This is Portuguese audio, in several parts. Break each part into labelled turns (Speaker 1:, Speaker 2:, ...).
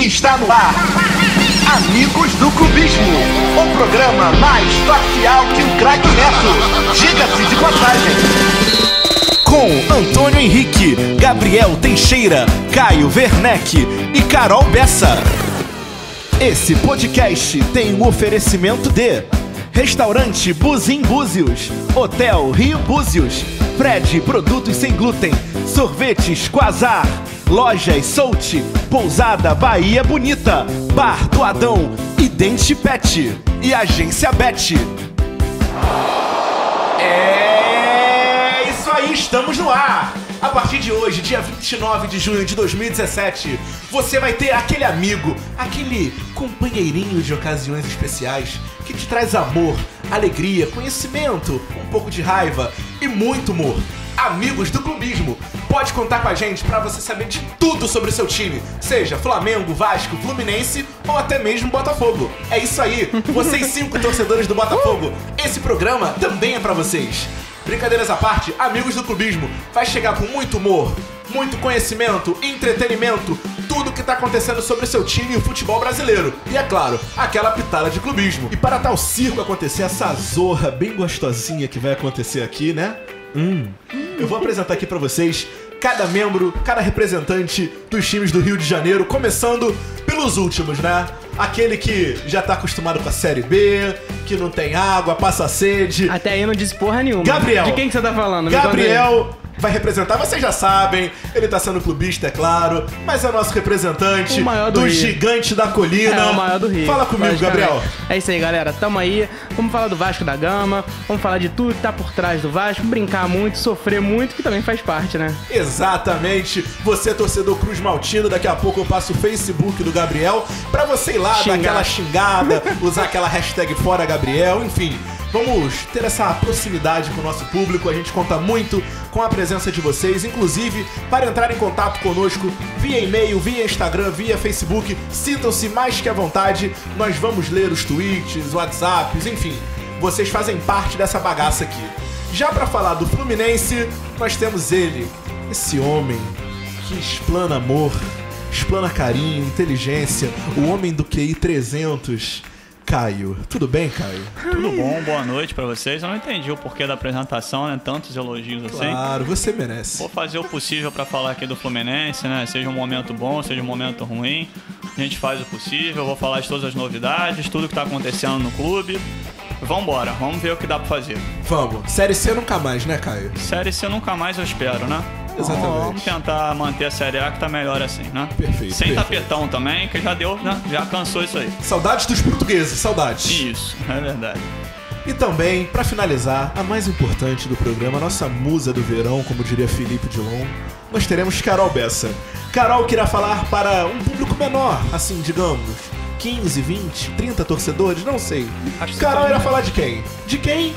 Speaker 1: Está no ar. Amigos do Cubismo. O programa mais parcial que o Crack Neto. Diga-se de passagem
Speaker 2: com Antônio Henrique, Gabriel Teixeira, Caio Werneck e Carol Bessa. Esse podcast tem um oferecimento de Restaurante Buzim Búzios, Hotel Rio Búzios, Fred Produtos Sem Glúten, Sorvetes Quasar, Lojas Solte, Pousada Bahia Bonita, Bar do Adão e Dente Pet e Agência Bet. É estamos no ar! A partir de hoje, dia 29 de junho de 2017, você vai ter aquele amigo, aquele companheirinho de ocasiões especiais que te traz amor, alegria, conhecimento, um pouco de raiva e muito humor. Amigos do Clubismo, pode contar com a gente para você saber de tudo sobre o seu time, seja Flamengo, Vasco, Fluminense ou até mesmo Botafogo. É isso aí, vocês cinco torcedores do Botafogo, esse programa também é para vocês. Brincadeiras à parte, amigos do clubismo, vai chegar com muito humor, muito conhecimento, entretenimento, tudo o que está acontecendo sobre seu time e o futebol brasileiro. E é claro, aquela pitada de clubismo. E para tal circo acontecer, essa zorra bem gostosinha que vai acontecer aqui, né? Hum. Eu vou apresentar aqui para vocês cada membro, cada representante dos times do Rio de Janeiro, começando pelos últimos, né? aquele que já tá acostumado com a série B, que não tem água, passa sede.
Speaker 3: Até aí eu não disse porra nenhuma.
Speaker 2: Gabriel.
Speaker 3: De quem que você tá falando?
Speaker 2: Gabriel vai representar, vocês já sabem, ele tá sendo clubista, é claro, mas é o nosso representante
Speaker 3: o maior do,
Speaker 2: do
Speaker 3: Rio.
Speaker 2: gigante da colina. É
Speaker 3: o maior do Rio.
Speaker 2: Fala comigo, Gabriel.
Speaker 3: É isso aí, galera. Tamo aí. Vamos falar do Vasco da Gama, vamos falar de tudo que tá por trás do Vasco, brincar muito, sofrer muito, que também faz parte, né?
Speaker 2: Exatamente. Você, torcedor Cruz Maltino, daqui a pouco eu passo o Facebook do Gabriel pra você ir lá Xingar. dar aquela xingada, usar aquela hashtag fora Gabriel, enfim. Vamos ter essa proximidade com o nosso público, a gente conta muito com a presença de vocês, inclusive para entrar em contato conosco via e-mail, via Instagram, via Facebook, sintam-se mais que à vontade, nós vamos ler os tweets, WhatsApps, enfim, vocês fazem parte dessa bagaça aqui. Já para falar do Fluminense, nós temos ele, esse homem que explana amor, explana carinho, inteligência, o homem do QI 300. Caio. Tudo bem, Caio?
Speaker 4: Tudo bom, boa noite para vocês. Eu não entendi o porquê da apresentação, né? Tantos elogios assim.
Speaker 2: Claro, você merece.
Speaker 4: Vou fazer o possível para falar aqui do Fluminense, né? Seja um momento bom, seja um momento ruim. A gente faz o possível, vou falar de todas as novidades, tudo que tá acontecendo no clube. Vambora, vamos ver o que dá pra fazer.
Speaker 2: Vamos. Série C nunca mais, né, Caio?
Speaker 4: Série C nunca mais, eu espero, né?
Speaker 2: Exatamente. Então,
Speaker 4: vamos tentar manter a Série A que tá melhor assim, né?
Speaker 2: Perfeito.
Speaker 4: Sem
Speaker 2: perfeito.
Speaker 4: tapetão também, que já deu, né? Já cansou isso aí.
Speaker 2: Saudades dos portugueses, saudades.
Speaker 4: Isso, é verdade.
Speaker 2: E também, para finalizar, a mais importante do programa, a nossa musa do verão, como diria Felipe Dilon, nós teremos Carol Bessa. Carol que irá falar para um público menor, assim, digamos. 15, 20, 30 torcedores, não sei. Carol irá falar de quem? De quem?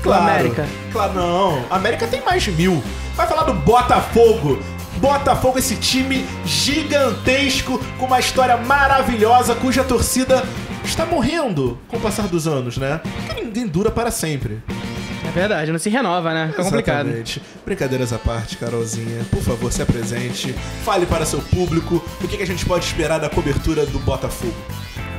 Speaker 2: Claro.
Speaker 3: América.
Speaker 2: Claro, não. América tem mais de mil. Vai falar do Botafogo. Botafogo, esse time gigantesco, com uma história maravilhosa, cuja torcida está morrendo com o passar dos anos, né? Porque ninguém dura para sempre.
Speaker 3: É verdade, não se renova, né? Fica
Speaker 2: Exatamente. complicado. Brincadeiras à parte, Carolzinha. Por favor, se apresente, fale para seu público o que a gente pode esperar da cobertura do Botafogo.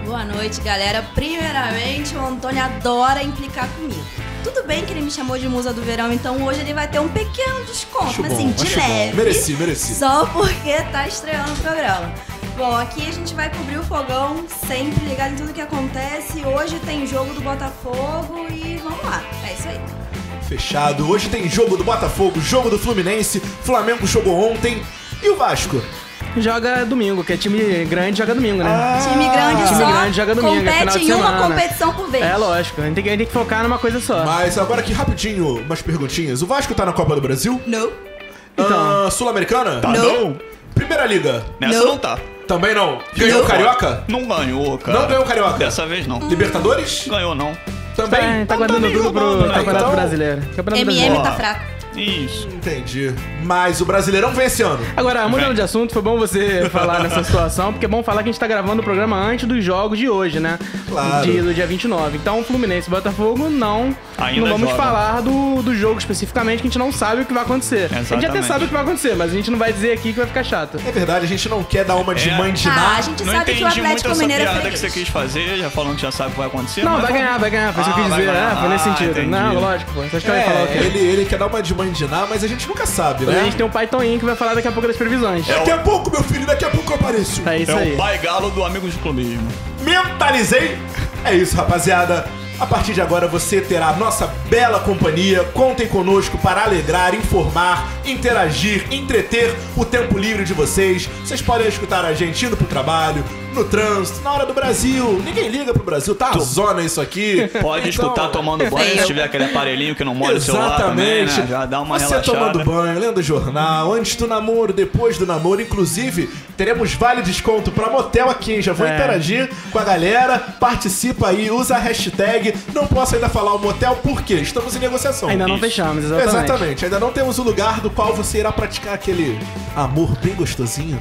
Speaker 5: Boa noite, galera. Primeiramente, o Antônio adora implicar comigo. Tudo bem que ele me chamou de musa do verão, então hoje ele vai ter um pequeno desconto,
Speaker 2: acho
Speaker 5: mas assim,
Speaker 2: bom,
Speaker 5: de
Speaker 2: acho bom.
Speaker 5: leve.
Speaker 2: Mereci, mereci.
Speaker 5: Só porque tá estreando o programa. Bom, aqui a gente vai cobrir o fogão, sempre ligado em tudo que acontece. Hoje tem jogo do Botafogo e vamos lá. É isso aí.
Speaker 2: Fechado. Hoje tem jogo do Botafogo, jogo do Fluminense, Flamengo jogou ontem e o Vasco.
Speaker 3: Joga domingo, que é time grande joga domingo, né?
Speaker 2: Ah.
Speaker 5: Time grande
Speaker 3: time
Speaker 5: só
Speaker 3: grande joga domingo, é final
Speaker 5: compete
Speaker 3: de
Speaker 5: em uma
Speaker 3: semana.
Speaker 5: competição por vez.
Speaker 3: É lógico, a gente tem que, a gente tem que focar numa coisa só.
Speaker 2: Mas agora aqui rapidinho, umas perguntinhas. O Vasco tá na Copa do Brasil?
Speaker 5: Não.
Speaker 3: Então.
Speaker 2: Ah, Sul-Americana?
Speaker 4: Tá
Speaker 5: Não.
Speaker 4: não?
Speaker 2: Primeira Liga?
Speaker 4: Nessa
Speaker 5: Não.
Speaker 4: não tá.
Speaker 2: Também não. Ganhou o Carioca?
Speaker 4: Não ganhou,
Speaker 3: Ah.
Speaker 4: cara.
Speaker 2: Não ganhou o Carioca?
Speaker 4: Dessa vez não.
Speaker 2: Libertadores?
Speaker 4: Ganhou não.
Speaker 2: Também?
Speaker 3: É, tá
Speaker 2: Então
Speaker 3: guardando
Speaker 2: nem
Speaker 3: tudo pro
Speaker 2: jogando, né?
Speaker 3: Campeonato
Speaker 2: Então,
Speaker 3: Brasileiro. Campeonato
Speaker 5: MM
Speaker 3: Brasileiro.
Speaker 5: tá fraco.
Speaker 4: Isso.
Speaker 2: Entendi. Mas o Brasileirão vem esse ano.
Speaker 3: Agora, mudando de assunto, foi bom você falar nessa situação, porque é bom falar que a gente tá gravando o programa antes dos jogos de hoje, né?
Speaker 2: Claro.
Speaker 3: De- do dia 29. Então, Fluminense e Botafogo não,
Speaker 4: Ainda
Speaker 3: não vamos
Speaker 4: joga.
Speaker 3: falar do, do jogo especificamente, que a gente não sabe o que vai acontecer. A gente até
Speaker 4: Exatamente.
Speaker 3: sabe o que vai acontecer, mas a gente não vai dizer aqui que vai ficar chato.
Speaker 2: É verdade, a gente não quer dar uma de
Speaker 4: É.
Speaker 5: Ah,
Speaker 2: mandinar.
Speaker 5: a gente
Speaker 4: não
Speaker 5: sabe
Speaker 4: entendi
Speaker 5: que o
Speaker 4: muito
Speaker 5: Atlético
Speaker 4: essa
Speaker 5: Mineiro é
Speaker 4: piada que
Speaker 5: freguês.
Speaker 4: você quis fazer, já falando que já sabe o que vai acontecer.
Speaker 3: Não,
Speaker 4: mas
Speaker 3: vai
Speaker 4: vamos-
Speaker 3: ganhar, vai ganhar, foi isso que eu
Speaker 4: Ah,
Speaker 3: quis
Speaker 4: vai
Speaker 3: dizer.
Speaker 4: ganhar.
Speaker 3: É, foi nesse
Speaker 4: Ah,
Speaker 3: sentido.
Speaker 4: entendi.
Speaker 3: Não, lógico, pô. Vocês acham que vai falar o
Speaker 2: É,
Speaker 3: quê?
Speaker 2: ele, ele quer dar uma de mandinar, mas a gente nunca sabe,
Speaker 4: é,
Speaker 3: A
Speaker 2: né?
Speaker 3: gente tem o Pai Toinho que vai falar daqui a pouco das previsões.
Speaker 2: Daqui a pouco, meu filho, daqui a pouco eu apareço.
Speaker 3: É isso
Speaker 4: É
Speaker 3: aí.
Speaker 4: o pai galo do amigo de clubismo.
Speaker 2: Mentalizei? É isso, rapaziada. A partir de agora você terá a nossa bela companhia. Contem conosco para alegrar, informar, interagir, entreter o tempo livre de vocês. Vocês podem escutar a gente indo pro trabalho, no trânsito, na hora do Brasil. Ninguém liga pro Brasil, tá a zona isso aqui.
Speaker 4: Pode
Speaker 2: Então,
Speaker 4: escutar tomando banho, se tiver aquele aparelhinho que não molha o celular também,
Speaker 2: Exatamente.
Speaker 4: né? Já dá uma
Speaker 2: Você
Speaker 4: relaxada.
Speaker 2: tomando banho, lendo jornal, antes do namoro, depois do namoro. Inclusive, teremos vale desconto pra motel aqui, hein? Já vou
Speaker 3: É.
Speaker 2: interagir com a galera. Participa aí, usa a hashtag. Não posso ainda falar o motel porque estamos em negociação.
Speaker 3: Ainda não
Speaker 4: Isso.
Speaker 3: fechamos, exatamente.
Speaker 2: Exatamente. Ainda não temos o lugar do qual você irá praticar aquele amor bem gostosinho.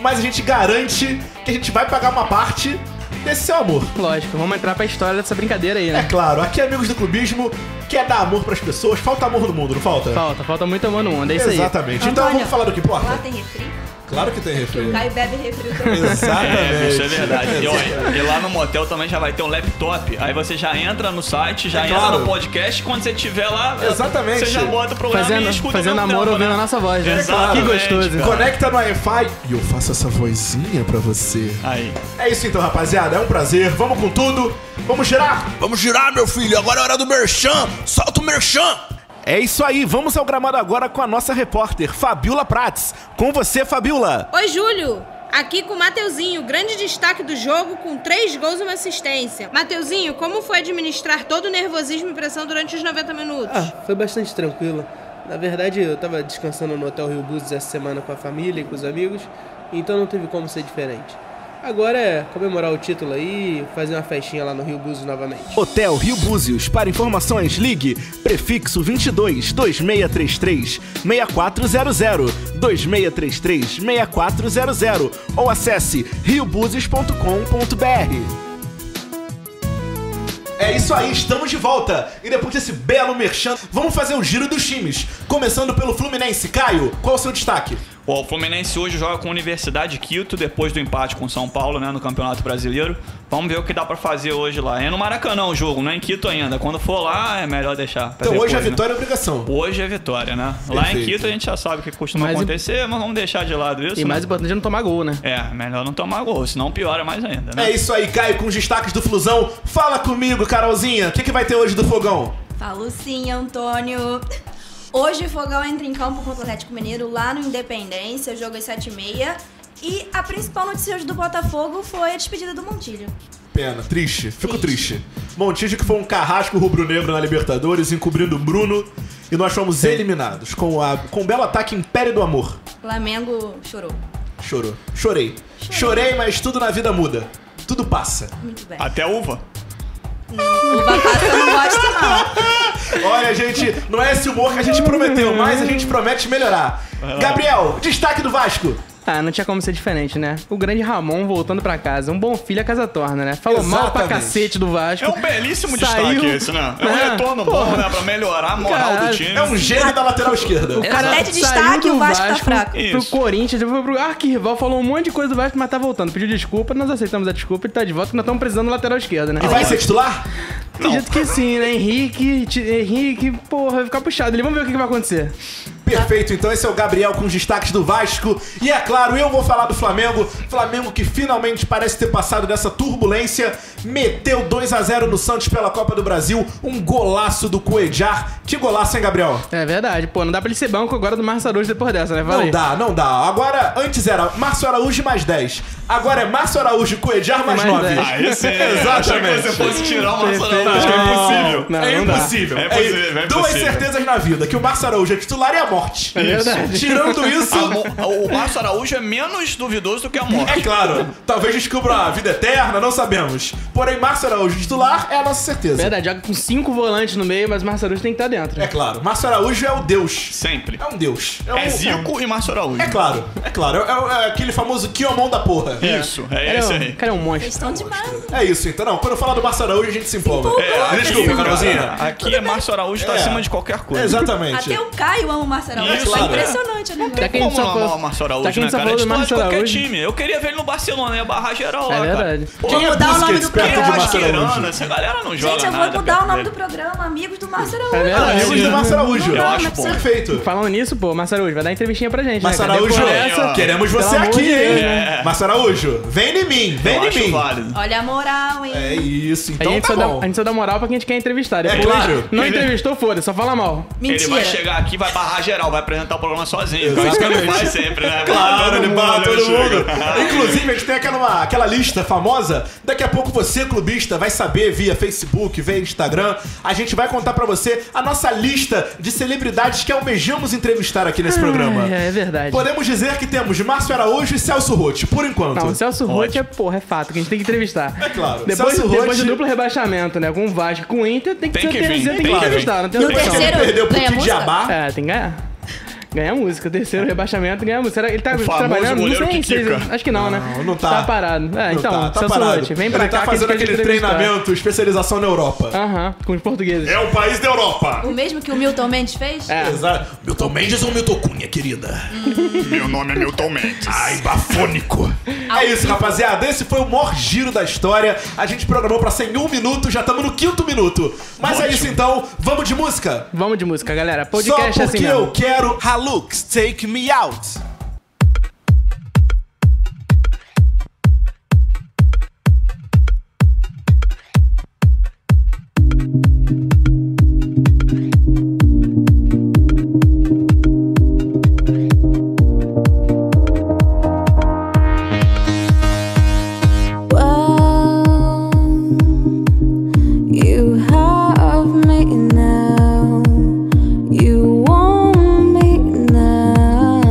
Speaker 2: Mas a gente garante que a gente vai pagar uma parte desse seu amor.
Speaker 3: Lógico, vamos entrar pra história dessa brincadeira aí,
Speaker 2: É
Speaker 3: né?
Speaker 2: claro, aqui Amigos do Clubismo quer dar amor pras pessoas. Falta amor no mundo, não falta?
Speaker 3: Falta, falta muito amor no mundo, é isso aí.
Speaker 2: Exatamente. Então
Speaker 5: Antônio,
Speaker 2: vamos falar do que
Speaker 5: Lá
Speaker 2: importa?
Speaker 5: tem refri.
Speaker 2: Claro que tem refri.
Speaker 5: O Caio bebe refri o tempo
Speaker 2: Exatamente.
Speaker 4: É, isso é verdade. E, olha, e lá no motel também já vai ter um laptop. Aí você já entra no site, já
Speaker 2: É
Speaker 4: entra
Speaker 2: claro.
Speaker 4: no podcast. Quando você estiver lá,
Speaker 2: Exatamente.
Speaker 4: você já bota o programa e
Speaker 3: Fazendo,
Speaker 4: escuta
Speaker 3: fazendo
Speaker 4: o
Speaker 3: amor
Speaker 4: programa,
Speaker 3: ouvindo
Speaker 4: né?
Speaker 3: a nossa voz, né?
Speaker 4: Exatamente,
Speaker 3: que gostoso.
Speaker 4: cara.
Speaker 2: Conecta no Wi-Fi e eu faço essa vozinha pra você.
Speaker 4: Aí.
Speaker 2: É isso então, rapaziada. É um prazer. Vamos com tudo. Vamos girar.
Speaker 6: Vamos girar, meu filho. Agora é hora do merchan. Solta o merchan.
Speaker 2: É isso aí. Vamos ao gramado agora com a nossa repórter, Fabiola Prats. Com você, Fabiola.
Speaker 7: Oi, Júlio! Aqui com o Mateuzinho, grande destaque do jogo com três gols e uma assistência. Mateuzinho, como foi administrar todo o nervosismo e pressão durante os 90 minutos?
Speaker 8: Ah, foi bastante tranquilo. Na verdade, eu tava descansando no Hotel Rio Búzios essa semana com a família e com os amigos, então não teve como ser diferente. Agora é comemorar o título aí e fazer uma festinha lá no Rio Búzios novamente.
Speaker 2: Hotel Rio Búzios. Para informações, ligue prefixo 22 2633 6400 2633 6400 ou acesse riobúzios.com.br. É isso aí, estamos de volta. E depois desse belo merchan, vamos fazer o giro dos times. Começando pelo Fluminense. Caio, qual o seu destaque?
Speaker 4: Bom, o Fluminense hoje joga com a Universidade de Quito, depois do empate com o São Paulo, né, no Campeonato Brasileiro. Vamos ver o que dá pra fazer hoje lá. É no Maracanã o jogo, não é em Quito ainda. Quando for lá, é melhor deixar. pra
Speaker 2: Então
Speaker 4: depois,
Speaker 2: hoje a
Speaker 4: né?
Speaker 2: vitória é obrigação.
Speaker 4: Hoje é vitória, né? Lá em
Speaker 2: Perfeito.
Speaker 4: Quito a gente já sabe o que costuma
Speaker 3: Mas o-
Speaker 4: acontecer, mas vamos deixar de lado isso.
Speaker 3: E
Speaker 4: né?
Speaker 3: mais importante é não tomar gol, né?
Speaker 4: É, melhor não tomar gol, senão piora mais ainda, né?
Speaker 2: É isso aí, Caio, com os destaques do Flusão. Fala comigo, Carolzinha. O que, que vai ter hoje do fogão?
Speaker 5: Falo sim, Antônio. Hoje o Fogão entra em campo contra o Atlético Mineiro lá no Independência, o jogo é 7h30. E a principal notícia hoje do Botafogo foi a despedida do Montilho.
Speaker 2: Pena, triste, fico triste. Montijo que foi um carrasco rubro-negro na Libertadores, encobrindo o Bruno, e nós fomos eliminados com, a, com um belo ataque Império do Amor.
Speaker 5: Flamengo chorou.
Speaker 2: Chorou. Chorei. Chorei, mas tudo na vida muda. Tudo passa.
Speaker 5: Muito bem.
Speaker 4: Até uva.
Speaker 5: O Batata eu não gosto, não.
Speaker 2: Olha, gente, não é esse humor que a gente prometeu, mas a gente promete melhorar. Gabriel, destaque do Vasco.
Speaker 3: Ah, não tinha como ser diferente, né? O grande Ramon voltando pra casa. Um bom filho a casa torna, né? Falou mal pra
Speaker 2: Exatamente.
Speaker 3: cacete do Vasco.
Speaker 4: É um belíssimo
Speaker 3: Saiu-
Speaker 4: destaque esse, né? É um
Speaker 3: Ah,
Speaker 4: retorno bom, né? Pra melhorar a moral do
Speaker 3: Caralho.
Speaker 4: time.
Speaker 2: É um gênio da lateral esquerda.
Speaker 5: Até de
Speaker 3: saiu
Speaker 5: destaque,
Speaker 3: do
Speaker 5: o Vasco tá fraco.
Speaker 3: Pro
Speaker 4: Isso.
Speaker 3: Corinthians, depois foi pro arquirrival, falou um monte de coisa do Vasco, mas tá voltando. Pediu desculpa, nós aceitamos a desculpa e tá de volta, que nós estamos precisando do lateral esquerdo, né?
Speaker 2: E vai ser titular?
Speaker 3: Acredito que sim, né? Henrique, Ti- Henrique, porra, vai ficar puxado. Ele, vamos ver o que, que vai acontecer.
Speaker 2: Perfeito, então esse é o Gabriel com os destaques do Vasco. E é claro, eu vou falar do Flamengo. Flamengo que finalmente parece ter passado dessa turbulência. Meteu 2 a 0 no Santos pela Copa do Brasil. Um golaço do Coedjar. Que golaço, hein, Gabriel?
Speaker 3: É verdade, pô, não dá pra ele ser banco agora do Março Araújo depois dessa, né? Fala
Speaker 2: Não
Speaker 3: aí.
Speaker 2: dá, não dá. Agora, antes era Márcio Araújo mais 10. Agora é Márcio Araújo, Coedjar mais,
Speaker 3: Mais
Speaker 2: 9.
Speaker 3: 10.
Speaker 4: Ah, esse é.
Speaker 2: Exatamente.
Speaker 4: Achei que você fosse tirar uma maçaneta. Acho que é
Speaker 3: Não,
Speaker 4: impossível.
Speaker 3: não,
Speaker 2: é
Speaker 3: não dá.
Speaker 2: impossível.
Speaker 4: É impossível, é
Speaker 2: Duas
Speaker 4: impossível.
Speaker 2: certezas na vida: que o Márcio Araújo é titular e é morte.
Speaker 3: É verdade.
Speaker 2: Tirando isso.
Speaker 4: A mo- o Márcio Araújo é menos duvidoso do que a
Speaker 2: É
Speaker 4: morte.
Speaker 2: claro, talvez descubra a vida eterna, não sabemos. Porém, Márcio Araújo titular é a nossa certeza.
Speaker 3: Verdade, joga com cinco volantes no meio, mas o Marcelo tem que estar dentro.
Speaker 2: É claro, Márcio Araújo é o deus.
Speaker 4: Sempre.
Speaker 2: É um deus. É, um...
Speaker 4: É Zico e Márcio Araújo.
Speaker 2: É claro, é claro. É, é- é aquele famoso Kiomon da porra.
Speaker 4: Isso, é
Speaker 3: Cara,
Speaker 4: esse
Speaker 3: é um-
Speaker 4: aí.
Speaker 3: Cara, é um monstro.
Speaker 5: Eles estão demais.
Speaker 2: É isso, então não. Quando fala do Márcio Araújo, a gente se empolga.
Speaker 4: É, aqui,
Speaker 2: Desculpa,
Speaker 4: cara,
Speaker 2: Carolzinha.
Speaker 4: Aqui é Márcio Araújo, tá
Speaker 2: É.
Speaker 4: acima de qualquer coisa.
Speaker 2: Exatamente.
Speaker 5: Até o Caio ama o Marcelo
Speaker 4: Isso, né?
Speaker 5: Araújo. Tá
Speaker 2: claro.
Speaker 5: impressionante né? o negócio.
Speaker 3: Tá que a gente
Speaker 4: Como
Speaker 3: só
Speaker 4: não
Speaker 3: falou-
Speaker 4: amar o Márcio
Speaker 3: tá
Speaker 4: Araújo,
Speaker 3: que a
Speaker 4: né,
Speaker 3: gente só
Speaker 4: cara? É
Speaker 3: falou do
Speaker 4: titular de
Speaker 3: Márcio
Speaker 4: qualquer
Speaker 3: Araújo.
Speaker 4: time. Eu queria ver ele no Barcelona, ia barrar geral lá,
Speaker 3: É
Speaker 4: cara.
Speaker 3: verdade.
Speaker 4: Pô,
Speaker 2: Quem é
Speaker 5: Vou mudar o nome
Speaker 2: Busquets
Speaker 5: do
Speaker 2: perto de
Speaker 5: programa.
Speaker 2: Márcio
Speaker 4: Mascherano,
Speaker 2: Araújo?
Speaker 4: né? essa galera não joga
Speaker 5: Gente, eu vou
Speaker 4: nada
Speaker 5: mudar o
Speaker 4: perto
Speaker 5: nome do
Speaker 4: dele.
Speaker 5: programa, Amigos do Márcio
Speaker 3: É
Speaker 5: Araújo.
Speaker 3: verdade.
Speaker 2: Amigos do Márcio Araújo.
Speaker 4: Eu
Speaker 5: Não,
Speaker 4: acho
Speaker 5: mas
Speaker 4: bom.
Speaker 5: precisa-
Speaker 2: Perfeito.
Speaker 3: Falando nisso, pô, Marcelo Araújo, vai dar entrevistinha pra gente,
Speaker 2: Márcio
Speaker 3: né? cara?
Speaker 2: Araújo, é
Speaker 3: Depois
Speaker 4: essa-
Speaker 2: queremos
Speaker 3: Pelo
Speaker 2: você
Speaker 3: amor
Speaker 2: aqui,
Speaker 3: de Deus,
Speaker 2: hein?
Speaker 4: né?
Speaker 2: Márcio Araújo, vem em mim, vem
Speaker 4: Eu
Speaker 2: em
Speaker 4: acho
Speaker 2: mim.
Speaker 4: válido.
Speaker 5: Olha a moral, hein?
Speaker 2: É isso,
Speaker 3: a,
Speaker 2: então
Speaker 3: gente
Speaker 2: tá
Speaker 3: só dá,
Speaker 2: bom. É
Speaker 3: a gente só dá moral pra quem a gente quer entrevistar. Depois,
Speaker 2: claro.
Speaker 3: Não
Speaker 4: Ele-
Speaker 3: entrevistou, foda, só fala mal.
Speaker 4: Ele vai
Speaker 5: Mentira.
Speaker 4: chegar aqui, vai barrar geral, vai apresentar o programa sozinho. que é isso que ele
Speaker 2: Exatamente.
Speaker 4: faz sempre, né?
Speaker 2: Claro, ele barra todo mundo.
Speaker 4: chega.
Speaker 2: Inclusive, a gente tem aquela, aquela lista famosa. Daqui a pouco você, clubista, vai saber via Facebook, via Instagram. A gente vai contar pra você a nossa lista de celebridades que almejamos entrevistar aqui nesse programa.
Speaker 3: É, é verdade.
Speaker 2: Podemos dizer que temos Márcio Araújo e Celso Rotti, por enquanto.
Speaker 3: Não, o Celso Rotti é, porra, é fato, que a gente tem que entrevistar.
Speaker 2: É claro.
Speaker 3: Depois,
Speaker 2: Celso
Speaker 3: depois
Speaker 2: Roth-
Speaker 3: do duplo rebaixamento, né? Com o Vasco, com o Inter, tem que, ser
Speaker 4: Tem que vir,
Speaker 3: Terezinha, tem que
Speaker 4: tem que
Speaker 3: entrevistar,
Speaker 4: vir.
Speaker 3: não tem
Speaker 5: No
Speaker 3: outra opção.
Speaker 5: terceiro,
Speaker 2: Perdeu pro
Speaker 5: ganha música?
Speaker 2: Tidiabá.
Speaker 3: É, tem que ganhar. Ganhar música, o
Speaker 2: É.
Speaker 3: terceiro rebaixamento, ganhar música. Será que ele tá
Speaker 4: famoso
Speaker 3: trabalhando? Não
Speaker 4: goleiro
Speaker 3: sei,
Speaker 4: que
Speaker 3: se-
Speaker 4: quica.
Speaker 3: acho que não, né?
Speaker 2: Não, não tá.
Speaker 3: Tá parado. É,
Speaker 2: Não
Speaker 3: então,
Speaker 2: tá, tá
Speaker 3: Celso
Speaker 2: parado.
Speaker 3: Roth, vem
Speaker 2: Ele
Speaker 3: pra cá.
Speaker 2: tá
Speaker 3: que a gente
Speaker 2: fazendo
Speaker 3: quer te
Speaker 2: aquele
Speaker 3: entrevistar.
Speaker 2: treinamento, especialização na Europa.
Speaker 3: Aham, com os portugueses.
Speaker 2: É o país da Europa.
Speaker 5: O mesmo que o Milton Mendes fez?
Speaker 3: É.
Speaker 2: Exato. Milton Mendes ou Milton Cunha, querida?
Speaker 6: Meu nome é Milton Mendes.
Speaker 2: Ai, bafônico. É isso, rapaziada. Esse foi o maior giro da história. A gente programou pra 100 um minuto, já estamos no quinto minuto. Mas é isso então, vamos de música?
Speaker 3: Vamos de música, galera.
Speaker 2: Só um
Speaker 3: Podcast
Speaker 2: porque
Speaker 3: é assim mesmo.
Speaker 2: eu quero Halux, take me out.
Speaker 9: Well, you have me now. You want me now.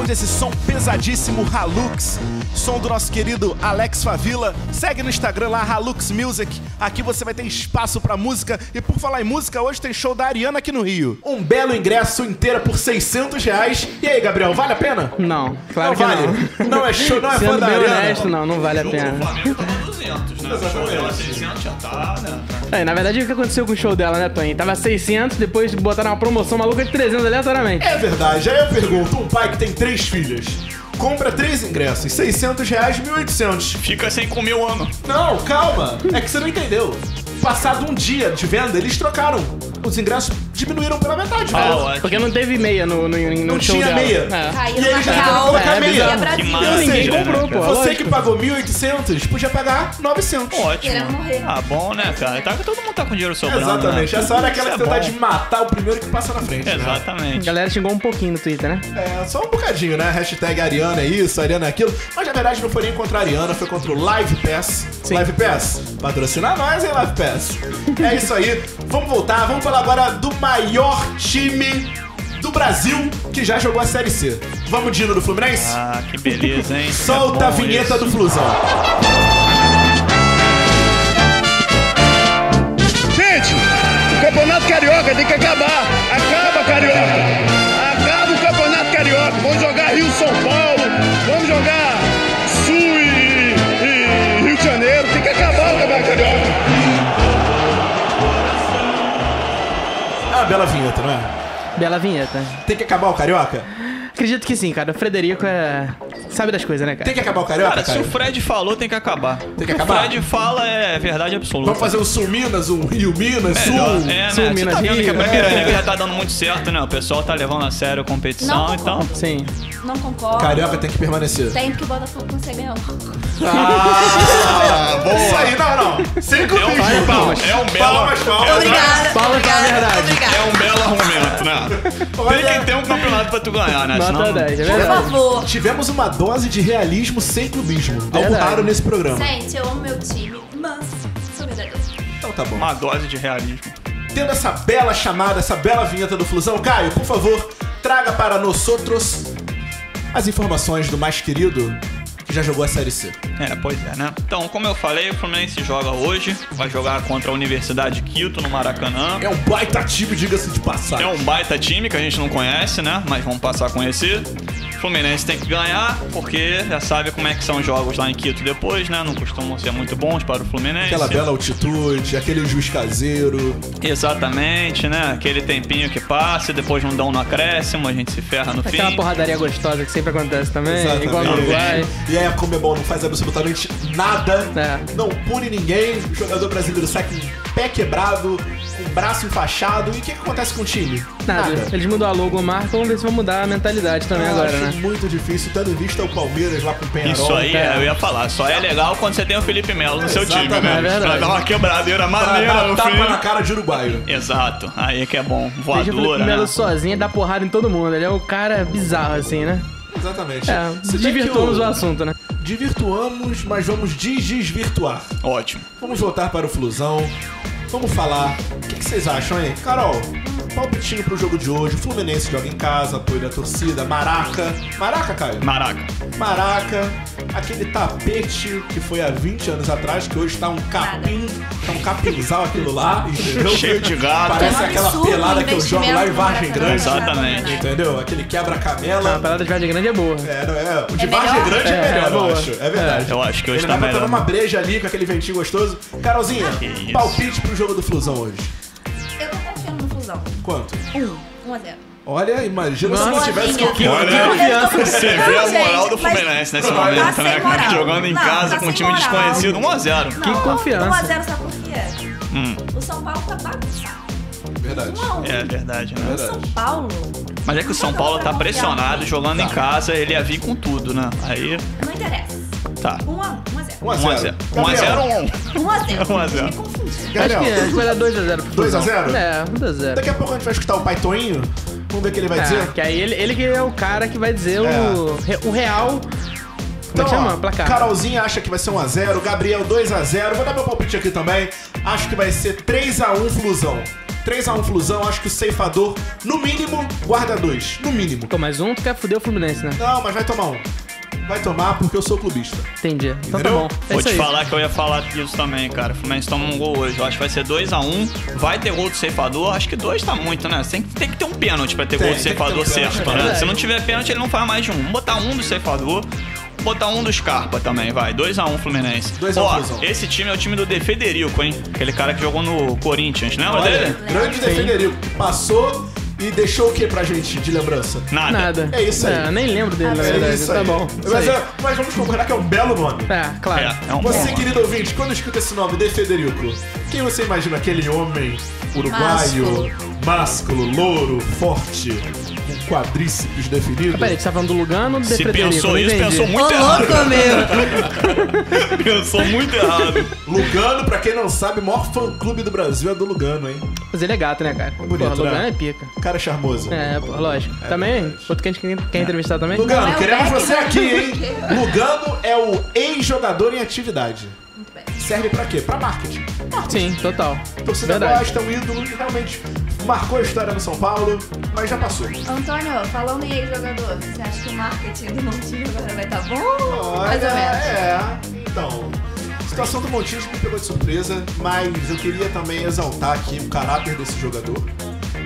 Speaker 2: é desse som pesadíssimo Halux, som do nosso querido Alex Favila. Segue no Instagram lá, Halux Music. Aqui você vai ter espaço pra música. E por falar em música, hoje tem show da Ariana aqui no Rio. Um belo ingresso inteiro por 600 reais. E aí, Gabriel, vale a pena?
Speaker 3: Não, claro
Speaker 2: não
Speaker 3: que
Speaker 2: vale.
Speaker 3: não.
Speaker 2: é show, não é fã
Speaker 3: Sendo
Speaker 2: da
Speaker 3: bem
Speaker 2: Ariana.
Speaker 3: honesto, não, não vale a
Speaker 4: O
Speaker 3: pena.
Speaker 4: Flamengo tava 200, né? O show dela 600 já tá, né?
Speaker 3: É, na verdade, o que aconteceu com o show dela, né, Tony? Tava 600, depois botaram uma promoção maluca de 300 aleatoriamente.
Speaker 2: É verdade. Aí eu pergunto, um pai que tem três filhas, compra três ingressos, 600 reais, 1.800.
Speaker 4: Fica sem comer o ano.
Speaker 2: Não, calma. É que você não entendeu. Passado um dia de venda, eles trocaram. Os ingressos diminuíram pela metade. né?
Speaker 4: Ah,
Speaker 2: velho.
Speaker 4: ótimo.
Speaker 3: Porque não teve meia no, no, no
Speaker 2: É, Não
Speaker 3: show
Speaker 2: tinha
Speaker 3: dela.
Speaker 2: meia.
Speaker 3: É.
Speaker 5: Caiu
Speaker 2: E aí
Speaker 5: na
Speaker 2: já tá
Speaker 5: real,
Speaker 2: colocou
Speaker 5: né?
Speaker 2: a meia.
Speaker 5: E a Brasília.
Speaker 4: Que
Speaker 2: Ou
Speaker 4: massa,
Speaker 2: seja,
Speaker 3: Ninguém comprou, pô.
Speaker 2: Você
Speaker 3: lógico.
Speaker 2: que pagou 1.800 podia pagar 900.
Speaker 4: Ótimo.
Speaker 5: Querendo morrer.
Speaker 4: Ah, bom, né, cara? Tá, todo mundo tá com dinheiro sobrando.
Speaker 2: Exatamente.
Speaker 4: Né?
Speaker 2: Essa hora é aquela que
Speaker 4: Isso
Speaker 2: você
Speaker 4: é
Speaker 2: tá
Speaker 4: bom.
Speaker 2: de matar o primeiro que passa na frente. né?
Speaker 3: A
Speaker 4: Exatamente.
Speaker 3: galera xingou um pouquinho no Twitter, né?
Speaker 2: É, só um bocadinho, né? Hashtag Ariana é isso, Ariana é aquilo. Mas na verdade não foi nem contra a Ariana, foi contra o Live Pass. Live Pass, patrocina nós, hein, Live Pass? é isso aí. Vamos voltar, vamos falar agora do maior time do Brasil que já jogou a Série C. Vamos, Dino do Fluminense?
Speaker 4: Ah, que beleza, hein?
Speaker 2: Solta
Speaker 4: É
Speaker 2: a
Speaker 4: bom
Speaker 2: vinheta
Speaker 4: isso.
Speaker 2: do Flusão.
Speaker 1: Gente, o Campeonato Carioca tem que acabar. Acaba, Carioca. Acaba o Campeonato Carioca. Vamos jogar Rio-São Paulo. Vamos jogar Sul e, e Rio de Janeiro. Tem que acabar o Campeonato Carioca.
Speaker 2: É uma bela vinheta, não é?
Speaker 3: Bela vinheta.
Speaker 2: Tem que acabar o Carioca?
Speaker 3: Acredito que sim, cara. O Frederico é. Sabe das coisas, né, cara?
Speaker 2: Tem que acabar o Carioca,
Speaker 4: Cara, se o
Speaker 2: cara?
Speaker 4: Fred falou, tem que acabar.
Speaker 2: Tem que acabar?
Speaker 4: O Fred fala é verdade absoluta.
Speaker 2: Vamos fazer um Sul-Minas, um Rio-Minas, Sul...
Speaker 4: Melhor. É, né?
Speaker 3: Sul,
Speaker 4: Você
Speaker 3: Minas
Speaker 4: tá vendo que a
Speaker 3: Rio.
Speaker 2: É.
Speaker 4: Piranha já tá dando muito certo, né? O pessoal tá levando a sério a competição,
Speaker 5: Não.
Speaker 4: então...
Speaker 3: Sim.
Speaker 5: Não concordo.
Speaker 2: Carioca tem que permanecer.
Speaker 5: Tem que o Botafogo consegue ganhar.
Speaker 2: Ah, boa. Isso aí, não, não. Cinco
Speaker 4: É um
Speaker 2: bichos,
Speaker 4: belo-
Speaker 2: palmas.
Speaker 4: é um belo-
Speaker 2: Palmas, palmas.
Speaker 5: Obrigada.
Speaker 3: Paulo tá na
Speaker 5: obrigada,
Speaker 3: verdade.
Speaker 5: Obrigada.
Speaker 4: É um belo argumento, né? Tem que ter um campeonato pra tu ganhar, né?
Speaker 3: Nota
Speaker 4: Senão-
Speaker 3: 10, é
Speaker 5: Por
Speaker 3: verdade.
Speaker 5: favor.
Speaker 2: Tivemos uma dose de realismo sem clubismo. Algo
Speaker 3: Verdade.
Speaker 2: raro nesse programa.
Speaker 5: Gente, eu amo meu time, mas sou verdadeiro.
Speaker 2: Então tá bom.
Speaker 4: Uma dose de realismo.
Speaker 2: Tendo essa bela chamada, essa bela vinheta do Flusão, Caio, por favor, traga para nós outros as informações do mais querido que já jogou a Série C.
Speaker 4: É, pois é, né? Então, como eu falei, o Fluminense joga hoje, vai jogar contra a Universidade de Quito, no Maracanã.
Speaker 2: É um baita time, diga-se de passagem.
Speaker 4: É um baita time que a gente não conhece, né? Mas vamos passar a conhecer. O Fluminense tem que ganhar, porque já sabe como é que são os jogos lá em Quito depois, né? Não costumam ser muito bons para o Fluminense.
Speaker 2: Aquela bela altitude, aquele juiz caseiro.
Speaker 4: Exatamente, né? Aquele tempinho que passa, e depois não dá um no acréscimo, a gente se ferra no
Speaker 3: Aquela
Speaker 4: fim.
Speaker 3: porradaria gostosa que sempre acontece também, É, igual no
Speaker 2: Exatamente.
Speaker 3: Uruguai.
Speaker 2: E aí a Comebol não faz absolutamente nada,
Speaker 3: É.
Speaker 2: não pune ninguém, o jogador brasileiro sai com o pé quebrado, com o braço enfaixado. E o que, que acontece com o time?
Speaker 3: Nada. Eles mudam a logomarca, vamos ver se vão mudar a mentalidade também
Speaker 2: Eu
Speaker 3: agora,
Speaker 2: Ah, acho
Speaker 3: né?
Speaker 2: muito difícil, tendo em vista o Palmeiras lá com o Penharol.
Speaker 4: Isso aí,
Speaker 3: cara.
Speaker 4: é, eu ia falar. Só é legal quando você tem o Felipe Melo no seu time,
Speaker 2: Exatamente,
Speaker 4: né?
Speaker 3: é verdade.
Speaker 4: pra dar uma quebradeira
Speaker 2: Pra
Speaker 4: maneira
Speaker 2: dar
Speaker 4: no
Speaker 2: tapa na
Speaker 4: fim.
Speaker 2: cara de uruguaio.
Speaker 4: Exato, aí é que é bom.
Speaker 3: Deixa o Felipe
Speaker 4: Voadora,
Speaker 3: Melo
Speaker 4: né?
Speaker 3: sozinho e dá porrada em todo mundo. Ele é um cara bizarro, assim, né?
Speaker 2: Exatamente.
Speaker 3: É,
Speaker 2: Se bem que
Speaker 3: divirtuamos
Speaker 2: o-
Speaker 3: o assunto, né?
Speaker 2: Divirtuamos, mas vamos desvirtuar.
Speaker 4: Ótimo.
Speaker 2: Vamos voltar para o Flusão. Vamos falar. O que, que vocês acham, hein? Carol, palpitinho pro jogo de hoje. O Fluminense joga em casa, apoio da torcida. Maraca. Maraca, Caio?
Speaker 4: Maraca.
Speaker 2: Maraca. Aquele tapete que foi há 20 anos atrás, que hoje tá um capim. Tá um capinzal aquilo lá, entendeu?
Speaker 4: Cheio de gato.
Speaker 2: Parece
Speaker 5: É um
Speaker 2: aquela
Speaker 5: absurdo
Speaker 2: pelada que eu jogo lá em
Speaker 5: investimento no
Speaker 2: Vargem
Speaker 5: Maracanã.
Speaker 2: Grande.
Speaker 4: Exatamente.
Speaker 2: Entendeu? Aquele
Speaker 3: A
Speaker 2: quebra-camela.
Speaker 3: parada de Vargem Grande é boa.
Speaker 2: É, não é? O de
Speaker 5: É
Speaker 2: Vargem
Speaker 5: melhor?
Speaker 2: Grande é,
Speaker 3: É,
Speaker 2: melhor,
Speaker 3: é
Speaker 2: eu
Speaker 3: boa.
Speaker 2: acho. É verdade.
Speaker 4: Eu acho que hoje
Speaker 2: Ele
Speaker 4: tá
Speaker 2: tá botando
Speaker 4: melhor.
Speaker 2: uma breja ali com aquele ventinho gostoso. Carolzinha,
Speaker 4: Que isso.
Speaker 2: palpite pro jogo do Flusão hoje.
Speaker 5: Eu não confio no Fusão.
Speaker 2: Quanto?
Speaker 5: Um. Um a zero.
Speaker 2: Olha, imagina se
Speaker 3: Nossa,
Speaker 2: não tivesse qualquer
Speaker 4: Olha, Você vê a
Speaker 5: Não, gente,
Speaker 4: moral do
Speaker 5: mas
Speaker 4: Fluminense nesse
Speaker 5: tá
Speaker 4: momento,
Speaker 5: sem
Speaker 4: né?
Speaker 5: moral.
Speaker 4: Jogando em
Speaker 5: Não,
Speaker 4: casa
Speaker 5: tá
Speaker 4: com um
Speaker 5: sem
Speaker 4: time
Speaker 5: moral.
Speaker 4: desconhecido, 1x0.
Speaker 5: Não,
Speaker 3: confiança.
Speaker 5: 1 a 0 sabe por quê? O São Paulo tá bagunçado.
Speaker 2: Verdade.
Speaker 5: 1 a 1.
Speaker 4: Hum. É verdade, né?
Speaker 5: O São Paulo.
Speaker 4: Mas é que o São Paulo tá pressionado, jogando em casa, ele ia vir com tudo, né? Aí,
Speaker 5: Não interessa.
Speaker 4: tá.
Speaker 5: 1 a 1 a
Speaker 2: Um
Speaker 5: 0.
Speaker 4: 1x0. 1x0 ou 1?
Speaker 5: 1 a 0.
Speaker 4: 1 a 0.
Speaker 5: Me confundi.
Speaker 3: Acho
Speaker 2: Gabriel,
Speaker 3: que, é, acho que vai dar 2x0 pro
Speaker 2: 2 a
Speaker 3: Flusão.
Speaker 2: 0?
Speaker 3: É, 2x0.
Speaker 2: daqui a pouco a gente vai escutar o Pai Toinho. Vamos ver o que ele vai dizer.
Speaker 3: É, que aí ele, ele que é o cara que vai dizer o, re- o real. Como é que
Speaker 2: Então, ó,
Speaker 3: chama? Placar.
Speaker 2: Carolzinha acha que vai ser 1x0, Gabriel 2x0. Vou dar meu palpite aqui também. Acho que vai ser 3x1 Flusão. 3x1 Flusão, acho que o ceifador, no mínimo, guarda dois. No mínimo.
Speaker 3: Pô, mas um tu quer fuder o Fluminense, né?
Speaker 2: Não, mas vai tomar um. Vai tomar porque eu sou clubista.
Speaker 3: Entendi. Então tá
Speaker 2: Entendeu?
Speaker 3: bom. É
Speaker 4: Vou
Speaker 3: isso
Speaker 4: te
Speaker 3: aí.
Speaker 4: falar que eu ia falar disso também, cara. O Fluminense toma um gol hoje. Eu acho que vai ser 2x1. Vai ter gol do ceifador. Acho que dois tá muito, né? Tem, que- tem que ter um pênalti pra ter
Speaker 2: Tem,
Speaker 4: gol do
Speaker 2: tem que ter um
Speaker 4: ceifador
Speaker 2: pênalti,
Speaker 4: certo,
Speaker 2: é
Speaker 4: né?
Speaker 3: verdade.
Speaker 4: Se não tiver pênalti, ele não faz mais de um. Vamos botar um do ceifador. Botar um do Scarpa também, vai. 2x1 Fluminense.
Speaker 2: 2 a 1
Speaker 4: Ó,
Speaker 2: Flusão.
Speaker 4: esse time é o time do De Federico, hein? Aquele cara que jogou no Corinthians, lembra
Speaker 2: Olha,
Speaker 4: dele?
Speaker 2: grande De Federico. Passou e deixou o que pra gente de lembrança?
Speaker 4: Nada.
Speaker 3: Nada.
Speaker 2: É isso aí.
Speaker 3: Não, eu nem lembro dele, na
Speaker 2: É
Speaker 3: verdade.
Speaker 2: isso
Speaker 3: tá
Speaker 2: aí.
Speaker 3: bom. Isso
Speaker 2: Mas,
Speaker 3: aí.
Speaker 2: é- mas vamos concordar que é um belo nome.
Speaker 3: É, claro.
Speaker 4: É, é um
Speaker 2: Você,
Speaker 4: bom.
Speaker 2: querido ouvinte, quando escuta esse nome, De Federico, quem você imagina aquele homem uruguaio, másculo, louro, forte, com quadríceps definidos?
Speaker 3: Peraí, você tá falando do Lugano ou do De
Speaker 4: Se
Speaker 3: Frederico?
Speaker 4: pensou
Speaker 3: Não
Speaker 4: isso,
Speaker 3: entendi.
Speaker 4: pensou muito errado.
Speaker 5: louco, meu!
Speaker 4: Pensou muito errado.
Speaker 2: Lugano, pra quem não sabe, o maior fã-clube do Brasil é do Lugano, hein?
Speaker 3: Mas ele é gato, né, cara? Porra,
Speaker 2: bonito,
Speaker 3: Lugano
Speaker 2: né?
Speaker 3: é pica.
Speaker 2: Cara charmoso.
Speaker 3: É, pô, lógico. também? Outro que a gente quer- quer entrevistar também?
Speaker 2: Lugano,
Speaker 5: Não é o
Speaker 2: queremos
Speaker 5: Beck,
Speaker 2: você
Speaker 5: não.
Speaker 2: aqui, hein? Lugano é o ex-jogador em atividade.
Speaker 5: Muito bem.
Speaker 2: Serve pra quê? Pra marketing.
Speaker 3: Sim, total.
Speaker 2: Torcida
Speaker 3: Verdade.
Speaker 2: gosta, um ídolo que realmente marcou a história no São Paulo, mas já passou.
Speaker 5: Antônio, falando em ex-jogador, você acha que o marketing do Montinho agora vai estar bom?
Speaker 2: Olha,
Speaker 5: Mais ou menos.
Speaker 2: É, então. A situação do Montijo me pegou de surpresa, mas eu queria também exaltar aqui o caráter desse jogador.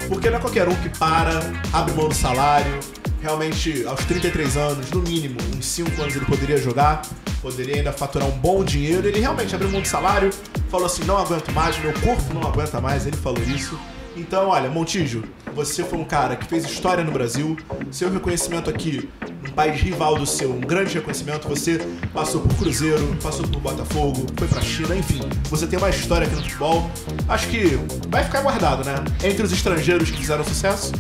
Speaker 2: Porque não é qualquer um que para, abre mão do salário. Realmente, aos 33 anos, no mínimo, uns 5 anos ele poderia jogar, poderia ainda faturar um bom dinheiro. Ele realmente abriu mão do salário, falou assim: não aguento mais, meu corpo não aguenta mais. Ele falou isso. Então, olha, Montijo, você foi um cara que fez história no Brasil. Seu reconhecimento aqui, num país rival do seu, um grande reconhecimento. Você passou por Cruzeiro, passou por Botafogo, foi pra China, enfim. Você tem uma história aqui no futebol. Acho que vai ficar guardado, né? Entre os estrangeiros que fizeram sucesso,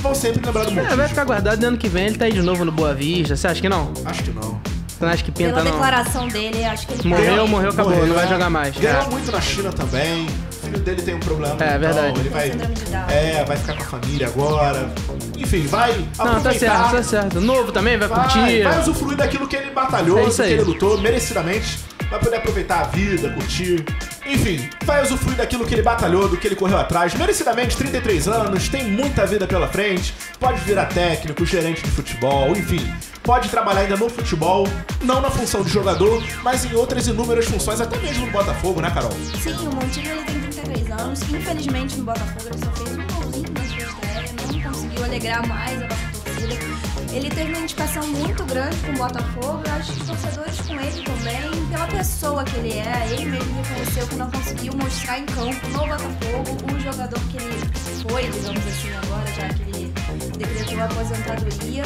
Speaker 2: vão sempre lembrar do
Speaker 3: É, vai
Speaker 2: Montijo.
Speaker 3: ficar guardado e ano que vem ele tá aí de novo no Boa Vista. Você acha que não?
Speaker 2: Acho que não.
Speaker 3: Você não acha que pinta,
Speaker 5: Pela
Speaker 3: não?
Speaker 5: declaração dele, acho que ele tá
Speaker 3: Morreu,
Speaker 5: bem.
Speaker 3: morreu, acabou.
Speaker 2: Morreu,
Speaker 3: não vai
Speaker 2: né?
Speaker 3: jogar mais.
Speaker 2: Ganhou
Speaker 3: É.
Speaker 2: muito na China também. O filho dele tem um problema.
Speaker 3: É, verdade.
Speaker 2: Então, ele vai,
Speaker 5: Síndrome de Down.
Speaker 2: é, vai ficar com a família agora. Enfim, vai
Speaker 3: Não, tá certo,
Speaker 2: aproveitar.
Speaker 3: tá certo. Novo também, vai,
Speaker 2: Vai,
Speaker 3: curtir.
Speaker 2: vai usufruir daquilo que ele batalhou,
Speaker 3: É
Speaker 2: do
Speaker 3: isso
Speaker 2: que
Speaker 3: aí.
Speaker 2: ele lutou, merecidamente. Vai poder aproveitar a vida, curtir. Enfim, vai usufruir daquilo que ele batalhou, do que ele correu atrás. Merecidamente, 33 anos, tem muita vida pela frente. Pode virar técnico, gerente de futebol, enfim. Pode trabalhar ainda no futebol, não na função de jogador, mas em outras inúmeras funções, até mesmo no Botafogo, né, Carol?
Speaker 5: Sim, um o Montinho ele tem 33 anos. Infelizmente no Botafogo ele só fez um golzinho na sua estreia, não conseguiu alegrar mais a nossa torcida. Ele teve uma indicação muito grande com o Botafogo, eu acho que os torcedores com ele também, pela pessoa que ele é, ele mesmo reconheceu que não conseguiu mostrar em campo no Botafogo o jogador que ele foi, digamos assim, agora, já que ele decretou a aposentadoria.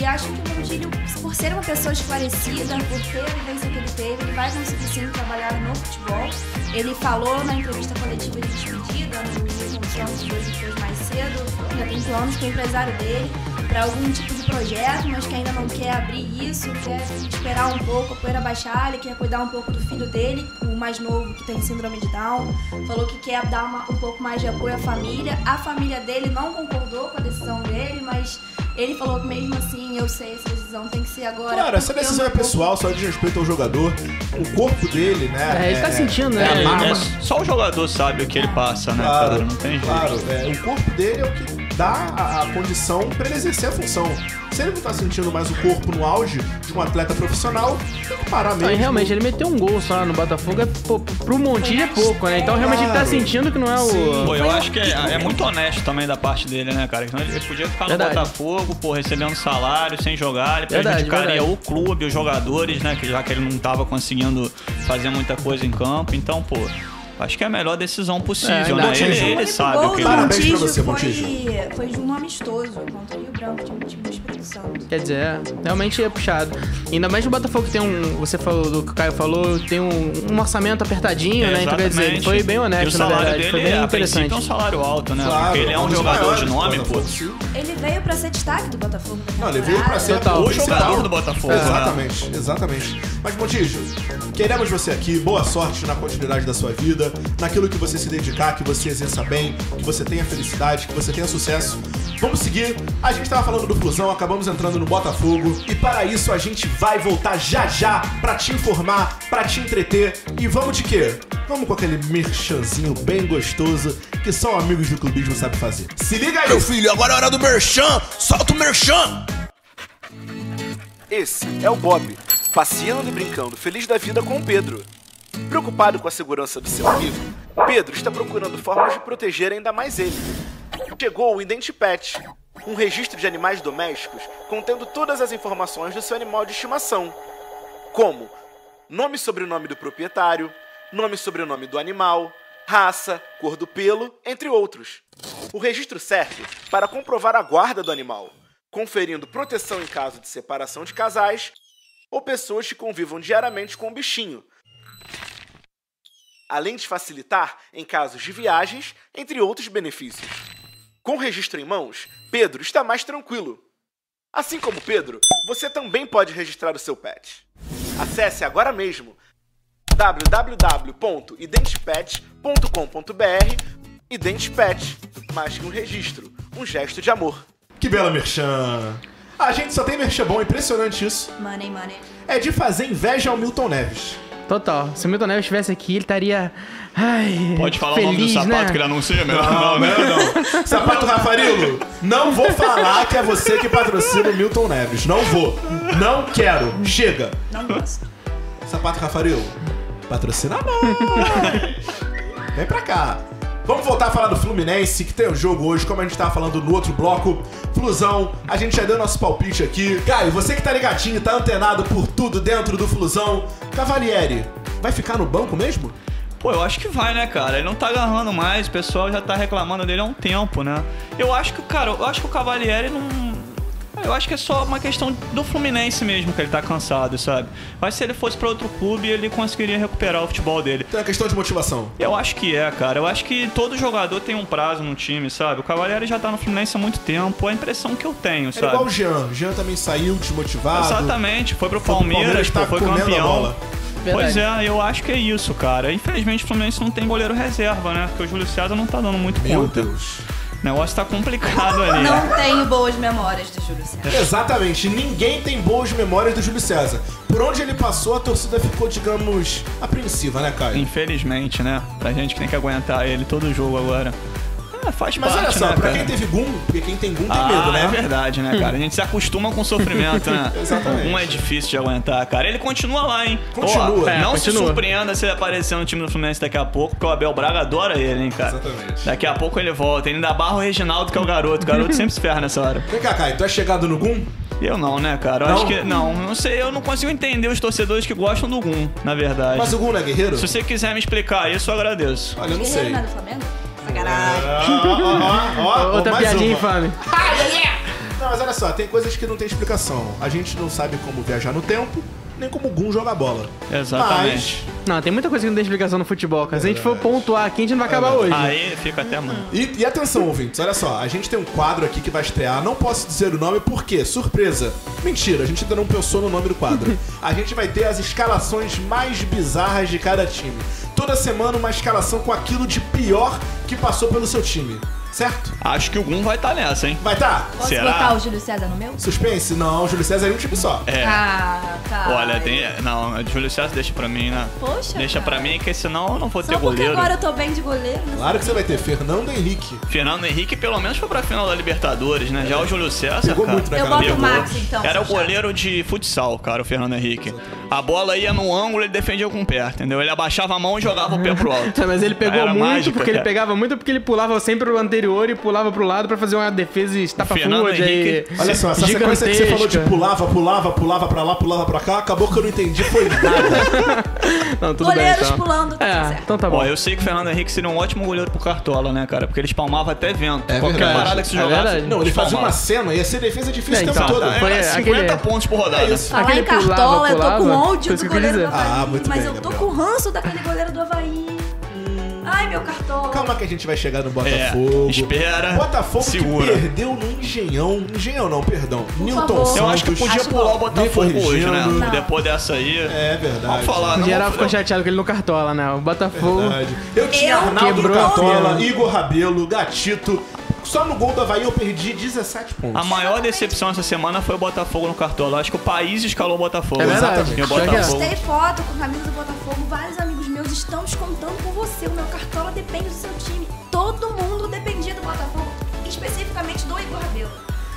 Speaker 5: E acho que o Montilho, por ser uma pessoa esclarecida, por ter a vivência que ele teve, ele vai conseguir sim trabalhar no futebol. Ele falou na entrevista coletiva de despedida, né, no início dos anos de hoje, depois mais cedo, já tem planos com o empresário dele para algum tipo de projeto, mas que ainda não quer abrir isso, quer esperar um pouco a poeira baixar, ele quer cuidar um pouco do filho dele, o mais novo que tem síndrome de Down, falou que quer dar uma- um pouco mais de apoio à família. A família dele não concordou com a decisão dele, mas ele falou que mesmo assim, eu sei, essa decisão tem que ser agora.
Speaker 2: Claro, essa
Speaker 5: porque eu
Speaker 2: decisão é
Speaker 5: não vou-
Speaker 2: pessoal, só de respeito ao jogador. O corpo dele, né?
Speaker 3: É, ele tá sentindo, né?
Speaker 4: É,
Speaker 2: a marca
Speaker 4: é, só o jogador sabe o que ele passa, né, cara? Não tem jeito.
Speaker 2: Claro, é, o corpo dele é o que dá a, a condição pra ele exercer a função. Se ele não tá sentindo mais o corpo no auge de um atleta profissional, tem que parar mesmo.
Speaker 3: Não, e realmente, ele meteu um gol só no Botafogo, é, pô, pro Montilho é pouco, né? Então realmente ele tá
Speaker 2: Claro.
Speaker 3: sentindo que não é o.
Speaker 4: Pô, eu acho que é, é muito honesto também da parte dele, né, cara? Senão ele podia ficar no
Speaker 3: Verdade.
Speaker 4: Botafogo, pô, recebendo salário, sem jogar, ele
Speaker 3: Verdade,
Speaker 4: prejudicaria
Speaker 3: verdade.
Speaker 4: o clube, os jogadores, né? Que já que ele não tava conseguindo fazer muita coisa em campo. Então, pô, acho que é a melhor decisão possível,
Speaker 3: É,
Speaker 4: né?
Speaker 3: ainda
Speaker 4: Ele,
Speaker 3: tinha-
Speaker 5: O
Speaker 4: ele
Speaker 5: único
Speaker 4: sabe
Speaker 5: gol
Speaker 4: o que
Speaker 5: do
Speaker 4: ele...
Speaker 3: né,
Speaker 2: Parabéns pra
Speaker 5: Montijo
Speaker 2: você,
Speaker 5: foi, foi de um amistoso contra o Rio Branco, de um time do Espírito Santo.
Speaker 3: Quer dizer, é, realmente é puxado. Ainda mais no Botafogo que tem um. Você falou do que o Caio falou, tem um, um orçamento apertadinho, né? Então quer dizer, ele foi bem
Speaker 4: E o
Speaker 3: honesto, na
Speaker 4: salário
Speaker 3: verdade.
Speaker 4: dele,
Speaker 3: foi bem
Speaker 4: a
Speaker 3: interessante.
Speaker 4: princípio, é um salário alto, né?
Speaker 2: Claro,
Speaker 4: Porque ele é um
Speaker 2: dos
Speaker 4: jogador
Speaker 2: maiores
Speaker 4: de
Speaker 2: do
Speaker 4: nome, pô.
Speaker 2: Botafogo, sim.
Speaker 5: Ele veio pra ser destaque do Botafogo. da
Speaker 2: Não, ele veio
Speaker 5: temporada.
Speaker 2: pra ser
Speaker 3: Total.
Speaker 4: O
Speaker 2: principal.
Speaker 4: jogador do Botafogo, né?
Speaker 2: Exatamente, exatamente. Mas, Montijo, queremos você aqui. Boa sorte na continuidade da sua vida, naquilo que você se dedicar, que você exerça bem, que você tenha felicidade, que você tenha sucesso. Vamos seguir. A gente tava falando do Flusão, acabamos entrando no Botafogo. E para isso, a gente vai voltar já já pra te informar, pra te entreter. E vamos de quê? Vamos com aquele merchanzinho bem gostoso que só amigos do clubismo sabem fazer. Se liga aí!
Speaker 6: Meu filho, agora é hora do merchan. Solta o merchan.
Speaker 10: Esse é o Bob, passeando e brincando, feliz da vida com o Pedro. Preocupado com a segurança do seu amigo, Pedro está procurando formas de proteger ainda mais ele. Chegou o Identipet, um registro de animais domésticos contendo todas as informações do seu animal de estimação, como nome e sobrenome do proprietário, nome e sobrenome do animal, raça, cor do pelo, entre outros. O registro serve para comprovar a guarda do animal, conferindo proteção em caso de separação de casais ou pessoas que convivam diariamente com o bichinho, além de facilitar em casos de viagens, entre outros benefícios. Com o registro em mãos, Pedro está mais tranquilo. Assim como Pedro, você também pode registrar o seu pet. Acesse agora mesmo www.identipet.com.br Identipet, mais que um registro, um gesto de amor.
Speaker 2: Que bela merchan! A gente só tem merchan bom, impressionante isso.
Speaker 5: Money, money.
Speaker 2: É de fazer inveja ao Milton Neves.
Speaker 3: Total. Se o Milton Neves estivesse aqui, ele estaria. Ai.
Speaker 4: Pode falar
Speaker 3: feliz,
Speaker 4: o nome do sapato
Speaker 3: né?
Speaker 4: que ele é- anuncia? Melhor não, né?
Speaker 2: não. Sapato Rafarilo, não vou falar que é você que patrocina o Milton Neves. Não vou. Não quero. Chega.
Speaker 5: Não gosto.
Speaker 2: Sapato Rafarilo, patrocina nós. Vem pra cá. Vamos voltar a falar do Fluminense, que tem um jogo hoje, como a gente tava falando no outro bloco. Flusão, a gente já deu nosso palpite aqui. Caio, você que tá ligadinho, tá antenado por tudo dentro do Flusão. Cavalieri, vai ficar no banco mesmo?
Speaker 4: Pô, eu acho que vai, né, cara? Ele não tá agarrando mais, o pessoal já tá reclamando dele há um tempo, né? Eu acho que, cara, eu acho que o Cavalieri não. Eu acho que é só uma questão do Fluminense mesmo, que ele tá cansado, sabe? Mas se ele fosse pra outro clube, ele conseguiria recuperar o futebol dele.
Speaker 2: Então é questão de motivação.
Speaker 4: Eu acho que é, cara. Eu acho que todo jogador tem um prazo no time, sabe? O Cavalieri já tá no Fluminense há muito tempo, é a impressão que eu tenho,
Speaker 2: É igual o
Speaker 4: sabe?
Speaker 2: Jean. Jean também saiu desmotivado.
Speaker 4: Exatamente, foi pro
Speaker 2: Foi pro
Speaker 4: Palmeiras, pô,
Speaker 2: tá
Speaker 4: foi
Speaker 2: comendo a
Speaker 4: campeão.
Speaker 2: bola.
Speaker 4: Pois é, eu acho que é isso, cara. Infelizmente o Fluminense não tem goleiro reserva, né? Porque o Júlio César não tá dando muito
Speaker 2: Meu
Speaker 4: conta.
Speaker 2: Deus.
Speaker 4: O negócio tá complicado ali. né?
Speaker 5: Não tenho boas memórias do Júlio César.
Speaker 2: Exatamente, ninguém tem boas memórias do Júlio César. Por onde ele passou, a torcida ficou, digamos, apreensiva, né, Caio?
Speaker 4: Infelizmente, né? Pra gente que tem que aguentar ele todo jogo agora. Ah, faz
Speaker 2: Mas
Speaker 4: parte,
Speaker 2: olha só,
Speaker 4: né,
Speaker 2: pra
Speaker 4: cara?
Speaker 2: quem teve gum, porque quem tem gum tem
Speaker 4: ah,
Speaker 2: medo,
Speaker 4: É
Speaker 2: né?
Speaker 4: verdade, né, cara? A gente se acostuma com o sofrimento, né?
Speaker 2: Exatamente.
Speaker 4: Um é difícil de aguentar, cara. Ele continua lá, hein?
Speaker 2: Continua.
Speaker 4: Ó,
Speaker 2: É,
Speaker 4: não se
Speaker 3: continua.
Speaker 4: surpreenda se ele aparecer no time do Fluminense daqui a pouco, porque o Abel Braga adora ele, hein, cara?
Speaker 2: Exatamente.
Speaker 4: Daqui a pouco ele volta. Ele ainda barra o Reginaldo, que é o garoto. O garoto sempre se ferra nessa hora.
Speaker 2: Vem cá, Caio, tu é chegado no gum?
Speaker 4: Eu não, né, cara? Eu
Speaker 2: Não?
Speaker 4: acho que. Não, não sei. Eu não consigo entender os torcedores que gostam do Gum, na verdade.
Speaker 2: Mas o gum não é guerreiro?
Speaker 4: Se você quiser me explicar isso, eu agradeço.
Speaker 2: Olha, eu não
Speaker 5: Guerreiro
Speaker 2: sei.
Speaker 5: não é do Flamengo? Sacanagem.
Speaker 2: Ó, ó, ó, ó,
Speaker 3: Outra
Speaker 2: mais
Speaker 3: piadinha
Speaker 2: uma.
Speaker 3: infame.
Speaker 2: Não, mas olha só, tem coisas que não tem explicação. A gente não sabe como viajar no tempo, nem como o gum joga bola.
Speaker 4: Exatamente.
Speaker 2: Mas,
Speaker 3: Não, tem muita coisa que não tem explicação no futebol, cara. Se a gente for pontuar aqui, a gente não vai acabar hoje.
Speaker 4: Aí fica até mano.
Speaker 2: E, e atenção, ouvintes, olha só, a gente tem um quadro aqui que vai estrear, não posso dizer o nome porque, surpresa, mentira, a gente ainda não pensou no nome do quadro. A gente vai ter as escalações mais bizarras de cada time. Toda semana uma escalação com aquilo de pior que passou pelo seu time, certo?
Speaker 4: Acho que o Gum vai estar nessa, hein?
Speaker 2: Vai tá?
Speaker 5: Posso
Speaker 4: Será?
Speaker 5: botar o Júlio César no meu?
Speaker 2: Suspense? Não, Júlio César é um time só.
Speaker 4: É.
Speaker 5: Ah, tá.
Speaker 4: Olha, tem. Não, o Júlio César deixa pra mim, né?
Speaker 5: Poxa,
Speaker 4: Deixa
Speaker 5: cara.
Speaker 4: pra mim, que senão eu não vou ter
Speaker 5: Só porque
Speaker 4: goleiro.
Speaker 5: agora eu tô bem de goleiro. né?
Speaker 2: Claro que você vai ter Fernando Henrique.
Speaker 4: Fernando Henrique pelo menos foi pra final da Libertadores, né? Já o Júlio César.
Speaker 2: Pegou
Speaker 4: cara,
Speaker 3: né?
Speaker 2: muito
Speaker 5: Eu
Speaker 2: naquela
Speaker 5: boto o
Speaker 4: pegou.
Speaker 5: Max, então.
Speaker 4: Era é o
Speaker 5: seu chato.
Speaker 4: goleiro de futsal, cara, o Fernando Henrique. A bola ia no ângulo, ele defendia com o pé, entendeu? Ele abaixava a mão e jogava o pé pro alto.
Speaker 3: Tá, mas ele pegou
Speaker 4: Era
Speaker 3: muito,
Speaker 4: mágico,
Speaker 3: porque ele
Speaker 4: cara.
Speaker 3: pegava muito, porque ele pulava sempre o anterior e pulava pro lado pra fazer uma defesa e estapa
Speaker 4: Fernando
Speaker 3: forward aí.
Speaker 4: Henrique-
Speaker 2: Olha só, essa sequência que você falou de pulava, pulava, pulava pra lá, pulava pra cá, acabou que eu não entendi, foi nada.
Speaker 3: Não, tudo
Speaker 5: Goleiros
Speaker 3: bem,
Speaker 4: tá?
Speaker 3: então.
Speaker 5: pulando, tudo
Speaker 3: É,
Speaker 5: certo.
Speaker 3: então tá bom.
Speaker 4: Ó, eu sei que o Fernando Henrique seria um ótimo goleiro pro Cartola, né, cara? Porque ele espalmava até vento.
Speaker 2: É
Speaker 4: Qualquer
Speaker 2: verdade.
Speaker 4: parada que se
Speaker 3: É
Speaker 4: jogasse.
Speaker 3: verdade.
Speaker 2: Não, ele fazia uma
Speaker 4: espalmava.
Speaker 2: cena, ia ser defesa difícil
Speaker 3: É,
Speaker 2: o tempo
Speaker 3: então,
Speaker 2: todo.
Speaker 3: tá,
Speaker 4: Era
Speaker 3: Foi
Speaker 4: 50
Speaker 3: aquele-
Speaker 4: pontos por rodada.
Speaker 5: Falar
Speaker 3: Aquele
Speaker 5: em cartola,
Speaker 3: pulava,
Speaker 5: eu tô
Speaker 3: pulava.
Speaker 5: com ódio
Speaker 3: Foi isso
Speaker 5: do
Speaker 3: que eu quis
Speaker 5: goleiro do
Speaker 3: dizer.
Speaker 5: Havaí.
Speaker 2: Ah, muito
Speaker 5: mas
Speaker 2: bem,
Speaker 5: eu tô
Speaker 2: Gabriel.
Speaker 5: com ranço daquele goleiro do Havaí. Ai, meu cartola.
Speaker 2: Calma que a gente vai chegar no
Speaker 4: É,
Speaker 2: Botafogo.
Speaker 4: espera,
Speaker 2: Botafogo
Speaker 4: segura.
Speaker 2: que perdeu no Engenhão. Engenhão não, perdão. Newton
Speaker 5: favor.
Speaker 2: Santos.
Speaker 4: Eu acho que podia
Speaker 5: Acho
Speaker 4: pular o
Speaker 5: bom.
Speaker 4: Botafogo
Speaker 2: Me
Speaker 4: hoje, né?
Speaker 2: corrigindo.
Speaker 5: Não.
Speaker 4: Depois dessa aí.
Speaker 2: É verdade. é
Speaker 4: Vamos falar, não.
Speaker 3: geral ficou
Speaker 4: vamos-
Speaker 3: chateado com ele no cartola, né? O Botafogo.
Speaker 2: Verdade. Eu tinha
Speaker 5: Eu
Speaker 2: Arnaldo
Speaker 3: quebrou
Speaker 2: Cartola,
Speaker 3: a perna.
Speaker 2: Igor Rabelo, Gatito. Só no gol do Havaí eu perdi 17 pontos.
Speaker 4: A maior decepção essa semana foi o Botafogo no Cartola. Acho que o país escalou o Botafogo.
Speaker 2: É verdade.
Speaker 4: E o
Speaker 2: Pior que é.
Speaker 4: Botafogo
Speaker 5: Postei foto com camisa do Botafogo, vários amigos meus estão descontando por você. O meu cartola depende do seu time. Todo mundo dependia do Botafogo, especificamente do Igor Rabelo.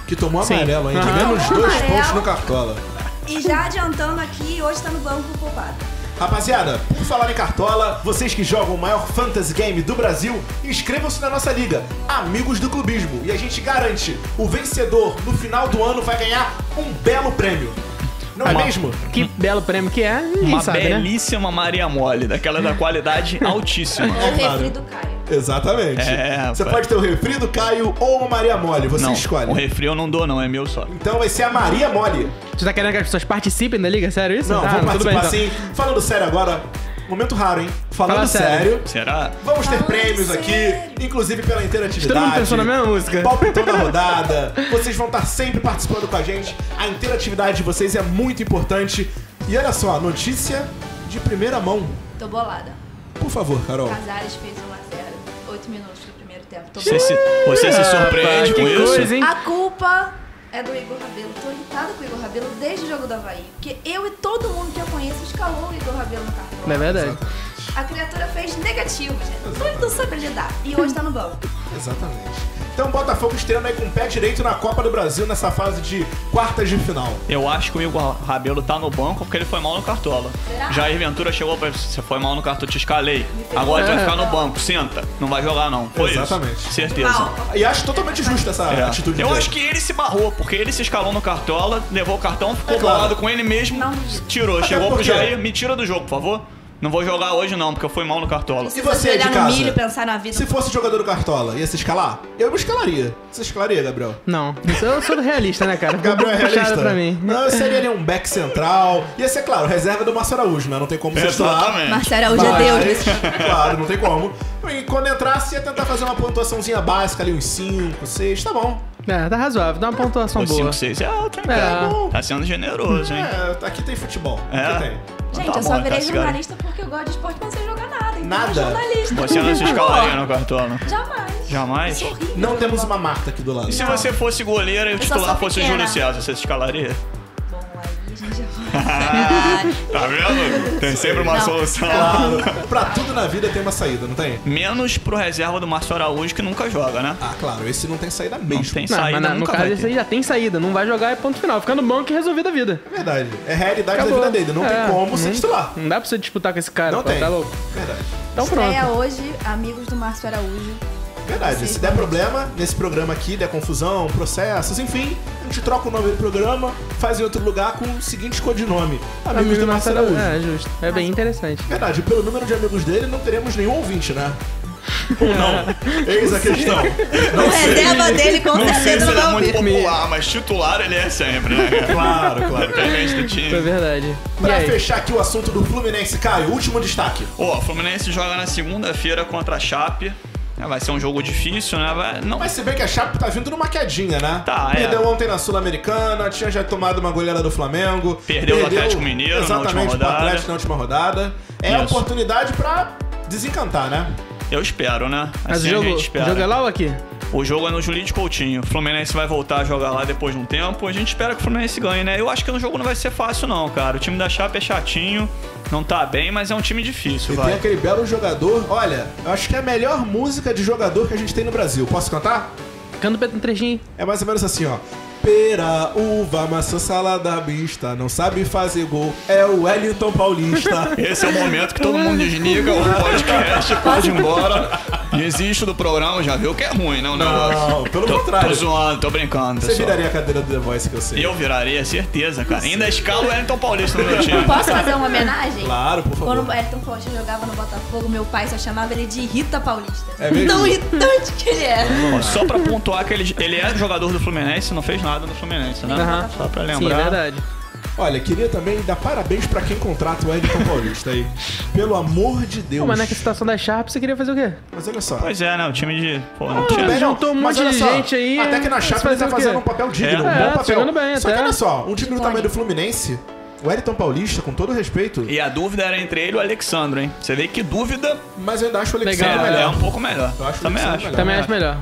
Speaker 2: Que tomou
Speaker 3: Sim.
Speaker 2: amarelo ainda.
Speaker 3: Aham.
Speaker 2: Menos
Speaker 5: Ah, Tomou
Speaker 2: dois
Speaker 5: amarelo.
Speaker 2: pontos no Cartola.
Speaker 5: E já adiantando aqui, hoje tá no banco o poupado.
Speaker 2: Rapaziada, por falar em cartola, vocês que jogam o maior fantasy game do Brasil, inscrevam-se na nossa liga, Amigos do Clubismo, e a gente garante, o vencedor no final do ano vai ganhar um belo prêmio. Não é
Speaker 3: Uma-
Speaker 2: mesmo?
Speaker 3: Que belo prêmio que é, ninguém
Speaker 4: Uma
Speaker 3: sabe, né?
Speaker 4: belíssima Maria Mole, daquela da qualidade altíssima.
Speaker 5: É o
Speaker 2: claro.
Speaker 5: refri do Caio.
Speaker 2: Exatamente.
Speaker 4: É,
Speaker 2: Você pode
Speaker 4: rapaz.
Speaker 2: ter o refri do Caio ou uma Maria Mole, você
Speaker 4: não,
Speaker 2: escolhe.
Speaker 4: o refri eu não dou, não, é meu só.
Speaker 2: Então vai ser a Maria Mole.
Speaker 3: Tu tá querendo que as pessoas participem da liga? Sério isso?
Speaker 2: Não,
Speaker 3: tá,
Speaker 2: vamos
Speaker 3: tudo
Speaker 2: participar
Speaker 3: bem,
Speaker 2: sim. Falando sério agora, momento raro, hein? Falando
Speaker 3: Fala sério.
Speaker 2: sério.
Speaker 4: Será?
Speaker 2: Vamos ter
Speaker 5: Falando
Speaker 2: prêmios aqui,
Speaker 5: sério.
Speaker 2: inclusive pela interatividade.
Speaker 3: Todo mundo pensou na mesma música.
Speaker 2: Palpitão da rodada. Vocês vão estar sempre participando com a gente. A interatividade de vocês é muito importante. E olha só, notícia de primeira mão.
Speaker 5: Tô bolada.
Speaker 2: Por favor, Carol.
Speaker 5: Casares fez 1x0, 8 minutos do primeiro tempo. Tô
Speaker 4: Você
Speaker 5: bolada.
Speaker 4: se, você se surpreende
Speaker 3: então.
Speaker 4: Ah, com
Speaker 3: Que
Speaker 4: isso?
Speaker 3: coisa, hein?
Speaker 5: A culpa é do Igor Rabelo. Tô irritada com o Igor Rabelo desde o jogo do Havaí. Porque eu e todo mundo que eu conheço escalou o Igor Rabelo no cartão.
Speaker 3: Não é verdade?
Speaker 5: A criatura fez negativo, gente. Não, não sabe lidar. E hoje tá no banco.
Speaker 2: Exatamente. Então, Botafogo estreando aí com o pé direito na Copa do Brasil nessa fase de quartas de final.
Speaker 4: Eu acho que o Igor Rabelo tá no banco porque ele foi mal no Cartola.
Speaker 5: Será?
Speaker 4: Jair Ventura chegou pra ele, você foi mal no Cartola, te escalei. Agora tu vai ficar no
Speaker 5: É.
Speaker 4: banco, senta. Não vai jogar não. Foi
Speaker 2: Exatamente.
Speaker 4: Isso. Certeza.
Speaker 2: E acho totalmente justa essa
Speaker 4: É.
Speaker 2: atitude
Speaker 4: Eu
Speaker 2: dele.
Speaker 4: acho que ele se barrou, porque ele se escalou no Cartola, levou o cartão, ficou
Speaker 2: É claro.
Speaker 4: bolado com ele mesmo,
Speaker 5: Não.
Speaker 4: tirou.
Speaker 2: Até
Speaker 4: chegou pro
Speaker 2: porque-
Speaker 4: Jair, me tira do jogo, por favor. Não vou jogar hoje não, porque eu fui mal no Cartola.
Speaker 2: E você
Speaker 5: olhar
Speaker 2: de
Speaker 5: no
Speaker 2: casa?
Speaker 5: milho e pensar na vida.
Speaker 2: Se fosse jogador do Cartola, ia se escalar? Eu me escalaria. Você escalaria, Gabriel?
Speaker 3: Não. Eu sou do realista, né, cara?
Speaker 2: Gabriel é
Speaker 3: Puxado
Speaker 2: realista?
Speaker 3: pra mim.
Speaker 2: Não, eu seria ali um back central. Ia ser, claro, reserva do Márcio Araújo, né? Não tem como você escalar.
Speaker 5: Marcelo Araújo é Deus.
Speaker 2: Claro, não tem como. E quando entrasse, ia tentar fazer uma pontuaçãozinha básica ali, uns 5, 6, tá bom.
Speaker 3: É, tá razoável, dá uma pontuação
Speaker 4: Pô,
Speaker 3: boa.
Speaker 4: 5, 6 é alto, hein,
Speaker 3: É.
Speaker 4: cara? Tá sendo generoso, hein?
Speaker 2: É, aqui tem futebol.
Speaker 4: É.
Speaker 2: Aqui tem.
Speaker 5: Gente,
Speaker 4: Tá
Speaker 5: eu
Speaker 4: bom, né,
Speaker 5: só virei
Speaker 4: cara, esse cara?
Speaker 5: jornalista porque eu gosto de esporte, mas não sei jogar nada. Então
Speaker 2: Nada?
Speaker 5: eu sou jornalista.
Speaker 4: Você não se escalaria no Cartola.
Speaker 5: Jamais.
Speaker 4: Jamais?
Speaker 5: Eu sou horrível.
Speaker 2: Não temos uma Marta aqui do lado.
Speaker 4: E se você fosse goleiro e o
Speaker 5: só
Speaker 4: titular
Speaker 5: sou
Speaker 4: fosse o
Speaker 5: pequena.
Speaker 4: Júlio César, você se escalaria?
Speaker 5: Bom, aí a gente já vai.
Speaker 4: Tá vendo? Tem sempre uma
Speaker 5: Não.
Speaker 4: solução.
Speaker 2: Claro, pra tudo na vida tem uma saída, não tem?
Speaker 4: Menos pro reserva do Márcio Araújo, que nunca joga, né?
Speaker 2: Ah, claro, esse não tem saída
Speaker 4: Não
Speaker 2: mesmo.
Speaker 4: tem
Speaker 3: Não,
Speaker 4: saída,
Speaker 3: mas na- no
Speaker 4: nunca
Speaker 3: caso
Speaker 4: vai
Speaker 3: esse aí
Speaker 4: ter.
Speaker 3: já tem saída, não vai jogar é ponto final. Fica no banco e resolvido a vida.
Speaker 2: Verdade. É a realidade
Speaker 3: Acabou.
Speaker 2: da vida dele. Não
Speaker 3: É,
Speaker 2: tem como ser titular.
Speaker 3: Não dá pra você disputar com esse cara,
Speaker 2: Não
Speaker 3: pô,
Speaker 2: tem.
Speaker 3: tá louco?
Speaker 2: Verdade.
Speaker 3: Então
Speaker 5: Estreia
Speaker 3: pronto.
Speaker 5: hoje, amigos do Márcio Araújo.
Speaker 2: Verdade. Se der problema nesse programa aqui, der confusão, processos, enfim, a gente troca o nome do programa, faz em outro lugar com o seguinte codinome: Amigos do Marcelo Araújo.
Speaker 3: É, justo. É bem interessante.
Speaker 2: Verdade, pelo número de amigos dele, não teremos nenhum ouvinte, né? Ou não? Eis a questão.
Speaker 5: O reserva dele com
Speaker 4: Não sei
Speaker 5: certeza
Speaker 4: se
Speaker 5: não
Speaker 4: ele é
Speaker 5: vai
Speaker 4: muito
Speaker 5: ouvir.
Speaker 4: popular, mas titular ele é sempre, né? cara?
Speaker 2: Claro, claro.
Speaker 4: Depende do
Speaker 3: Foi
Speaker 4: time.
Speaker 3: verdade. E
Speaker 2: Pra
Speaker 3: aí?
Speaker 2: fechar aqui o assunto do Fluminense, Caio, último destaque.
Speaker 4: Ó, o Fluminense joga na segunda-feira contra a Chape. É, Vai ser um jogo difícil, né? Vai- Não,
Speaker 2: Mas se bem que a Chape tá vindo numa quedinha, né?
Speaker 4: Tá, é.
Speaker 2: Perdeu ontem na Sul-Americana, tinha já tomado uma goleada do Flamengo.
Speaker 4: Perdeu do Atlético Mineiro na
Speaker 2: exatamente,
Speaker 4: última
Speaker 2: pro
Speaker 4: rodada.
Speaker 2: Atlético na última rodada. É a
Speaker 4: Isso.
Speaker 2: oportunidade pra desencantar, né?
Speaker 4: eu espero, né? Assim
Speaker 3: Mas o
Speaker 4: a
Speaker 3: jogo,
Speaker 4: gente
Speaker 3: o
Speaker 4: espera.
Speaker 3: jogo é lá ou aqui?
Speaker 4: O jogo é no Julito Coutinho. O Fluminense vai voltar a jogar lá depois de um tempo. A gente espera que o Fluminense ganhe, né? Eu acho que o jogo não vai ser fácil, não, cara. O time da Chape é chatinho, não tá bem, mas é um time difícil,
Speaker 2: E tem
Speaker 4: vai.
Speaker 2: aquele belo jogador. Olha, eu acho que é a melhor música de jogador que a gente tem no Brasil. Posso cantar?
Speaker 3: Canta o Pedro um trechinho.
Speaker 2: É mais ou menos assim, ó. Pera, uva, maçã, salada mista, não sabe fazer gol, é o Wellington Paulista.
Speaker 4: Esse é o momento que todo mundo desliga o podcast, pode ir embora. Desiste do programa, já viu que é ruim, né? O negócio.
Speaker 2: Não, pelo
Speaker 4: tô, Tô
Speaker 2: contrário.
Speaker 4: zoando, tô brincando.
Speaker 2: Você
Speaker 4: pessoal.
Speaker 2: viraria a cadeira do The Voice que eu sei.
Speaker 4: Eu viraria, certeza, cara. Ainda escala o Wellington Paulista no meu time.
Speaker 5: Posso fazer uma homenagem?
Speaker 2: Claro, por favor.
Speaker 5: Quando o Elton Paulista jogava no Botafogo, meu pai só chamava ele de Rita Paulista.
Speaker 2: É mesmo?
Speaker 5: Tão irritante que ele é.
Speaker 4: Ó, Só pra pontuar que ele, ele é jogador do Fluminense, não fez nada no Fluminense, né?
Speaker 3: Aham.
Speaker 4: Só pra lembrar.
Speaker 3: Sim, é verdade.
Speaker 2: Olha, queria também dar parabéns pra quem contrata o Wellington Paulista aí. Pelo amor de Deus.
Speaker 3: Pô, mas na situação da Sharp, você tá- queria fazer o quê?
Speaker 2: Mas olha só.
Speaker 4: Pois é, né? O time de. Pô, não
Speaker 2: Tudo
Speaker 4: tinha.
Speaker 2: bem,
Speaker 3: juntou um
Speaker 2: Ah, mas
Speaker 3: monte
Speaker 2: olha
Speaker 3: de
Speaker 2: só,
Speaker 3: gente aí,
Speaker 2: Até que na
Speaker 3: eles
Speaker 2: Chape ele tá
Speaker 3: faziam o quê?
Speaker 2: fazendo um papel digno,
Speaker 4: É,
Speaker 2: um
Speaker 3: é,
Speaker 2: bom
Speaker 3: tá
Speaker 2: papel.
Speaker 3: jogando bem
Speaker 2: só que
Speaker 3: até. Tá
Speaker 2: olha só, um time do
Speaker 5: Bom.
Speaker 2: tamanho do Fluminense, o Wellington Paulista, com todo respeito,
Speaker 4: E a dúvida era entre ele e o Alexandro, hein? Você vê que dúvida
Speaker 2: mas eu ainda acho o Alexandre
Speaker 3: Legal,
Speaker 4: é,
Speaker 2: melhor.
Speaker 4: é um pouco melhor.
Speaker 2: Eu acho o
Speaker 4: Também
Speaker 2: Alexandre
Speaker 4: acho.
Speaker 2: melhor.
Speaker 3: Também acho melhor.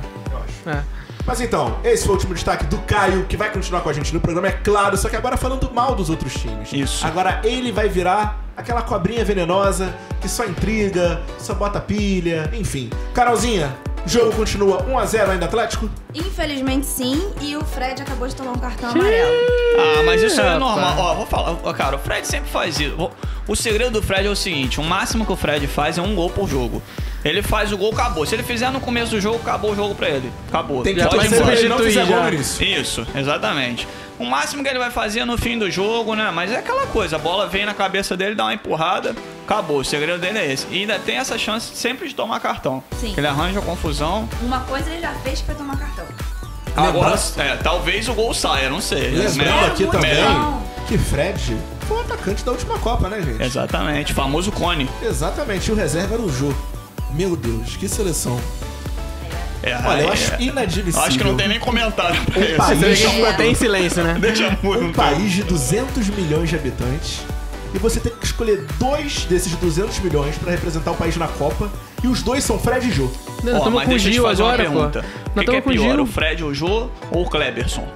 Speaker 2: é. Eu acho.
Speaker 3: É.
Speaker 2: Mas então, esse foi o último destaque do Caio, que vai continuar com a gente no programa, é claro, só que agora falando mal dos outros times. Isso. Agora ele vai virar aquela cobrinha venenosa que só intriga, só bota pilha, enfim. Carolzinha, o jogo continua 1x0 ainda Atlético?
Speaker 5: Infelizmente sim, e o Fred acabou de tomar um cartão amarelo.
Speaker 4: Ah, mas isso é
Speaker 5: rapaz.
Speaker 4: normal. Ó, vou falar. Ó, Cara, o Fred sempre faz isso. Vou- O segredo do Fred é o seguinte: o máximo que o Fred faz é um gol por jogo. Ele faz o gol, acabou. Se ele fizer no começo do jogo, acabou o jogo pra ele. Acabou.
Speaker 2: Tem que
Speaker 4: Pode ir
Speaker 2: substituir,
Speaker 4: embora.
Speaker 2: ele não fizer gol no início.
Speaker 4: Isso, exatamente. O máximo que ele vai fazer é no fim do jogo, né? Mas é aquela coisa, a bola vem na cabeça dele, dá uma empurrada, acabou. O segredo dele é esse. E ainda tem essa chance sempre de tomar cartão.
Speaker 5: Sim.
Speaker 4: Ele arranja confusão.
Speaker 5: Uma coisa ele já fez que foi tomar cartão.
Speaker 4: Agora, é, talvez o gol saia, não sei.
Speaker 2: Lembrando
Speaker 4: Melhor-
Speaker 2: aqui também
Speaker 4: melhor-
Speaker 2: que Fred foi o atacante da última Copa, né, gente?
Speaker 4: Exatamente, famoso cone.
Speaker 2: Exatamente, e o reserva era o Jô. Meu Deus, que seleção.
Speaker 4: É,
Speaker 2: Olha, eu
Speaker 4: é.
Speaker 2: acho inadmissível. Um
Speaker 4: Acho que não tem nem comentário pra isso.
Speaker 2: país-
Speaker 4: Tem silêncio, né? Deixa muito.
Speaker 2: Um país de 200 milhões de habitantes e você tem que escolher dois desses 200 milhões pra representar o país na Copa e os dois são Fred e Jô.
Speaker 4: Não, Ó, mas deixa eu te fazer uma pergunta. O que, que é pior, o Fred, o Jô ou o Kleberson?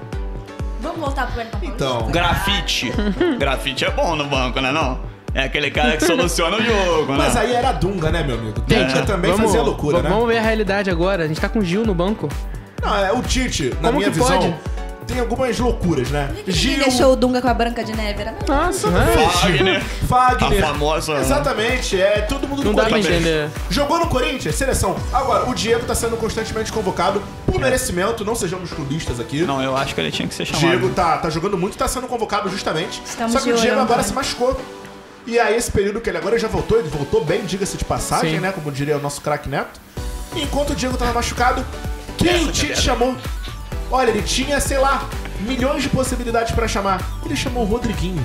Speaker 5: Vamos voltar pro Elton
Speaker 4: Então... Grafite. Grafite é bom no banco, né não? É aquele cara que soluciona o jogo, né?
Speaker 2: Mas aí era Dunga, né, meu amigo?
Speaker 4: Tem
Speaker 2: Dunga
Speaker 4: que-
Speaker 2: também
Speaker 4: vamos-
Speaker 2: fazia loucura,
Speaker 4: vamos-
Speaker 2: né?
Speaker 3: Vamos ver a realidade agora. A gente tá com o Gil no banco.
Speaker 2: Não, é o Tite, na
Speaker 3: Como
Speaker 2: minha
Speaker 3: que
Speaker 2: visão,
Speaker 3: pode?
Speaker 2: tem algumas loucuras, né?
Speaker 5: Ele deixou o Dunga com a Branca de Neve, era mesmo?
Speaker 3: Nossa,
Speaker 4: né?
Speaker 2: Fagner. Fagner.
Speaker 4: A famosa- né?
Speaker 2: Exatamente, é. Todo mundo
Speaker 3: Não
Speaker 2: no
Speaker 3: dá pra
Speaker 2: Corinthians.
Speaker 3: entender.
Speaker 2: Jogou no Corinthians, seleção. Agora, o Diego tá sendo constantemente convocado
Speaker 4: É.
Speaker 2: por merecimento, não sejamos clubistas aqui.
Speaker 4: Não, eu acho que ele tinha que ser
Speaker 2: O
Speaker 4: chamado.
Speaker 2: Diego tá, tá jogando muito e tá sendo convocado justamente.
Speaker 4: Estamos
Speaker 2: Só que o
Speaker 4: de
Speaker 2: Diego
Speaker 4: olho,
Speaker 2: agora
Speaker 4: né?
Speaker 2: se machucou. E aí, esse período que ele agora já voltou, ele voltou bem, diga-se de passagem,
Speaker 4: Sim.
Speaker 2: né? Como diria o nosso craque Neto. E enquanto o Diego tava machucado, quem o Tite chamou? Olha, ele tinha, sei lá, milhões de possibilidades pra chamar. Ele chamou o Rodriguinho.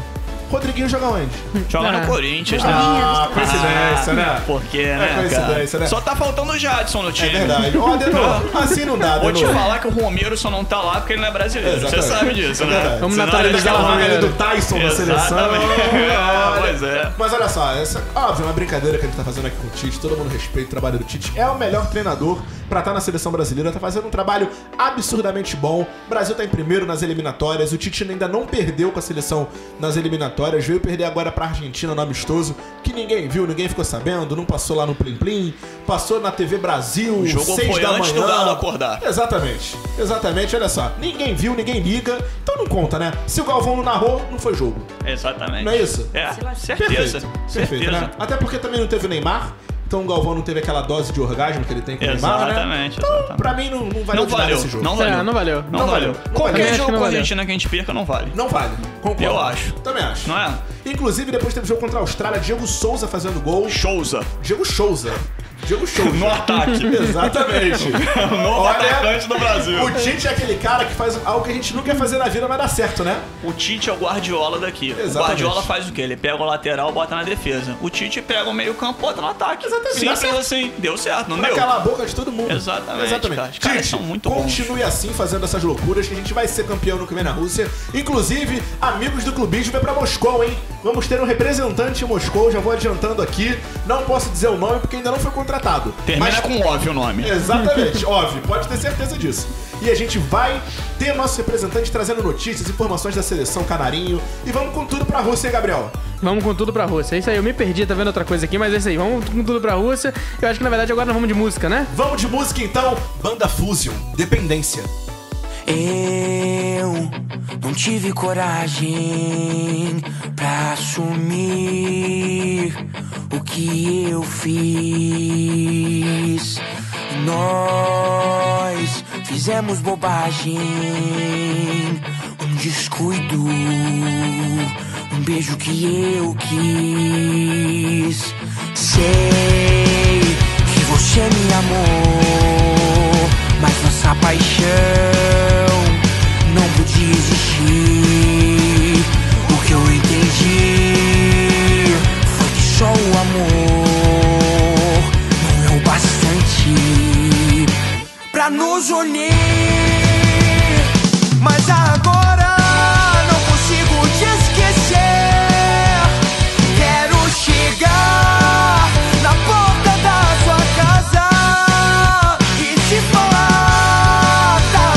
Speaker 2: Rodriguinho joga onde?
Speaker 4: Joga no Corinthians, né?
Speaker 2: Ah, coincidência,
Speaker 4: Ah,
Speaker 2: né?
Speaker 4: Porque,
Speaker 2: É
Speaker 4: né,
Speaker 2: coincidência,
Speaker 4: cara?
Speaker 2: né? É
Speaker 4: Só tá faltando o Jadson no time.
Speaker 2: verdade. Ó, Denô, assim não dá,
Speaker 4: Vou te
Speaker 2: Denô.
Speaker 4: falar que o Romero só não tá lá porque ele não é brasileiro.
Speaker 2: Exatamente.
Speaker 4: Você sabe disso,
Speaker 2: É
Speaker 4: né?
Speaker 2: verdade. Vamos
Speaker 4: Senão
Speaker 2: naturalizar
Speaker 4: ele
Speaker 2: aquela
Speaker 4: o
Speaker 2: vaga ali
Speaker 4: Romero.
Speaker 2: tá do Tyson na seleção.
Speaker 4: Exatamente.
Speaker 2: Olha.
Speaker 4: É, pois é.
Speaker 2: Mas olha só, essa óbvio, é uma brincadeira que ele tá fazendo aqui com o Tite, todo mundo respeita o trabalho do Tite. É o melhor treinador pra estar na seleção brasileira, tá fazendo um trabalho absurdamente bom. O Brasil tá em primeiro nas eliminatórias, o Tite ainda não perdeu com a seleção nas eliminatórias, veio perder agora pra Argentina no amistoso, que ninguém viu, ninguém ficou sabendo, não passou lá no Plim Plim, passou na TV Brasil,
Speaker 4: O jogo
Speaker 2: 6
Speaker 4: foi
Speaker 2: da
Speaker 4: antes
Speaker 2: manhã.
Speaker 4: do Galo acordar.
Speaker 2: Exatamente, exatamente, olha só. Ninguém viu, ninguém liga, então não conta, né? Se o Galvão não narrou, não foi jogo.
Speaker 4: Exatamente.
Speaker 2: Não é isso?
Speaker 4: É, certeza.
Speaker 2: Perfeito. Perfeito,
Speaker 4: Certeza.
Speaker 2: né? Até porque também não teve o Neymar, então o Galvão não teve aquela dose de orgasmo que ele tem com o Neymar, né?
Speaker 4: Exatamente,
Speaker 2: Então, pra mim, não, não valeu
Speaker 4: Não
Speaker 2: de nada
Speaker 4: valeu,
Speaker 2: esse jogo.
Speaker 4: não valeu. É, não valeu. Não valeu. Qualquer
Speaker 2: Também acho
Speaker 4: jogo
Speaker 2: que não
Speaker 4: com a
Speaker 2: valeu.
Speaker 4: Argentina que a gente perca não vale.
Speaker 2: Não vale. Concordo.
Speaker 4: Eu acho.
Speaker 2: Também acho.
Speaker 4: Não é?
Speaker 2: Inclusive, depois teve jogo contra a Austrália, Diego Souza fazendo gol.
Speaker 4: Souza.
Speaker 2: Diego Souza. Diego Souza.
Speaker 4: No ataque.
Speaker 2: Exatamente.
Speaker 4: O novo atacante do Brasil.
Speaker 2: O Tite é aquele cara que faz algo que a gente não quer fazer na vida, mas dá certo, né?
Speaker 4: O Tite é o guardiola daqui.
Speaker 2: Exatamente.
Speaker 4: O guardiola faz o quê? Ele pega o lateral, bota na defesa. O Tite pega o meio campo, bota no ataque.
Speaker 2: Exatamente. Dá
Speaker 4: Simples
Speaker 2: certo.
Speaker 4: assim. Deu certo, não
Speaker 2: pra
Speaker 4: deu?
Speaker 2: calar a boca de todo mundo.
Speaker 4: Exatamente, cara. Os
Speaker 2: Exatamente.
Speaker 4: caras
Speaker 2: Tite,
Speaker 4: são muito bons.
Speaker 2: continue assim fazendo essas loucuras que a gente vai ser campeão no que vem na Rússia. Inclusive, amigos do clubismo é pra Moscou, hein? Vamos ter um representante em Moscou, já vou adiantando aqui. Não posso dizer o nome porque ainda não foi contratado.
Speaker 4: Termina
Speaker 2: Mas-
Speaker 4: com óbvio o nome.
Speaker 2: Exatamente, óbvio, pode ter certeza disso. E a gente vai ter nosso representante trazendo notícias, informações da seleção canarinho. E vamos com tudo pra Rússia, hein, Gabriel?
Speaker 3: Vamos com tudo pra Rússia. É isso aí, eu me perdi, tá vendo outra coisa aqui, mas é isso aí. Vamos com tudo pra Rússia. Eu acho que na verdade agora nós vamos de música, né?
Speaker 2: Vamos de música então.
Speaker 6: Banda Fusion, Dependência. Eu não tive coragem pra assumir o que eu fiz. Nós fizemos bobagem, um descuido, um beijo que eu quis. Sei que você me amou, mas nossa paixão não podia existir. O que eu entendi foi que só o amor não é o bastante pra nos unir. Mas agora não consigo te esquecer. Quero chegar na porta da sua casa e te falar da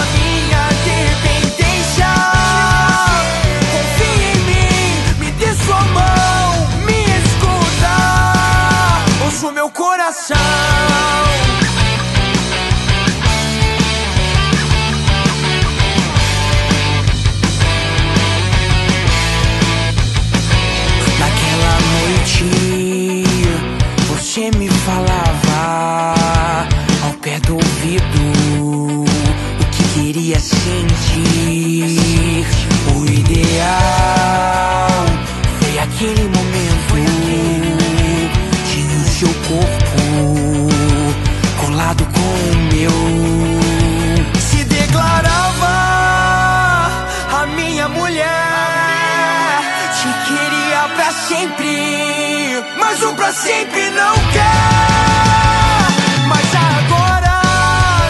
Speaker 6: te queria pra sempre, mas um pra sempre não quer. Mas agora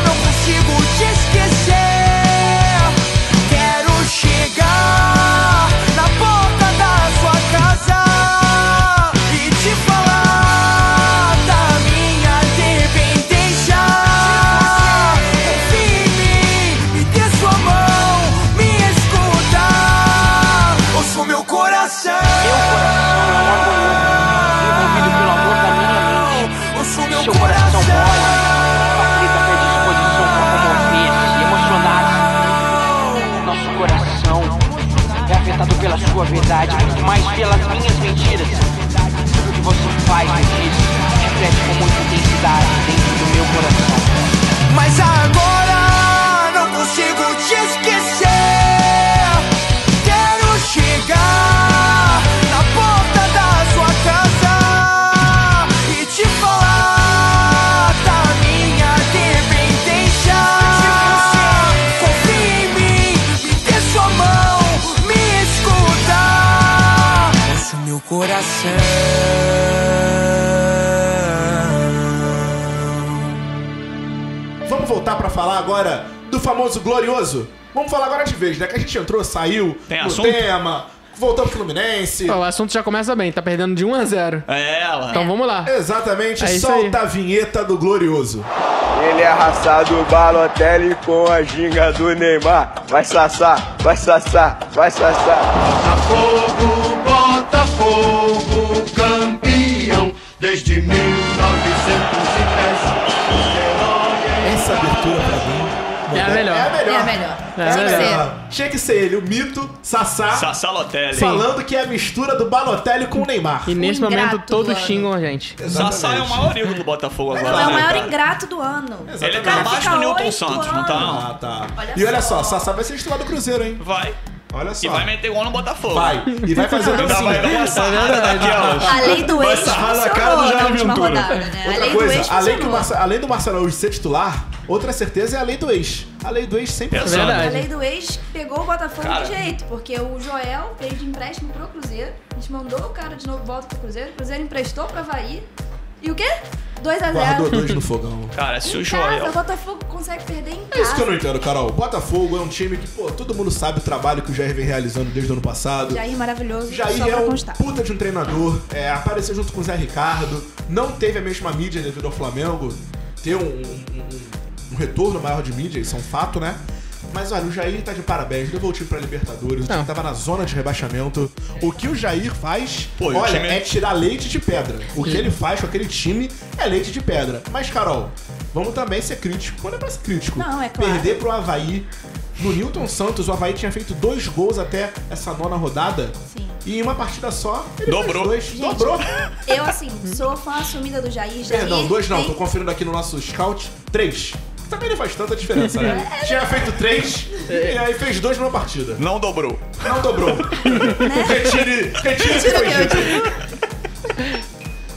Speaker 6: não consigo te esquecer. Quero chegar na porta da sua casa e te falar da minha dependência. Confie em mim, me dê sua mão, me escuta. Ouço meu coração. Envolvido pelo amor da minha mente. Ouço meu
Speaker 11: Seu coração
Speaker 6: coração.
Speaker 11: Facilita sua disposição pra comover-se e emocionar-se. Nosso coração é afetado pela sua verdade, muito mais pelas minhas mentiras. O que você faz e diz
Speaker 6: É
Speaker 11: reflete com muita intensidade dentro do meu coração.
Speaker 6: Mas agora não consigo te esquecer. Quero chegar na porta da sua casa e te falar da minha dependência. Se você confia em mim, me dê sua mão, me escuta. Ouço meu coração.
Speaker 2: Vamos voltar pra falar agora do famoso glorioso? Vamos falar agora de vez, né? Que a gente entrou, saiu
Speaker 4: Tem
Speaker 2: no
Speaker 4: assunto?
Speaker 2: tema, voltamos pro Fluminense.
Speaker 3: Ó, o assunto já começa bem, tá perdendo de 1 a 0.
Speaker 4: É ela.
Speaker 3: Então vamos lá.
Speaker 2: Exatamente,
Speaker 3: É isso
Speaker 2: solta a vinheta do glorioso.
Speaker 12: Ele é arrasado o Balotelli com a ginga do Neymar. Vai sassar, vai sassar, vai sassar.
Speaker 13: Botafogo, Botafogo, campeão desde 1910.
Speaker 2: Essa abertura pra mim
Speaker 13: é a melhor.
Speaker 2: É a melhor.
Speaker 13: É a melhor.
Speaker 2: É a
Speaker 13: Tinha que
Speaker 2: melhor. Tinha que ser ele, o mito, Sassá.
Speaker 4: Sassá Lotelli.
Speaker 2: Falando que é a mistura do Balotelli com o Neymar.
Speaker 3: E nesse momento todos xingam a gente.
Speaker 4: Sassá é o maior ídolo do Botafogo agora.
Speaker 5: É o
Speaker 4: né,
Speaker 5: maior
Speaker 4: cara?
Speaker 5: ingrato do ano.
Speaker 4: Ele
Speaker 5: O
Speaker 4: tá
Speaker 5: cara
Speaker 4: abaixo
Speaker 5: fica
Speaker 4: do Newton
Speaker 5: oito
Speaker 4: Santos, não tá? Não.
Speaker 2: Ah, tá.
Speaker 5: Olha
Speaker 2: e olha só, Sassá vai ser titular do Cruzeiro, hein?
Speaker 4: Vai.
Speaker 2: Olha só.
Speaker 4: E vai meter gol no Botafogo.
Speaker 2: Vai. É E vai fazer
Speaker 4: Ainda
Speaker 2: dancinha.
Speaker 4: vai dar uma sarrada daqui,
Speaker 2: Tá
Speaker 4: ó.
Speaker 5: A lei do
Speaker 4: Vai
Speaker 5: ex
Speaker 4: sarrar na
Speaker 5: funcionou
Speaker 4: cara do
Speaker 5: na
Speaker 4: Jair
Speaker 5: última
Speaker 4: Ventura.
Speaker 5: rodada, né? A
Speaker 2: Outra
Speaker 5: lei do
Speaker 2: coisa,
Speaker 5: ex
Speaker 2: além, que o
Speaker 5: funcionou.
Speaker 2: Marce- além do Marcelo Araújo ser titular, outra certeza é a lei do ex. A lei do ex sempre
Speaker 4: É
Speaker 2: funciona.
Speaker 5: A lei do ex pegou o Botafogo de jeito, porque o Joel veio de empréstimo pro Cruzeiro, a gente mandou o cara de novo volta pro Cruzeiro, o Cruzeiro emprestou pro Havaí, e o quê? 2x0.
Speaker 2: Guardou é dois no fogão.
Speaker 4: Cara, se o
Speaker 5: Casa,
Speaker 4: Joel.
Speaker 5: o Botafogo consegue perder em
Speaker 2: É isso que eu
Speaker 5: casa.
Speaker 2: não entendo, Carol. Botafogo é um time que, pô, todo mundo sabe o trabalho que o Jair vem realizando desde o ano passado.
Speaker 5: Jair maravilhoso, só
Speaker 2: Jair é
Speaker 5: pra
Speaker 2: um
Speaker 5: constar.
Speaker 2: puta de um treinador, é, apareceu junto com o Zé Ricardo, não teve a mesma mídia devido ao Flamengo, ter um, um- um- um retorno maior de mídia, isso é um fato, né? Mas olha, o Jair tá de parabéns, levou o time pra Libertadores, o time tava na zona de rebaixamento. O que o Jair faz,
Speaker 4: Pô, e o
Speaker 2: olha,
Speaker 4: time-
Speaker 2: é tirar leite de pedra. O que ele faz com aquele time é leite de pedra. Mas, Carol, vamos também ser crítico. Quando é pra ser crítico?
Speaker 5: Não, é claro.
Speaker 2: Perder pro Havaí. No Newton Santos, o Havaí tinha feito dois gols até essa nona rodada.
Speaker 5: Sim.
Speaker 2: E em uma partida só, ele
Speaker 4: Dobrou.
Speaker 2: fez dois. Dobrou.
Speaker 5: Eu, assim, sou fã assumida do Jair. Jair
Speaker 2: Perdão, dois não.
Speaker 5: tem-
Speaker 2: Tô conferindo aqui no nosso scout. Três. Também não faz tanta diferença, né?
Speaker 5: É,
Speaker 2: Tinha feito três e aí fez dois numa partida.
Speaker 4: Não dobrou.
Speaker 2: Não
Speaker 5: Né?
Speaker 2: dobrou. Retire, retire esse pedido.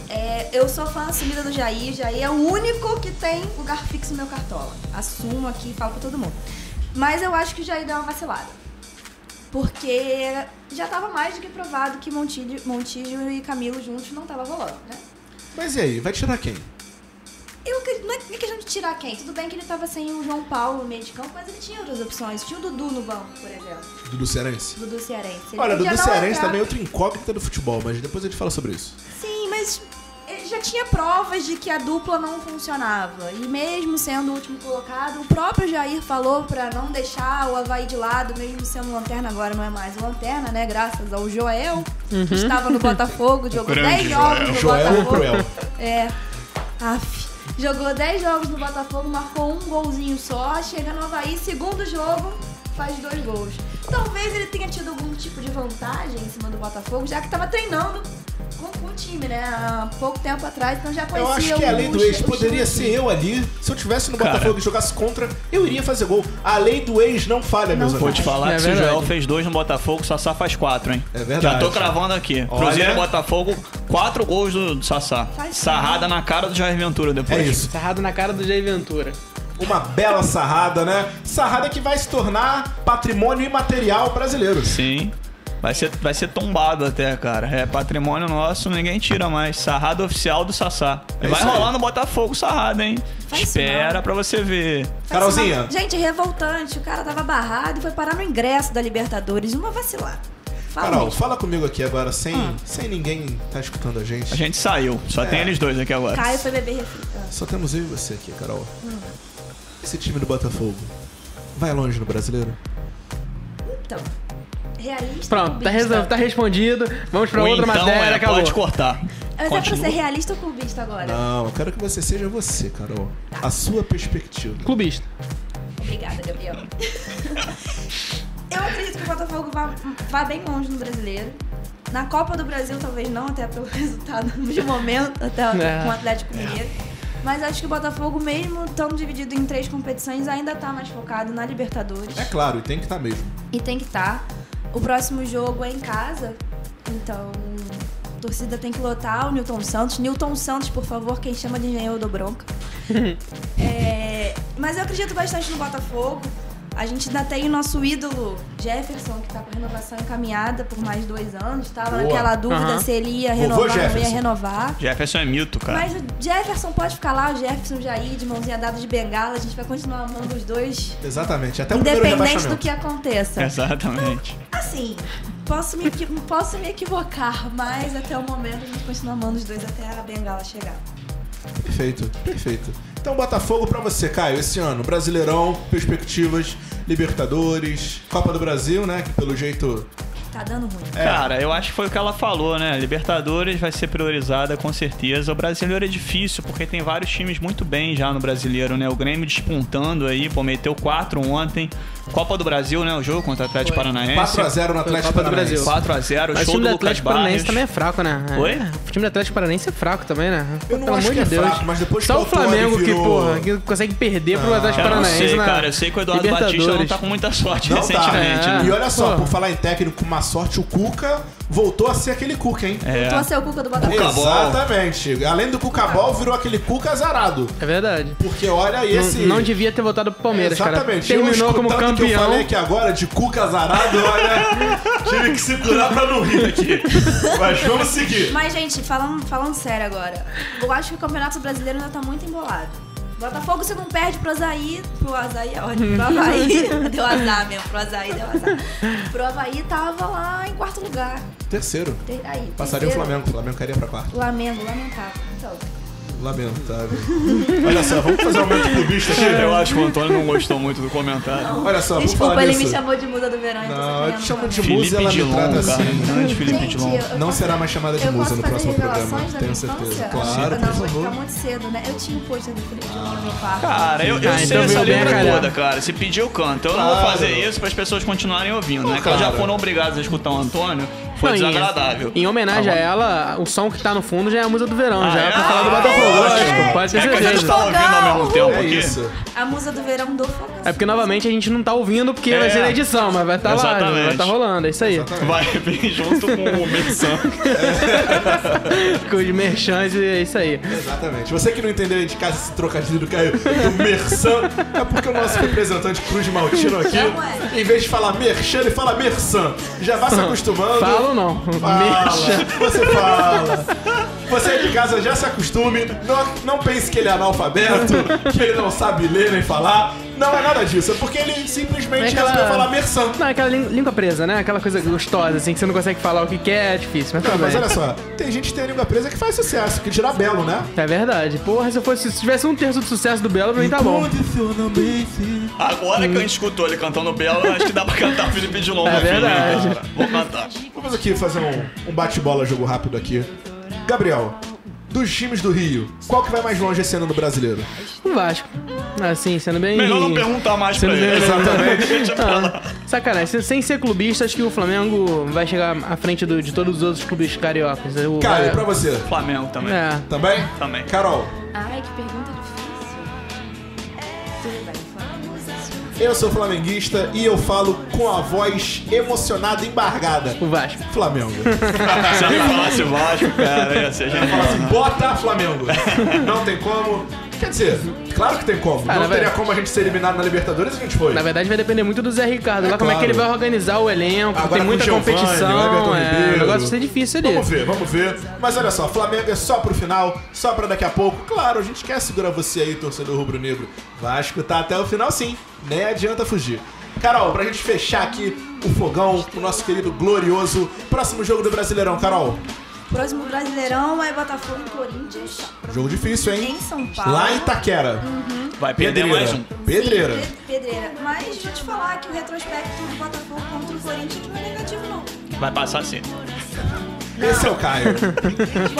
Speaker 5: É, eu sou fã assumida do Jair. Jair é o único que tem lugar fixo no meu cartola. Assumo aqui e falo pra todo mundo. Mas eu acho que o Jair deu uma vacilada. Porque já tava mais do que provado que Montídio, Montídio e Camilo juntos não tava rolando, né?
Speaker 2: Mas e aí, vai tirar quem?
Speaker 5: Eu, acredito- não é não é questão de tirar quem. Tudo bem que ele tava sem o João Paulo no meio de campo, mas ele tinha outras opções. Tinha o Dudu no banco, por exemplo.
Speaker 2: Dudu Cearense?
Speaker 5: Dudu Cearense. Ele
Speaker 2: Olha,
Speaker 5: podia
Speaker 2: Dudu
Speaker 5: não
Speaker 2: Cearense
Speaker 5: entrar.
Speaker 2: também é outra incógnita do futebol, mas depois a gente fala sobre isso.
Speaker 5: Sim, mas eh, já tinha provas de que a dupla não funcionava. E mesmo sendo o último colocado, o próprio Jair falou pra não deixar o Havaí de lado, mesmo sendo lanterna agora não é mais lanterna, né? Graças ao Joel, que
Speaker 14: Uhum.
Speaker 5: estava no Botafogo, jogou
Speaker 14: grande
Speaker 5: 10 jogos
Speaker 14: Joel.
Speaker 5: no
Speaker 14: Joel
Speaker 5: Botafogo.
Speaker 14: cruel.
Speaker 5: É. Aff. Jogou 10 jogos no Botafogo, marcou um golzinho só, chega no Havaí, segundo jogo, faz dois gols. Talvez ele tenha tido algum tipo de vantagem em cima do Botafogo, já que tava treinando com, com o time, né? Há pouco tempo atrás, então já
Speaker 2: Eu
Speaker 5: conhecia
Speaker 2: acho que
Speaker 5: o-
Speaker 2: a lei do
Speaker 5: o
Speaker 2: ex
Speaker 5: estilo
Speaker 2: poderia
Speaker 5: do
Speaker 2: ser né?
Speaker 5: time.
Speaker 2: eu ali. Se eu tivesse no
Speaker 4: Cara.
Speaker 2: Botafogo e jogasse contra, eu iria fazer gol. A lei do ex não falha, meus
Speaker 4: Vou
Speaker 2: amigos.
Speaker 4: te falar que se o Joel fez dois no Botafogo, o Sassá faz quatro, hein? É
Speaker 2: verdade.
Speaker 4: Já tô cravando aqui.
Speaker 2: Olha.
Speaker 4: Cruzeiro e Botafogo, quatro gols do do Sassá. Sarrada na cara do Jair Ventura depois.
Speaker 2: É isso.
Speaker 3: Sarrado na cara do Jair Ventura.
Speaker 2: Uma bela sarrada, né? Sarrada que vai se tornar patrimônio imaterial brasileiro.
Speaker 4: Sim. Vai ser, vai ser tombado até, cara. É patrimônio nosso, ninguém tira mais. Sarrado oficial do Sassá. E
Speaker 2: É
Speaker 4: vai
Speaker 2: isso aí.
Speaker 4: rolar no Botafogo sarrado, hein? Espera pra você ver.
Speaker 2: Carolzinha.
Speaker 5: Gente, revoltante. O cara tava barrado e foi parar no ingresso da Libertadores. Uma vacilada. Fala
Speaker 2: Carol,
Speaker 5: mesmo.
Speaker 2: fala comigo aqui agora, sem, sem ninguém tá escutando a gente.
Speaker 4: A gente saiu, só tem eles dois aqui agora.
Speaker 5: Caio foi beber refri.
Speaker 2: Só temos eu e você aqui, Carol.
Speaker 5: Hum.
Speaker 2: Esse time do Botafogo vai longe no brasileiro?
Speaker 5: Então, realista.
Speaker 3: Pronto, tá,
Speaker 5: cubista?
Speaker 3: resol- tá respondido. Vamos pra
Speaker 2: Ou
Speaker 3: outra
Speaker 2: então
Speaker 3: matéria,
Speaker 2: é,
Speaker 3: acabou.
Speaker 2: pode cortar.
Speaker 5: Mas é pra
Speaker 2: Continua.
Speaker 5: ser realista ou cubista agora?
Speaker 2: Não, eu quero que você seja você, Carol. A sua perspectiva.
Speaker 3: Clubista.
Speaker 5: Obrigada, Gabriel. Eu acredito que o Botafogo vá, vá bem longe no brasileiro. Na Copa do Brasil, talvez não, até pelo resultado de momento, até
Speaker 14: É.
Speaker 5: com o Atlético Mineiro. Mas acho que o Botafogo, mesmo estando dividido em três competições, ainda tá mais focado na Libertadores.
Speaker 2: É claro, e tem que estar mesmo.
Speaker 5: E tem que estar. O próximo jogo é em casa, então a torcida tem que lotar o Newton Santos. Newton Santos, por favor, quem chama de engenheiro eu dou bronca. É, mas eu acredito bastante no Botafogo. A gente ainda tem o nosso ídolo Jefferson, que tá com renovação encaminhada por mais dois anos. Tava
Speaker 4: Boa.
Speaker 5: naquela dúvida
Speaker 4: Aham.
Speaker 5: se ele ia
Speaker 4: Vovô
Speaker 5: renovar ou não ia
Speaker 4: Jefferson.
Speaker 5: renovar.
Speaker 4: Jefferson é mito, cara.
Speaker 5: Mas o Jefferson pode ficar lá, o Jefferson já ir de mãozinha dada de bengala. A gente vai continuar amando os dois,
Speaker 2: Exatamente, até o primeiro
Speaker 5: independente do
Speaker 2: rebaixamento.
Speaker 5: que
Speaker 4: É.
Speaker 5: aconteça.
Speaker 4: Exatamente.
Speaker 5: Assim, posso me, equi- posso me equivocar, mas até o momento a gente continua amando os dois até a bengala chegar.
Speaker 2: Perfeito, perfeito. Então, Botafogo pra você, Caio, esse ano. Brasileirão, perspectivas, Libertadores, Copa do Brasil, né? Que pelo jeito.
Speaker 5: Tá dando ruim.
Speaker 2: É.
Speaker 4: Cara, eu acho que foi o que ela falou, né? Libertadores vai ser priorizada com certeza. O brasileiro é difícil, porque tem vários times muito bem já no brasileiro, né? O Grêmio despontando aí, pô, meteu 4 ontem. Copa do Brasil, né? O jogo contra o Atlético Paranaense.
Speaker 2: 4 a 0 no
Speaker 3: Foi Atlético Copa do Brasil.
Speaker 4: 4 a 0
Speaker 3: Mas o
Speaker 4: show
Speaker 3: time
Speaker 4: do
Speaker 3: do
Speaker 4: Lucas
Speaker 3: Atlético Paranaense
Speaker 4: Barros.
Speaker 3: também é fraco, né? É,
Speaker 4: Oi?
Speaker 3: O time do Atlético Paranaense é fraco também, né?
Speaker 4: Eu não acho que é fraco, mas depois que
Speaker 3: Só
Speaker 4: o
Speaker 3: o
Speaker 4: Autori
Speaker 3: Flamengo que,
Speaker 4: virou-
Speaker 3: porra, que consegue perder pro Atlético
Speaker 4: Ah, eu não
Speaker 3: Paranaense.
Speaker 4: sei,
Speaker 3: na
Speaker 4: cara. Eu sei que o Eduardo Batista não
Speaker 3: Libertadores.
Speaker 4: tá com muita sorte
Speaker 2: Não tá.
Speaker 4: recentemente, né?
Speaker 2: E olha só, por falar em técnico, com má sorte, o Cuca voltou a ser aquele Cuca, hein?
Speaker 4: É.
Speaker 5: Então, a ser o Cuca do Botafogo.
Speaker 2: Exatamente. Além do Cucabol, virou aquele Cuca azarado.
Speaker 3: É verdade.
Speaker 2: Porque olha aí
Speaker 3: Não-
Speaker 2: esse.
Speaker 3: Não, devia ter voltado pro Palmeiras,
Speaker 2: Exatamente.
Speaker 3: cara. Terminou
Speaker 2: eu
Speaker 3: como
Speaker 2: escutando
Speaker 3: campeão.
Speaker 2: que eu falei aqui agora de Cuca azarado, olha. tive que segurar pra não rir aqui. Mas vamos seguir.
Speaker 5: Mas, gente, falando, falando sério agora, eu acho que o Campeonato Brasileiro ainda tá muito embolado. Botafogo, você não perde pro Azaí. Pro Azaí é ótimo. Pro Havaí. deu azar mesmo. Pro Azaí deu azar. Pro Havaí tava lá em quarto lugar.
Speaker 2: Terceiro.
Speaker 5: Ter- Aí,
Speaker 2: Passaria o
Speaker 5: terceiro.
Speaker 2: Flamengo. O Flamengo cairia pra quarto.
Speaker 5: Flamengo, lamentável. Então,
Speaker 2: Lamentável. Olha só, vamos fazer um aumento clubista aqui.
Speaker 4: Eu acho que o Antônio não gostou muito do comentário.
Speaker 2: Olha só, vamos
Speaker 5: desculpa,
Speaker 2: falar
Speaker 5: ele
Speaker 2: nisso.
Speaker 5: me chamou de muda do verão. então você
Speaker 2: Não, eu
Speaker 5: querendo
Speaker 2: te chamo
Speaker 5: falar.
Speaker 2: de musa e ela me
Speaker 4: Dilon,
Speaker 2: trata
Speaker 4: cara. Grande
Speaker 2: assim.
Speaker 4: Felipe
Speaker 5: Gente, Dilon. eu- eu
Speaker 2: Não
Speaker 5: posso-
Speaker 2: será mais chamada de
Speaker 5: eu
Speaker 2: musa
Speaker 5: posso
Speaker 2: no
Speaker 5: fazer
Speaker 2: próximo programa,
Speaker 5: revelações da minha
Speaker 2: tenho certeza.
Speaker 5: infância?
Speaker 2: Claro,
Speaker 5: não,
Speaker 2: por
Speaker 5: vai ficar
Speaker 2: favor.
Speaker 5: muito cedo, né? Eu tinha um pôster do Felipe Dilon no meu quarto.
Speaker 4: Cara, eu, eu
Speaker 3: Ah,
Speaker 4: sei
Speaker 3: então
Speaker 4: essa
Speaker 3: veio bem
Speaker 4: letra
Speaker 3: a calhar.
Speaker 4: toda, cara. Se pedir, eu canto. Eu não vou
Speaker 3: Claro.
Speaker 4: fazer isso para as pessoas continuarem ouvindo, né? Que
Speaker 3: Claro.
Speaker 4: elas já foram obrigadas a escutar o Antônio. Foi
Speaker 3: Não, em-
Speaker 4: desagradável. Tá
Speaker 3: Em homenagem a ela, o som que tá no fundo já é a música do verão, já é pra falar do
Speaker 4: é?
Speaker 3: Botafogo, lógico. Pode ter
Speaker 4: É que a
Speaker 3: certeza.
Speaker 4: gente tá ouvindo ao mesmo tempo
Speaker 3: É
Speaker 4: aqui.
Speaker 3: isso.
Speaker 5: A musa do verão do fogão.
Speaker 3: É porque novamente a gente não tá ouvindo porque vai
Speaker 4: É.
Speaker 3: ser na edição, mas vai estar tá lá,
Speaker 4: Exatamente.
Speaker 3: vai estar rolando, é isso aí.
Speaker 4: Vai vir junto com o Merchan.
Speaker 3: Com os merchans e é isso aí.
Speaker 2: Exatamente. Você que não entendeu aí de casa esse trocadilho do Caio do Mersan, é porque o nosso representante Cruz Maltino aqui, em vez de falar Merchan, ele fala Mersan. Já vá se acostumando.
Speaker 3: Fala ou não?
Speaker 4: Ah,
Speaker 2: Fala.
Speaker 3: Merchan.
Speaker 2: Você fala. Você aí de casa já se acostume, não, não pense que ele é analfabeto, que ele não sabe ler nem falar. Não é nada disso, é porque ele simplesmente resolveu falar merçã.
Speaker 3: Não, é aquela lí- língua presa, né? Aquela coisa gostosa, assim, que você não consegue falar o que quer, é difícil, mas
Speaker 2: Não,
Speaker 3: tudo
Speaker 2: mas
Speaker 3: bem.
Speaker 2: olha só, tem gente que tem a língua presa que faz sucesso, que tira belo, né?
Speaker 3: É verdade. Porra, se eu fosse. Se tivesse um terço do sucesso do Belo, pra mim tá bom.
Speaker 4: Agora que eu escutou ele cantando Belo, acho que dá pra cantar Felipe Dilon.
Speaker 2: É
Speaker 4: no fim, né,
Speaker 2: verdade.
Speaker 4: cara? Vou cantar.
Speaker 2: Vamos aqui fazer um, um bate-bola, jogo rápido aqui. Gabriel, dos times do Rio, qual que vai mais longe esse ano no brasileiro?
Speaker 3: O Um Vasco. Assim, sendo bem.
Speaker 4: Melhor não perguntar mais pra ele. Exatamente. Deixa pra lá.
Speaker 3: Ah, sacanagem, sem- sem ser clubista, acho que o Flamengo vai chegar à frente do- de todos os outros clubes cariocas. Eu-
Speaker 2: Caio, pra você.
Speaker 4: Flamengo também.
Speaker 3: É.
Speaker 2: Também?
Speaker 4: Também.
Speaker 2: Carol,
Speaker 5: Ai, que pergunta difícil. Tudo bem, Flamengo.
Speaker 2: eu sou flamenguista e eu falo com a voz emocionada e embargada.
Speaker 3: O Vasco.
Speaker 2: Flamengo.
Speaker 4: Se
Speaker 3: É.
Speaker 4: ela falasse Vasco, cara, ia ser né?
Speaker 2: Ela fala assim,
Speaker 4: genial.
Speaker 2: bota Flamengo. Não tem como. Quer dizer, claro que tem como. não
Speaker 3: Ah, na
Speaker 2: teria
Speaker 3: verdade-
Speaker 2: como a gente ser eliminado na Libertadores e a gente foi.
Speaker 3: Na verdade, vai depender muito do Zé Ricardo.
Speaker 2: É
Speaker 3: lá como é que
Speaker 2: claro.
Speaker 3: ele vai organizar o elenco.
Speaker 2: Agora
Speaker 3: tem
Speaker 2: com
Speaker 3: muita
Speaker 2: Giovani,
Speaker 3: competição.
Speaker 2: Everton
Speaker 3: É, o
Speaker 2: Ribeiro.
Speaker 3: negócio vai ser difícil ali.
Speaker 2: Vamos ver, vamos ver. Mas olha só, Flamengo é só pro final, só pra daqui a pouco. Claro, a gente quer segurar você aí, torcedor rubro-negro. Vasco tá até o final sim, nem adianta fugir. Carol, pra gente fechar aqui o fogão, o nosso querido glorioso próximo jogo do Brasileirão, Carol.
Speaker 5: Próximo Brasileirão é Botafogo e Corinthians.
Speaker 2: Jogo difícil, hein?
Speaker 5: Em São Paulo.
Speaker 2: Lá em Itaquera.
Speaker 5: Uhum.
Speaker 4: Vai perder mais um.
Speaker 2: Pedreira.
Speaker 5: Sim, pe- pedreira. Mas vou te falar que o retrospecto do Botafogo contra o Corinthians não é negativo, não.
Speaker 4: Vai passar sim.
Speaker 2: Esse é o Caio.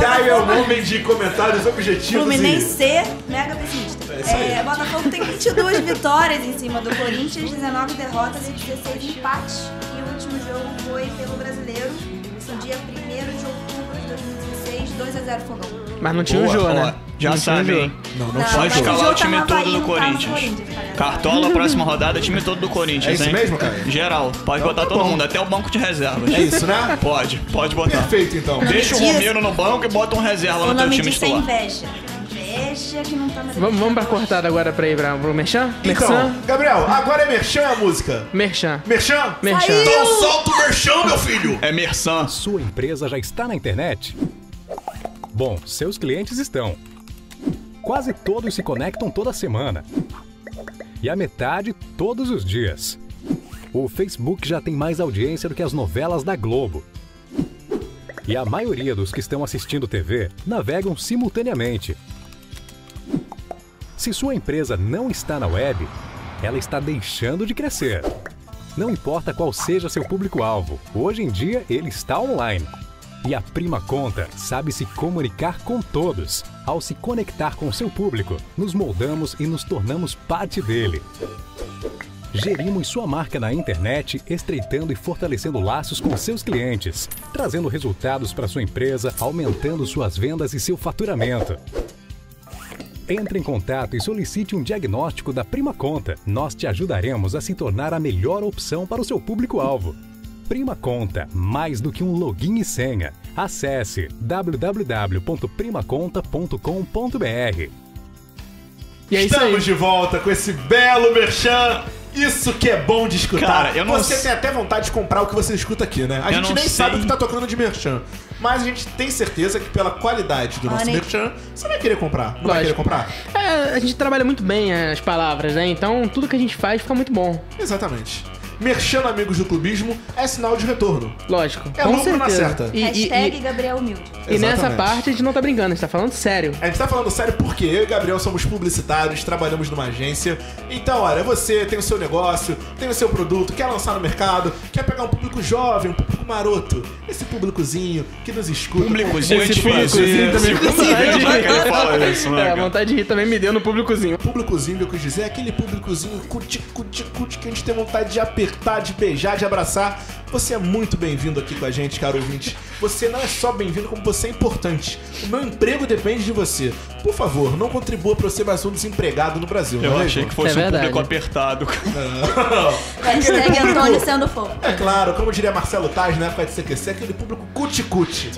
Speaker 2: Caio é o homem de comentários objetivos.
Speaker 5: Fluminense mega pessimista.
Speaker 2: Tipo assim, É isso aí.
Speaker 5: É, Botafogo tem 22 vitórias em cima do Corinthians, 19 derrotas e 16 empates. E o último jogo foi pelo brasileiro, no dia 1 de outubro de 2016, 2x0 Fogão.
Speaker 3: Mas não tinha o
Speaker 4: Boa,
Speaker 3: Jô,
Speaker 4: ó,
Speaker 3: né?
Speaker 4: Já
Speaker 3: Não tinha o
Speaker 4: sabe,
Speaker 3: Jô.
Speaker 4: hein?
Speaker 3: Não, não
Speaker 5: Não,
Speaker 4: Só
Speaker 5: mas o
Speaker 4: escalar
Speaker 5: Jô tá
Speaker 4: o time
Speaker 5: tava
Speaker 4: todo
Speaker 5: aí,
Speaker 4: do
Speaker 5: não tava no
Speaker 4: Corinthians.
Speaker 5: Corinthians, tá cara.
Speaker 4: Cartola, próxima rodada, time todo do Corinthians,
Speaker 2: É isso
Speaker 4: hein?
Speaker 2: mesmo, cara? Tá
Speaker 4: Geral, pode botar todo mundo, até o banco de reservas.
Speaker 2: É isso, né?
Speaker 4: Pode, pode botar.
Speaker 2: Perfeito, então.
Speaker 4: Deixa o
Speaker 5: Dias-
Speaker 4: Romero no banco e bota um reserva
Speaker 5: o
Speaker 4: no teu
Speaker 5: nome
Speaker 4: time
Speaker 5: disso é
Speaker 4: titular.
Speaker 5: inveja. Inveja que não tá mais.
Speaker 3: Vamos, vamos pra cortada agora pra ir pra, pro Merchan?
Speaker 2: Então,
Speaker 3: Merchan?
Speaker 2: Gabriel, agora é Merchan ou é a música?
Speaker 3: Merchan.
Speaker 2: Merchan?
Speaker 3: Merchan.
Speaker 2: Então solta o Merchan, meu filho!
Speaker 4: É Mersan.
Speaker 6: Sua empresa já está na internet? Bom, seus clientes estão. Quase todos se conectam toda semana. E a metade todos os dias. O Facebook já tem mais audiência do que as novelas da Globo. E a maioria dos que estão assistindo TV navegam simultaneamente. Se sua empresa não está na web, ela está deixando de crescer. Não importa qual seja seu público-alvo, hoje em dia ele está online. E a Prima Conta sabe se comunicar com todos. Ao se conectar com seu público, nos moldamos e nos tornamos parte dele. Gerimos sua marca na internet, estreitando e fortalecendo laços com seus clientes, trazendo resultados para sua empresa, aumentando suas vendas e seu faturamento. Entre em contato e solicite um diagnóstico da Prima Conta. Nós te ajudaremos a se tornar a melhor opção para o seu público-alvo. Prima Conta, mais do que um login e senha. Acesse www.primaconta.com.br.
Speaker 3: E é isso
Speaker 2: Estamos de volta com esse belo merchan. Isso que é bom de escutar.
Speaker 4: Cara, eu não
Speaker 2: Você
Speaker 4: sei-
Speaker 2: tem até vontade de comprar o que você escuta aqui, né? A
Speaker 4: Eu
Speaker 2: gente
Speaker 4: não
Speaker 2: nem
Speaker 4: sei.
Speaker 2: sabe o que tá tocando de merchan. Mas a gente tem certeza que pela qualidade do nosso
Speaker 3: Honey.
Speaker 2: merchan, você vai querer comprar. Não vai
Speaker 3: Lógico.
Speaker 2: querer comprar?
Speaker 3: É, a gente trabalha muito bem as palavras, né? Então tudo que a gente faz fica muito bom.
Speaker 2: Exatamente. Merchan, amigos do clubismo, é sinal de retorno.
Speaker 3: Lógico.
Speaker 2: É
Speaker 3: com
Speaker 2: lucro
Speaker 3: certeza.
Speaker 2: na certa.
Speaker 3: E, e-
Speaker 5: Hashtag
Speaker 3: e-
Speaker 5: Gabriel Humilde.
Speaker 3: e nessa
Speaker 2: Exatamente.
Speaker 3: parte a gente não tá brincando, a gente tá falando sério.
Speaker 2: A gente tá falando sério porque eu e o Gabriel somos publicitários, trabalhamos numa agência. Então, olha, você tem o seu negócio, tem o seu produto, quer lançar no mercado, quer pegar um público jovem, um público maroto. Esse públicozinho que nos escuta.
Speaker 4: Públicozinho é
Speaker 2: Esse
Speaker 4: difícil.
Speaker 2: públicozinho também
Speaker 4: Segunda vez, né, que ele fala isso, né,
Speaker 3: É, a
Speaker 4: cara?
Speaker 3: vontade de rir também me deu no públicozinho.
Speaker 2: É, Públicozinho, que eu quis dizer, é aquele públicozinho cuti, cuti, cuti, que a gente tem vontade de apertar, de beijar, de abraçar. Você é muito bem-vindo aqui com a gente, caro ouvinte. Você não é só bem-vindo, como você é importante. O meu emprego depende de você. Por favor, não contribua para eu ser mais um desempregado no Brasil.
Speaker 4: Eu
Speaker 2: não é
Speaker 4: achei
Speaker 2: mesmo?
Speaker 4: que fosse um público apertado.
Speaker 5: Hashtag
Speaker 2: Aquele
Speaker 5: Antônio
Speaker 2: público-
Speaker 5: sendo fofo.
Speaker 2: É claro, como diria Marcelo Taz na época de CQC, aquele público cuti-cuti.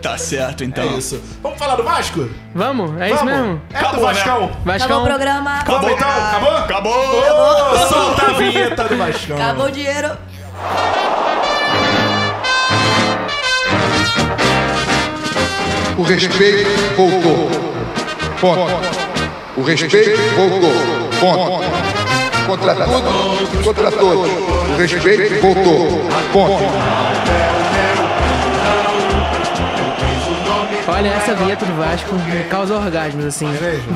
Speaker 4: Tá certo, então.
Speaker 2: É isso. Vamos falar do Vasco?
Speaker 3: Vamos, é isso
Speaker 2: Vamos.
Speaker 3: mesmo.
Speaker 2: É do Vascão.
Speaker 5: Acabou o programa.
Speaker 2: Acabou então? Acabou?
Speaker 4: Acabou!
Speaker 2: Ô, solta a vinheta do Vascão.
Speaker 5: Acabou o dinheiro.
Speaker 1: O respeito voltou. Ponto. O respeito voltou. Ponto. Contra tudo e contra todos. O respeito voltou. Ponto.
Speaker 3: Olha, essa vinheta do Vasco me causa orgasmos, assim.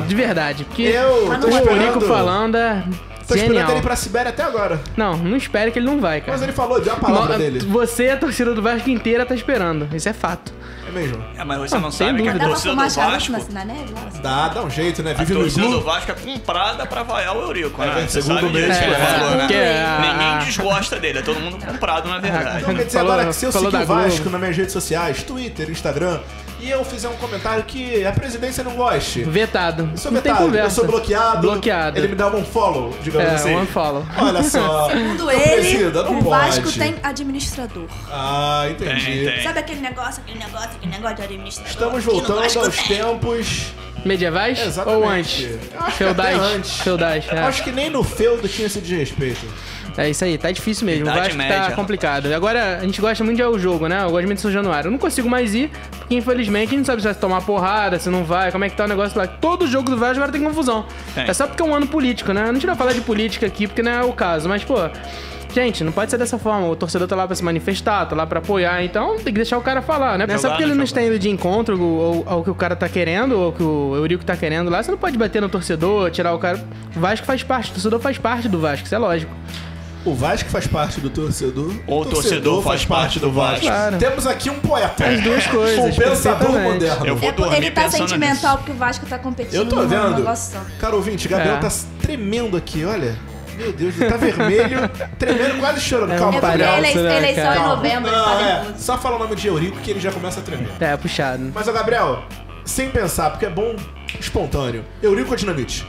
Speaker 3: De verdade. Porque
Speaker 2: Eu tô
Speaker 3: o
Speaker 2: esperando-
Speaker 3: Nico falando é
Speaker 2: Tô
Speaker 3: genial.
Speaker 2: esperando ele ir pra Sibéria até agora.
Speaker 3: Não, não espere que ele não vai, cara.
Speaker 2: Mas ele falou, deu a palavra
Speaker 3: Não,
Speaker 2: dele.
Speaker 3: Você, a torcida do Vasco inteira, tá esperando. Isso é fato.
Speaker 2: É mesmo.
Speaker 4: É, mas você
Speaker 3: Ah,
Speaker 4: não
Speaker 3: sem
Speaker 4: sabe que a
Speaker 3: dúvida.
Speaker 5: Dá pra
Speaker 4: torcida
Speaker 5: fumar
Speaker 4: do
Speaker 5: charuto
Speaker 4: Vasco.
Speaker 5: mas na neve? lá?
Speaker 2: Dá, dá um jeito, né?
Speaker 4: A
Speaker 2: Vive no
Speaker 4: torcida
Speaker 2: iglu.
Speaker 4: do Vasco é comprada pra vaiar o Eurico,
Speaker 2: É,
Speaker 4: né? Você
Speaker 2: segundo
Speaker 4: sabe disso
Speaker 2: mês,
Speaker 4: que ele
Speaker 2: é.
Speaker 4: falou, né?
Speaker 2: Porque a-
Speaker 4: Ninguém desgosta dele, é todo mundo comprado, na verdade.
Speaker 2: Então quer dizer agora que se eu seguir o Vasco nas minhas redes sociais, Twitter, Instagram, e eu fizer um comentário que a presidência não goste.
Speaker 3: Vetado.
Speaker 2: Eu sou
Speaker 3: Não tem
Speaker 2: é vetado, eu
Speaker 3: conversa.
Speaker 2: sou bloqueado.
Speaker 3: Bloqueado.
Speaker 2: Ele me dá um follow, digamos
Speaker 3: É,
Speaker 2: assim.
Speaker 3: um unfollow.
Speaker 2: Olha só.
Speaker 5: Segundo
Speaker 2: não
Speaker 5: ele,
Speaker 2: precisa, não
Speaker 5: o Vasco
Speaker 2: pode.
Speaker 5: tem administrador.
Speaker 2: Ah, entendi.
Speaker 3: É.
Speaker 5: Sabe aquele negócio, aquele negócio, aquele negócio de administrador?
Speaker 2: Estamos
Speaker 5: Aqui no
Speaker 2: voltando
Speaker 5: Vasco
Speaker 2: aos
Speaker 5: tem.
Speaker 2: tempos.
Speaker 3: Medievais?
Speaker 2: Exatamente.
Speaker 3: Ou antes?
Speaker 2: Eu acho que
Speaker 3: Feudais.
Speaker 2: até antes.
Speaker 3: Feudais, é.
Speaker 2: Acho que nem no feudo tinha esse desrespeito.
Speaker 3: É isso aí, tá difícil mesmo.
Speaker 2: Idade
Speaker 3: o Vasco
Speaker 2: média,
Speaker 3: tá
Speaker 2: rapaz.
Speaker 3: complicado. Agora, a gente gosta muito de ir ao jogo, né? Eu gosto muito de São Januário. Eu não consigo mais ir, porque infelizmente a gente não sabe se vai tomar porrada, se não vai, como é que tá o negócio lá. Todo jogo do Vasco agora tem confusão.
Speaker 4: Tem.
Speaker 3: É só porque é um ano político, né? Eu não tira falar de política aqui, porque não é o caso, mas, pô. Gente, não pode ser dessa forma. O torcedor tá lá pra se manifestar, tá lá pra apoiar, então tem que deixar o cara falar, né? Não é só
Speaker 4: Jogar
Speaker 3: porque
Speaker 4: no
Speaker 3: ele não está indo de encontro ou- ao, ao que o cara tá querendo, ou ao que o Eurico tá querendo lá, você não pode bater no torcedor, tirar o cara. O Vasco faz parte, o torcedor faz parte do Vasco, isso é lógico.
Speaker 2: O Vasco faz parte do torcedor.
Speaker 4: Ou o torcedor faz parte do Vasco. Claro.
Speaker 2: Temos aqui um poeta.
Speaker 4: As duas
Speaker 2: Um
Speaker 4: coisas,
Speaker 2: pensador
Speaker 4: perfeitamente.
Speaker 2: moderno.
Speaker 4: Eu vou É, dormir
Speaker 5: Ele tá sentimental porque o Vasco tá competindo.
Speaker 2: Eu tô
Speaker 5: num
Speaker 2: vendo.
Speaker 5: negócio só.
Speaker 2: Cara ouvinte, Gabriel
Speaker 3: É.
Speaker 2: tá tremendo aqui, olha. Meu Deus, ele tá vermelho, tremendo, quase chorando.
Speaker 3: É um
Speaker 2: Calma,
Speaker 3: palhaço,
Speaker 2: Gabriel.
Speaker 3: né, Ele-
Speaker 5: é
Speaker 3: eleição cara? em
Speaker 2: Calma.
Speaker 3: novembro, ele
Speaker 2: Não,
Speaker 3: tá
Speaker 2: é. Só fala o nome de Eurico que ele já começa a tremer.
Speaker 3: É, puxado.
Speaker 2: Mas, ó, Gabriel, sem pensar, porque é bom espontâneo. Eurico ou Dinamite?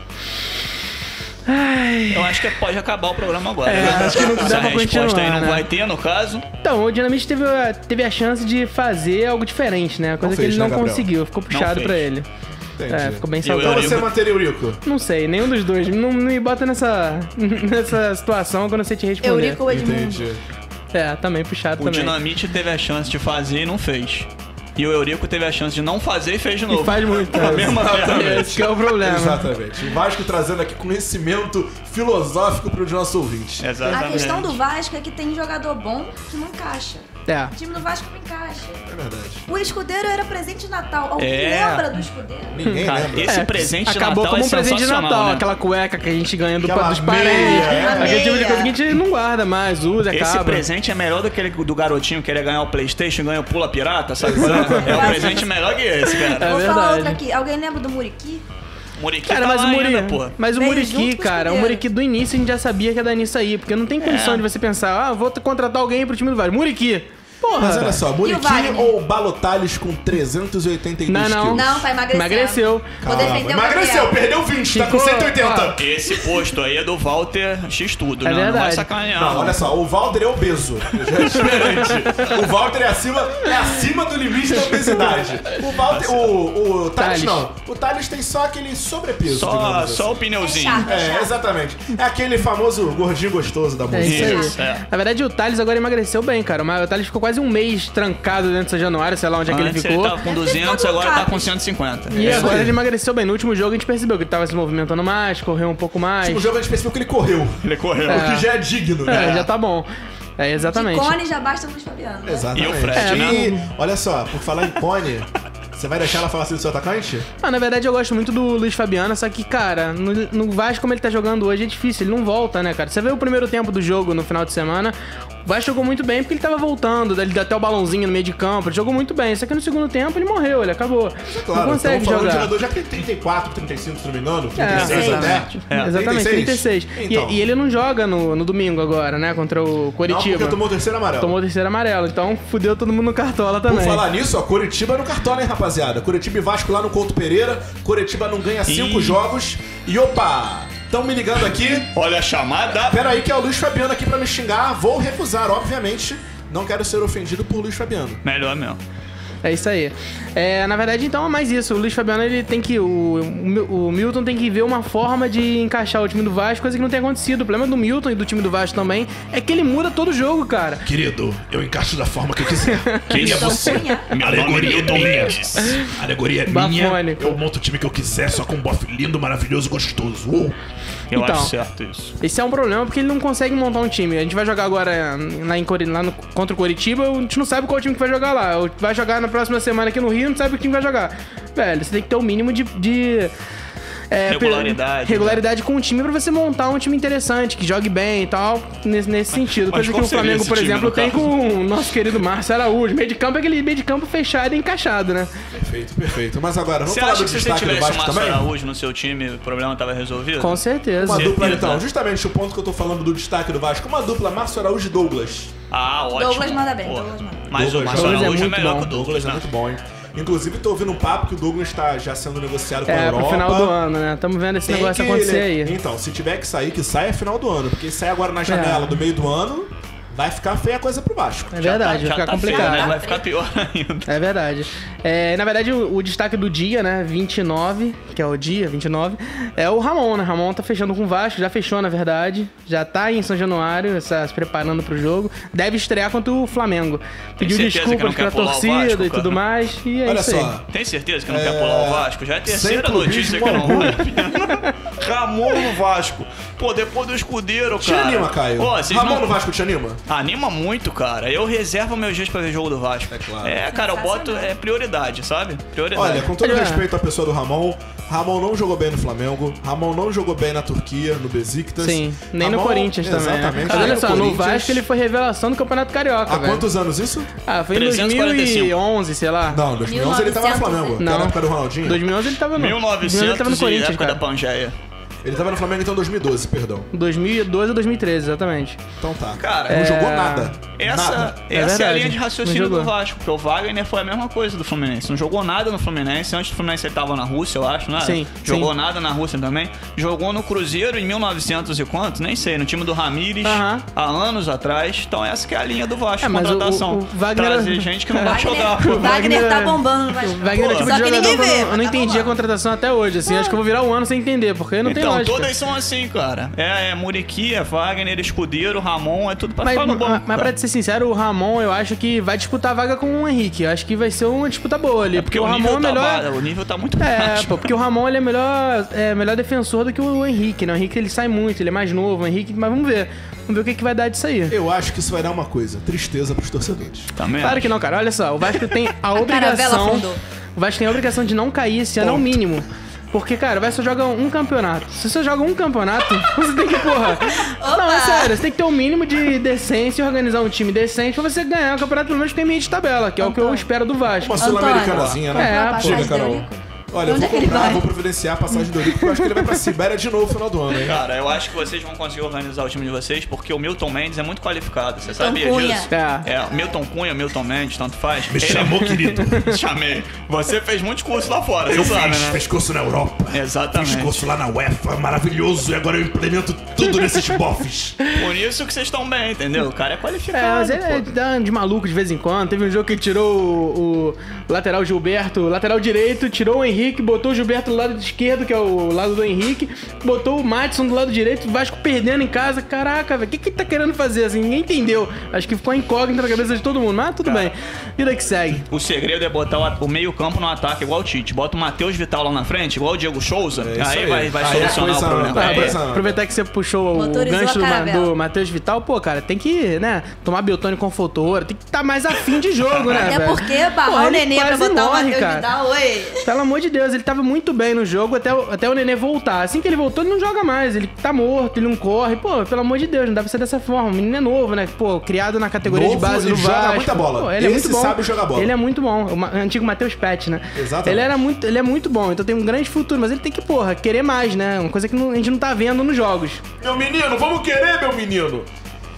Speaker 4: Eu acho que pode acabar o programa agora.
Speaker 3: É,
Speaker 4: né?
Speaker 3: acho que não dá
Speaker 4: Essa
Speaker 3: pra
Speaker 4: resposta aí
Speaker 3: continuar,
Speaker 4: não
Speaker 3: né?
Speaker 4: vai ter, no caso.
Speaker 3: Então, o Dinamite teve a, teve a chance de fazer algo diferente, né? Coisa que
Speaker 4: fez,
Speaker 3: ele
Speaker 4: né,
Speaker 3: não
Speaker 4: Gabriel?
Speaker 3: conseguiu, ficou
Speaker 4: Não
Speaker 3: puxado
Speaker 4: fez.
Speaker 3: pra ele. É, ficou bem saudável.
Speaker 2: Então você manteria Eurico?
Speaker 3: Não sei, nenhum dos dois. Não, não me bota nessa, nessa situação que eu não sei te responder.
Speaker 5: Eurico ou Edmundo?
Speaker 2: Entendi.
Speaker 3: É, também puxado
Speaker 4: O
Speaker 3: também.
Speaker 4: Dinamite teve a chance de fazer e não fez. E o Eurico teve a chance de não fazer e fez de novo.
Speaker 3: E faz muito.
Speaker 4: A mesma
Speaker 2: Exatamente.
Speaker 3: Esse que é o problema.
Speaker 2: Exatamente. O Vasco trazendo aqui conhecimento filosófico pro nosso ouvinte.
Speaker 3: É,
Speaker 5: A questão do Vasco é que tem jogador bom que não encaixa.
Speaker 3: É.
Speaker 5: O time do Vasco não encaixa.
Speaker 2: É verdade.
Speaker 5: O escudeiro era presente de Natal. Alguém
Speaker 3: É.
Speaker 5: lembra do escudeiro?
Speaker 2: Ninguém
Speaker 4: Cara,
Speaker 2: lembra.
Speaker 4: esse
Speaker 3: É,
Speaker 4: presente de
Speaker 3: Acabou
Speaker 4: Natal
Speaker 3: como um
Speaker 4: é
Speaker 3: presente de
Speaker 4: sensacional,
Speaker 3: Natal,
Speaker 4: né?
Speaker 3: aquela cueca que a gente ganha do,
Speaker 4: Aquela
Speaker 3: dos parentes.
Speaker 4: meia, é.
Speaker 3: Aquele tipo de coisa que a
Speaker 4: Meia.
Speaker 3: gente não guarda mais, usa,
Speaker 4: Esse
Speaker 3: acaba.
Speaker 4: presente é melhor do que aquele do garotinho que ele ia ganhar o Playstation e ganha o Pula Pirata, sabe? qual é? É um presente melhor que esse,
Speaker 3: É
Speaker 4: cara.
Speaker 5: Vou falar outra aqui. Alguém lembra do Muriqui?
Speaker 4: Muriqui
Speaker 3: Cara,
Speaker 4: tá
Speaker 3: mas
Speaker 4: lá
Speaker 3: o, é Muri,
Speaker 4: ainda, pô.
Speaker 3: mas o
Speaker 5: Veio
Speaker 3: Muriqui,
Speaker 5: junto com o
Speaker 3: cara, o
Speaker 5: escudeiro.
Speaker 3: Muriqui do início a gente já sabia que ia dar nisso aí, porque não tem
Speaker 5: É.
Speaker 3: condição de você pensar, ah, vou t- contratar alguém pro time do Vasco. Muriqui! Porra!
Speaker 2: Mas olha só, Muriqui ou Balotales com 382
Speaker 3: Não, não.
Speaker 2: quilos?
Speaker 5: Não, tá emagrecendo.
Speaker 3: Emagreceu.
Speaker 5: Vou defender o
Speaker 2: Emagreceu,
Speaker 5: Gabriel.
Speaker 2: perdeu 20, tá com
Speaker 4: Ficou-
Speaker 2: 180.
Speaker 4: Ó, Esse posto aí é do Walter X Tudo,
Speaker 2: É
Speaker 4: né? Não vai
Speaker 2: verdade.
Speaker 3: Ah.
Speaker 4: sacanear.
Speaker 2: Não, olha só, o Walter é obeso. Já é diferente. o Walter é acima, é acima do limite da obesidade. O Walter. O, o Thales,
Speaker 4: Thales.
Speaker 2: não. O Thales tem só aquele sobrepeso.
Speaker 4: Só-
Speaker 2: digamos assim.
Speaker 4: só o pneuzinho. É chato, é
Speaker 2: É,
Speaker 4: chato.
Speaker 2: exatamente. É aquele famoso gordinho gostoso da
Speaker 3: É
Speaker 2: música.
Speaker 3: isso aí. Na verdade, o Thales agora emagreceu bem, cara. Mas o Thales ficou quase um mês trancado dentro de Januário, sei lá onde é que ele
Speaker 4: Antes
Speaker 3: ficou.
Speaker 4: tava com 200, agora tá com 150.
Speaker 3: E
Speaker 4: É isso
Speaker 3: agora
Speaker 4: aí.
Speaker 3: ele emagreceu bem. No último jogo a gente percebeu que ele tava se movimentando mais, correu um pouco mais. No
Speaker 2: último jogo a gente percebeu que ele correu.
Speaker 4: Ele correu.
Speaker 2: O que já é digno.
Speaker 3: É, já tá bom. É, exatamente.
Speaker 5: Cone já basta o Luiz Fabiano. né?
Speaker 2: Exatamente. E,
Speaker 3: né?
Speaker 2: olha só, por falar em Cone, você vai deixar ela falar assim do seu atacante?
Speaker 3: Ah, na verdade eu gosto muito do Luiz Fabiano, só que, cara, no, no Vasco como ele tá jogando hoje é difícil, ele não volta, né, cara? Você vê o primeiro tempo do jogo no final de semana, o Vasco jogou muito bem porque ele tava voltando, daí ele deu até o balãozinho no meio de campo, ele jogou muito bem, só que no segundo tempo ele morreu, ele acabou. não consegue
Speaker 2: é estamos falando de
Speaker 3: jogar.
Speaker 2: jogador já que tem 34, 35, se não me engano,
Speaker 3: É,
Speaker 2: 36 até.
Speaker 3: exatamente. É, Exatamente, 36. E-
Speaker 2: Então,
Speaker 3: E, é ele não joga no, no domingo agora, né? Contra o Coritiba.
Speaker 2: porque tomou o terceiro amarelo.
Speaker 3: Tomou o terceiro amarelo, então fudeu todo mundo no cartola também.
Speaker 2: por falar nisso, ó, Curitiba no cartola, hein, rapaziada? Curitiba e Vasco lá no Couto Pereira. Curitiba não ganha 5
Speaker 4: Ih.
Speaker 2: jogos. E opa! Estão me ligando aqui.
Speaker 4: Olha a chamada.
Speaker 2: Pera aí que é o Luiz Fabiano aqui pra me xingar. Vou recusar, obviamente. Não quero ser ofendido por Luiz Fabiano.
Speaker 4: Melhor mesmo.
Speaker 3: É isso aí. É, na verdade, então é mais isso. O Luiz Fabiano ele tem que. O, o Milton tem que ver uma forma de encaixar o time do Vasco, coisa que não tem acontecido. O problema do Milton e do time do Vasco também é que ele muda todo jogo, cara.
Speaker 2: Querido, eu encaixo da forma que eu quiser. Quem é
Speaker 3: Então,
Speaker 2: você?
Speaker 3: punha.
Speaker 2: A Alegoria é
Speaker 3: Meu nome é
Speaker 2: minha.
Speaker 3: Mendes.
Speaker 2: A Alegoria é minha. Eu monto o time que eu quiser, só com um bofe lindo, maravilhoso, gostoso. Uh.
Speaker 3: Eu Então. acho certo
Speaker 4: isso.
Speaker 3: Esse é um problema porque ele não consegue montar um time. A gente vai jogar agora é, lá, em Cori- lá no- contra o Coritiba, a gente não sabe qual time que vai jogar lá. Ou Vai jogar na próxima semana aqui no Rio, não sabe que time vai jogar. Velho, você tem que ter o mínimo de. de, é,
Speaker 4: Regularidade, né?
Speaker 3: pe- regularidade com o time pra você montar um time interessante, que jogue bem e tal, nesse, nesse sentido.
Speaker 4: mas
Speaker 3: Coisa que
Speaker 4: qual
Speaker 3: o
Speaker 4: seria
Speaker 3: Flamengo,
Speaker 4: esse
Speaker 3: por
Speaker 4: time,
Speaker 3: exemplo,
Speaker 4: no
Speaker 3: tem
Speaker 4: caso?
Speaker 3: com o nosso querido Márcio Araújo. Meio de campo é aquele meio de campo fechado e encaixado, né?
Speaker 2: Perfeito, perfeito. Mas agora, vamos
Speaker 4: Você
Speaker 2: falar
Speaker 4: acha
Speaker 2: do
Speaker 4: que se você
Speaker 2: destaque do
Speaker 4: tivesse o
Speaker 2: Vasco
Speaker 4: Márcio
Speaker 2: também?
Speaker 4: Araújo no seu time, o problema tava resolvido?
Speaker 3: Com certeza.
Speaker 2: Uma dupla,
Speaker 4: Certeza.
Speaker 2: então. Justamente o ponto que eu tô falando do destaque do Vasco. Uma dupla, Márcio Araújo e Douglas.
Speaker 4: Ah, ótimo.
Speaker 5: Douglas manda bem. Douglas manda bem.
Speaker 4: Mas o Márcio Araújo é melhor que o Douglas.
Speaker 2: Douglas é muito bom, hein? Inclusive, tô ouvindo um papo que o Douglas tá já sendo negociado com a
Speaker 3: É,
Speaker 2: Europa.
Speaker 3: pro final do ano, né? Estamos vendo esse
Speaker 2: Tem
Speaker 3: negócio
Speaker 2: que-
Speaker 3: acontecer aí.
Speaker 2: Então, se tiver que sair, que saia é final do ano. Porque sair agora na janela do meio do ano, vai ficar feia a coisa pro Vasco.
Speaker 3: É verdade,
Speaker 4: tá-
Speaker 3: vai ficar complicado.
Speaker 4: né? Vai ficar pior ainda.
Speaker 3: É verdade. É, na verdade, o, o destaque do dia, né? 29, que é o dia, 29, é o Ramon, né? Ramon tá fechando com o Vasco, já fechou, na verdade. Já tá em São Januário, está se preparando pro jogo. Deve estrear contra o Flamengo. Pediu
Speaker 4: certeza que não
Speaker 3: desculpas
Speaker 4: quer
Speaker 3: pra
Speaker 4: pular o
Speaker 3: torcida
Speaker 4: Vasco,
Speaker 3: e tudo
Speaker 4: cara?
Speaker 3: mais. E é isso aí.
Speaker 4: Tem certeza que não
Speaker 2: É,
Speaker 4: quer pular o Vasco? Já é a terceira
Speaker 2: sem clubismo
Speaker 4: notícia que não
Speaker 2: algum.
Speaker 4: vale a pena. Ramon no Vasco. Pô, depois do escudeiro, cara.
Speaker 2: Te anima, Caio.
Speaker 4: Pô, vocês
Speaker 2: Ramon
Speaker 4: não-
Speaker 2: no Vasco te anima?
Speaker 4: Anima muito, cara. Eu reservo meus dias pra ver jogo do Vasco. É claro. É, cara, eu boto. É prioridade, sabe? Prioridade.
Speaker 2: Olha, com todo
Speaker 3: É.
Speaker 2: respeito à pessoa do Ramon, Ramon não jogou bem no Flamengo, Ramon não jogou bem na Turquia, no Besiktas.
Speaker 3: Sim, nem no
Speaker 2: Ramon-
Speaker 3: Corinthians também. né?
Speaker 2: Exatamente.
Speaker 3: Mas olha
Speaker 2: nem
Speaker 3: só, no
Speaker 2: Corinthians.
Speaker 3: Vasco ele foi revelação do Campeonato Carioca,
Speaker 2: Há
Speaker 3: velho.
Speaker 2: quantos anos isso?
Speaker 3: Ah, foi em 2011, sei lá.
Speaker 2: Não, 2011 ele tava no Flamengo. Tá
Speaker 3: Não.
Speaker 2: Na época do Ronaldinho?
Speaker 3: 2011 ele tava no-
Speaker 4: 1900
Speaker 3: ele tava no
Speaker 4: e
Speaker 3: Corinthians,
Speaker 4: época
Speaker 3: cara.
Speaker 4: da Pangeia.
Speaker 2: Ele tava no Flamengo então em 2012, perdão.
Speaker 3: 2012 ou 2013, exatamente.
Speaker 2: Então tá.
Speaker 4: Cara,
Speaker 3: É,
Speaker 4: Essa, essa é, a
Speaker 3: verdade,
Speaker 4: linha de
Speaker 3: não
Speaker 4: raciocínio
Speaker 3: jogou.
Speaker 4: do Vasco, porque o Wagner foi a mesma coisa do Fluminense. Não jogou nada no Fluminense, antes do Fluminense ele tava na Rússia, eu acho, né?
Speaker 3: Sim,
Speaker 4: Jogou
Speaker 3: sim.
Speaker 4: nada na Rússia também. Jogou no Cruzeiro em 1900 e quanto? Nem sei, no time do Ramires, há anos atrás. Então essa que é a linha do Vasco,
Speaker 3: É, mas o-
Speaker 4: contratação.
Speaker 3: o- o Wagner-
Speaker 4: Trazer gente que não vai
Speaker 3: Wagner-
Speaker 4: jogar.
Speaker 3: o Wagner tá
Speaker 5: bombando,
Speaker 3: O Wagner é tipo
Speaker 4: Pô, só
Speaker 3: de
Speaker 4: que
Speaker 3: jogador
Speaker 4: ninguém
Speaker 3: que eu
Speaker 4: vê,
Speaker 3: não- eu não entendi a contratação até hoje, assim. Acho que eu vou virar um ano sem entender, porque não tem
Speaker 4: então,
Speaker 3: lógica.
Speaker 4: todas são assim, cara. É, é Muriqui, é Wagner, Escudeiro, Ramon, é tudo pra
Speaker 3: Mas,
Speaker 4: ficar no banco.
Speaker 3: mas
Speaker 4: cara.
Speaker 3: pra te ser sincero, o Ramon eu acho que vai disputar a vaga com o Henrique. Eu acho que vai ser uma disputa boa ali. porque,
Speaker 4: Porque o,
Speaker 3: Ramon é
Speaker 4: nível tá
Speaker 3: melhor.
Speaker 4: ba- o nível tá muito
Speaker 3: É,
Speaker 4: baixo.
Speaker 3: pô, porque o Ramon ele é melhor, é melhor defensor do que o Henrique, né? O Henrique ele sai muito, ele é mais novo, o Henrique, mas vamos ver. Vamos ver o que, que vai dar disso aí.
Speaker 2: Eu acho que isso vai dar uma coisa, tristeza pros torcedores.
Speaker 4: Também.
Speaker 3: Claro que não, cara. Olha só, o Vasco tem a obrigação.
Speaker 2: afundou.
Speaker 3: o Vasco tem a obrigação de não cair esse ano ao mínimo. Porque, cara, o Vasco só joga um campeonato. Se você joga um campeonato, você tem que, porra. Não, é sério, você tem que ter o mínimo de decência e organizar um time decente pra você ganhar o campeonato, pelo menos tem meio de tabela, que é o que eu espero do Vasco.
Speaker 2: Uma sul-americanazinha, né?
Speaker 3: É, pô.
Speaker 2: Chega, Carol. Olha, eu vou
Speaker 3: Onde é que ele
Speaker 2: comprar,
Speaker 3: vai?
Speaker 2: vou providenciar a passagem do Eurico, porque eu acho que ele vai pra Sibéria de novo no final do ano, hein?
Speaker 4: Cara, eu acho que vocês vão conseguir organizar o time de vocês, porque o Milton Mendes é muito qualificado. Você sabia
Speaker 3: Cunha.
Speaker 4: disso?
Speaker 3: É.
Speaker 4: o Milton Cunha, Milton Mendes, tanto faz.
Speaker 2: Me chamou,
Speaker 4: querido. Chamei. Você fez muitos cursos lá fora,
Speaker 15: Eu
Speaker 4: você sabe,
Speaker 15: fiz,
Speaker 4: né?
Speaker 15: fiz curso na Europa.
Speaker 4: Exatamente.
Speaker 15: Fiz curso lá na UEFA, maravilhoso. E agora eu implemento tudo nesses bofs.
Speaker 4: Por isso que vocês estão bem, entendeu? O cara é qualificado.
Speaker 3: É, mas ele
Speaker 4: pô.
Speaker 3: é dá de maluco de vez em quando. Teve um jogo que ele tirou o, o lateral Gilberto, lateral direito, tirou o Henrique, botou o Gilberto do lado esquerdo, que é o lado do Henrique, botou o Matson do lado direito, o Vasco perdendo em casa. Caraca, velho, o que que ele tá querendo fazer assim? Ninguém entendeu. Acho que ficou incógnita na cabeça de todo mundo, mas tudo bem. Vida que segue.
Speaker 4: O segredo é botar o, o meio-campo no ataque, igual o Tite. Bota o Matheus Vital lá na frente, igual o Diego Souza.
Speaker 2: isso
Speaker 4: aí,
Speaker 2: aí.
Speaker 4: vai, vai
Speaker 2: Aí a
Speaker 4: solucionar
Speaker 2: coisa
Speaker 4: o problema.
Speaker 2: anda, a
Speaker 4: É.
Speaker 2: coisa
Speaker 3: Ah, Aproveitar que você puxou
Speaker 4: Motorizou
Speaker 3: o gancho
Speaker 4: a
Speaker 3: do, Ma-
Speaker 4: caravela.
Speaker 3: do Matheus Vital, pô, cara, tem que, né, tomar Beltônico Confortora, tem que estar mais afim de jogo, né,
Speaker 5: Até
Speaker 3: velho?
Speaker 5: porque barrar
Speaker 3: Pô,
Speaker 5: o
Speaker 3: ele
Speaker 5: neném pra
Speaker 3: quase
Speaker 5: botar o
Speaker 3: morre,
Speaker 5: Matheus
Speaker 3: cara.
Speaker 5: Vidal, oi.
Speaker 3: Pelo amor de Deus, ele tava muito bem no jogo até o, até o Nenê voltar. Assim que ele voltou, ele não joga mais. Ele tá morto, ele não corre. Pô, pelo amor de Deus, não dá pra ser dessa forma. O menino é novo, né? Pô, criado na categoria
Speaker 2: Novo,
Speaker 3: de base
Speaker 2: ele
Speaker 3: do
Speaker 2: joga
Speaker 3: Vasco.
Speaker 2: muita bola.
Speaker 3: Pô, ele é
Speaker 2: Esse
Speaker 3: muito bom.
Speaker 2: sabe jogar bola.
Speaker 3: Ele é muito bom. O ma- antigo Matheus Pet, né?
Speaker 2: Exatamente.
Speaker 3: Ele, era muito, ele é muito bom, então tem um grande futuro. Mas ele tem que, porra, querer mais, né? Uma coisa que não- a gente não tá vendo nos jogos.
Speaker 2: Meu menino, vamos querer, meu menino.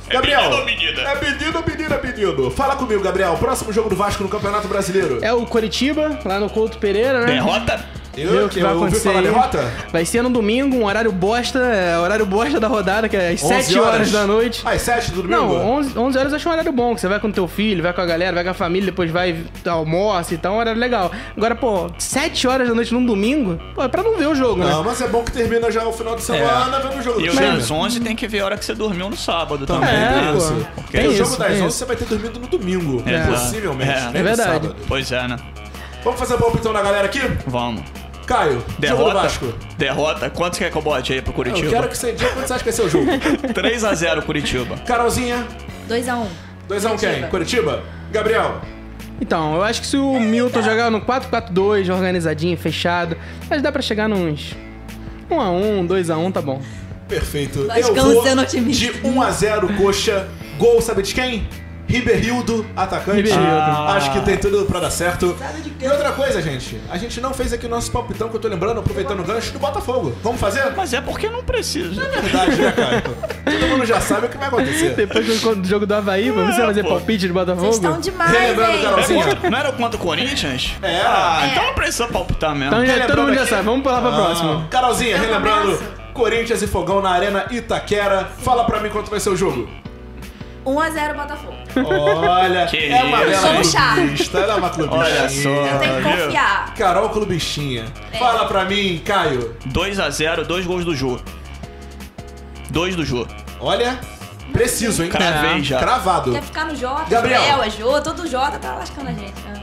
Speaker 2: Gabriel.
Speaker 3: menino ou
Speaker 2: menina? É pedido ou menina, pedido? Fala comigo, Gabriel. Próximo jogo do Vasco no Campeonato Brasileiro.
Speaker 3: É o Coritiba, lá no Couto Pereira, né?
Speaker 4: Derrota?
Speaker 2: Eu,
Speaker 3: Ver o
Speaker 2: eu,
Speaker 3: que vai
Speaker 2: ouvi
Speaker 3: acontecer.
Speaker 2: falar
Speaker 3: aí.
Speaker 2: derrota?
Speaker 3: Vai ser no domingo, um horário bosta, é, horário bosta da rodada, que é às
Speaker 2: 11
Speaker 3: 7 horas. da noite.
Speaker 2: Às 7 Ah, é do domingo?
Speaker 3: Não, 11, 11 horas eu acho um horário bom, que você vai com teu filho, vai com a galera, vai com a família, depois vai almoça e tal, é um horário legal. Agora, pô, 7 horas da noite num domingo, pô, é pra não ver o jogo, né?
Speaker 2: Não, mas é bom que termina já o final de semana
Speaker 4: É.
Speaker 2: vendo o jogo
Speaker 4: E
Speaker 2: do
Speaker 4: o
Speaker 2: time.
Speaker 4: das 11 tem que ver a hora que você dormiu no sábado também.
Speaker 2: É,
Speaker 4: né?
Speaker 2: isso.
Speaker 4: Porque
Speaker 2: Tem o jogo das 11 você vai ter dormido no domingo.
Speaker 4: É.
Speaker 2: Possivelmente.
Speaker 4: É.
Speaker 2: né, no
Speaker 4: É verdade.
Speaker 2: sábado.
Speaker 4: Pois é, né?
Speaker 2: Vamos fazer palpitão na galera aqui?
Speaker 4: Vamos.
Speaker 2: Caio, jogo do
Speaker 4: Derrota.
Speaker 2: Vasco.
Speaker 4: Derrota. Quanto quer que eu bote aí pro Curitiba?
Speaker 2: Eu quero que você diga quanto você acha que vai ser o jogo.
Speaker 4: 3x0 Curitiba.
Speaker 2: Carolzinha.
Speaker 5: 2x1.
Speaker 2: 2x1 quem? Curitiba? Gabriel.
Speaker 3: Então, eu acho que se o Milton jogar no 4-4-2, organizadinho, fechado, mas dá pra chegar nos 1x1, 2x1, tá bom.
Speaker 2: Perfeito.
Speaker 3: Vascão
Speaker 2: eu vou um
Speaker 3: sendo
Speaker 2: de 1 a 0 coxa. Gol, sabe de quem? Riberildo, atacante.
Speaker 3: Riberildo.
Speaker 2: Ah. Acho que tem tudo pra dar certo. E outra coisa, gente, a gente não fez aqui o nosso palpitão que eu tô lembrando, aproveitando o gancho do Botafogo. Vamos fazer?
Speaker 4: Mas é porque não precisa.
Speaker 2: É verdade, né, cara? Todo mundo já sabe o que vai acontecer.
Speaker 3: Depois do, do jogo do Havaí, pra você fazer palpite de Botafogo?
Speaker 5: Vocês estão demais, hein?
Speaker 4: É contra- não era contra o Corinthians?
Speaker 2: É.
Speaker 4: Ah, então não precisa palpitar mesmo.
Speaker 3: Então já, todo mundo já
Speaker 2: aqui?
Speaker 3: sabe, vamos lá pra
Speaker 2: Ah,
Speaker 3: próxima.
Speaker 2: Carolzinha, relembrando, Corinthians e Fogão na Arena Itaquera. Fala pra mim quanto vai ser o jogo.
Speaker 5: 1x0 Botafogo.
Speaker 2: Olha,
Speaker 4: Que
Speaker 2: é uma
Speaker 4: isso,
Speaker 2: bela
Speaker 4: hein?
Speaker 2: clubista, ela é uma clubistinha.
Speaker 4: Olha só,
Speaker 5: Tem que
Speaker 4: viu?
Speaker 5: confiar.
Speaker 2: Carol clubistinha.
Speaker 5: É.
Speaker 2: Fala pra mim, Caio.
Speaker 4: 2x0, dois gols do Jô. Dois do Jô.
Speaker 2: Olha, preciso, hein?
Speaker 4: Cravei
Speaker 2: É.
Speaker 4: já.
Speaker 2: Cravado.
Speaker 5: Quer ficar no Jota,
Speaker 2: Gabriel.
Speaker 5: Gabriel, a Jô, todo Jota tá lascando a gente. Ah.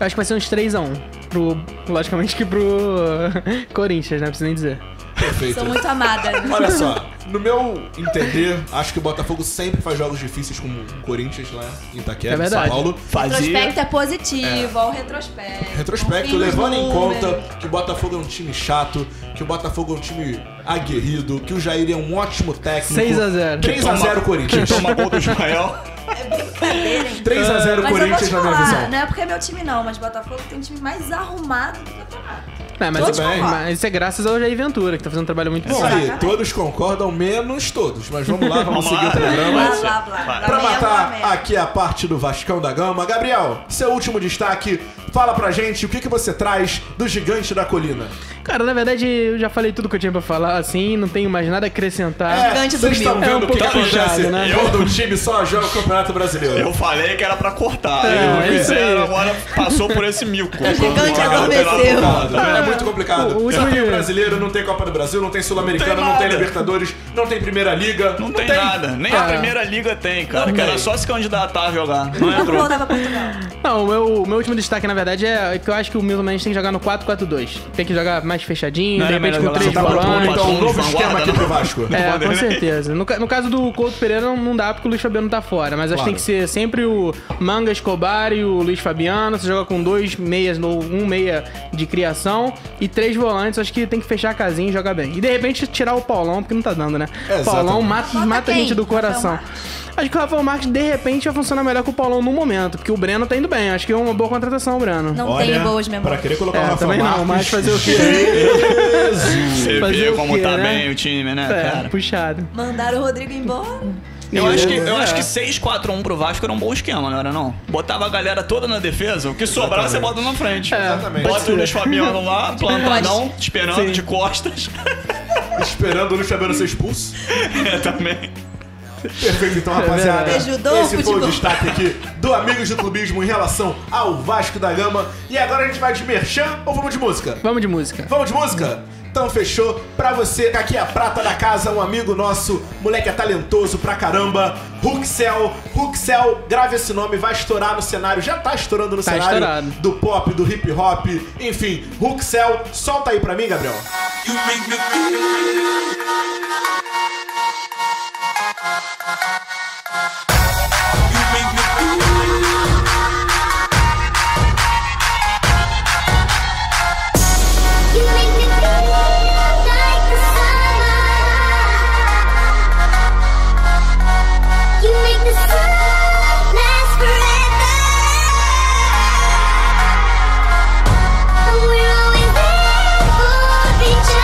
Speaker 3: Eu acho que vai ser uns 3x1. Pro, logicamente que pro Corinthians, né? Não precisa nem dizer.
Speaker 2: Perfeito.
Speaker 5: Sou muito amada.
Speaker 2: Olha só, no meu entender, acho que o Botafogo sempre faz jogos difíceis com o Corinthians lá em
Speaker 3: É
Speaker 2: Itaquera, em São
Speaker 3: verdade.
Speaker 2: Paulo.
Speaker 5: Retrospecto é positivo, ó, o retrospecto.
Speaker 2: Retrospecto,
Speaker 5: Confia nos
Speaker 2: levando em
Speaker 5: números.
Speaker 2: conta que o Botafogo é um time chato, que o Botafogo é um time aguerrido, que o Jair é um ótimo técnico.
Speaker 3: 6 a 0.
Speaker 2: 3x0 Corinthians.
Speaker 4: Quem toma gol do Ismael.
Speaker 5: Brincadeira, hein?
Speaker 2: 3x0
Speaker 5: Mas eu vou
Speaker 2: Corinthians
Speaker 5: te
Speaker 2: na minha
Speaker 5: falar,
Speaker 2: visão.
Speaker 5: não é porque é meu time não, mas Botafogo tem um time mais arrumado do campeonato.
Speaker 3: É, mas,
Speaker 5: Todos
Speaker 2: bem.
Speaker 5: concordaram.
Speaker 3: mas isso é graças ao Jair Ventura, que tá fazendo um trabalho muito bom.
Speaker 2: Isso aí, todos concordam, menos todos. Mas vamos lá, vamos,
Speaker 4: Vamos
Speaker 2: seguir
Speaker 4: lá.
Speaker 2: o programa.
Speaker 5: Blá, blá, blá. Blá,
Speaker 2: Pra
Speaker 5: blá,
Speaker 2: matar
Speaker 5: blá.
Speaker 2: aqui a parte do Vascão da Gama, Gabriel, seu último destaque, fala pra gente o que, que você traz do Gigante da Colina.
Speaker 3: Cara, na verdade, eu já falei tudo que eu tinha pra falar, assim, não tenho mais nada a acrescentar.
Speaker 5: Gigante
Speaker 2: vocês
Speaker 5: dormiu.
Speaker 2: estão vendo
Speaker 3: É um
Speaker 2: o que, que
Speaker 3: pouco
Speaker 2: acontece
Speaker 3: puxado, né?
Speaker 2: quando um time só joga o Campeonato Brasileiro.
Speaker 4: Eu falei que era pra cortar.
Speaker 3: É,
Speaker 4: eu
Speaker 3: é isso aí. É
Speaker 4: fizeram, agora passou por esse mico.
Speaker 5: gigante
Speaker 4: Agora pela
Speaker 5: adormeceu.
Speaker 4: porrada.
Speaker 2: É muito complicado.
Speaker 3: O- o último
Speaker 2: não tem
Speaker 3: dia.
Speaker 2: brasileiro, não tem Copa do Brasil, não tem Sul-Americano,
Speaker 4: Não
Speaker 2: não,
Speaker 4: tem
Speaker 2: tem
Speaker 4: nada.
Speaker 2: Libertadores, não tem Primeira Liga.
Speaker 4: Não, tem, nada. Nem
Speaker 3: Ah.
Speaker 4: a primeira liga tem, cara.
Speaker 2: Não
Speaker 4: que era
Speaker 2: tem.
Speaker 4: só se candidatar a jogar. Não é
Speaker 5: Vamos
Speaker 4: entrou.
Speaker 5: voltar pra Portugal.
Speaker 3: Não, o meu, o meu último destaque, na verdade, é que eu acho que o Milton Mendes tem que jogar no 4-4-2. Tem que jogar mais fechadinho,
Speaker 4: Não
Speaker 3: de
Speaker 4: era
Speaker 3: repente com
Speaker 4: melhor
Speaker 3: três
Speaker 4: jogar no
Speaker 2: Propondo,
Speaker 3: volantes.
Speaker 2: então, um
Speaker 4: Botafogo
Speaker 2: novo
Speaker 4: de
Speaker 2: esquema
Speaker 4: vanguarda,
Speaker 2: aqui
Speaker 4: né?
Speaker 2: pro Vasco.
Speaker 3: É, com
Speaker 4: Vanderlei.
Speaker 3: certeza. No, ca- no caso do Couto Pereira, não, não dá porque o Luiz Fabiano tá fora. Mas acho que tem que ser sempre o Manga Escobar e o Luiz Fabiano. Você joga com dois meias, ou um meia de criação e três volantes. Acho que tem que fechar a casinha e jogar bem. E de repente tirar o Paulão, porque não tá dando, né?
Speaker 2: Exatamente.
Speaker 3: Paulão mata,
Speaker 5: Bota
Speaker 3: mata a
Speaker 5: quem?
Speaker 3: gente do coração.
Speaker 5: Rafael
Speaker 3: Acho que o Rafael Marques, de repente, vai funcionar melhor que o Paulão no momento, porque o Breno tá indo bem. Acho que é uma boa contratação, o Breno.
Speaker 5: Não tenho boas
Speaker 2: pra
Speaker 5: memórias.
Speaker 2: querer colocar o
Speaker 3: É,
Speaker 2: Rafa
Speaker 3: também não, mas
Speaker 2: Marques,
Speaker 3: fazer o quê?
Speaker 4: Você
Speaker 3: Fazer
Speaker 4: vê
Speaker 3: o
Speaker 4: como
Speaker 3: quê,
Speaker 4: tá
Speaker 3: né?
Speaker 4: bem o time, né,
Speaker 3: É,
Speaker 4: cara?
Speaker 3: puxado.
Speaker 5: Mandaram o Rodrigo embora.
Speaker 4: Eu acho que, eu
Speaker 3: É.
Speaker 4: acho que 6-4-1 pro Vasco era um bom esquema, não era não? Botava a galera toda na defesa, o que sobrar você bota na frente.
Speaker 2: Exatamente.
Speaker 4: Bota o Luiz Fabiano lá, plantadão, esperando
Speaker 3: Sim.
Speaker 4: de costas.
Speaker 2: esperando o Luiz Fabiano ser expulso.
Speaker 4: é, também.
Speaker 2: Perfeito, então,
Speaker 3: É
Speaker 2: rapaziada.
Speaker 5: verdade. Ajudou o
Speaker 2: Esse foi o
Speaker 5: futebol.
Speaker 2: destaque aqui do Amigos do Clubismo em relação ao Vasco da Gama. E agora a gente vai de merchan ou vamos de música?
Speaker 3: Vamos de música.
Speaker 2: Vamos de música? Então fechou. Pra você, tá aqui a prata da casa, um amigo nosso, moleque é talentoso pra caramba, Ruxel. Ruxel, grave esse nome, vai estourar no cenário, já tá estourando no
Speaker 3: Tá
Speaker 2: cenário
Speaker 3: estourado.
Speaker 2: do pop, do hip hop, enfim. Ruxel, solta aí pra mim, Gabriel.
Speaker 13: They sing the song.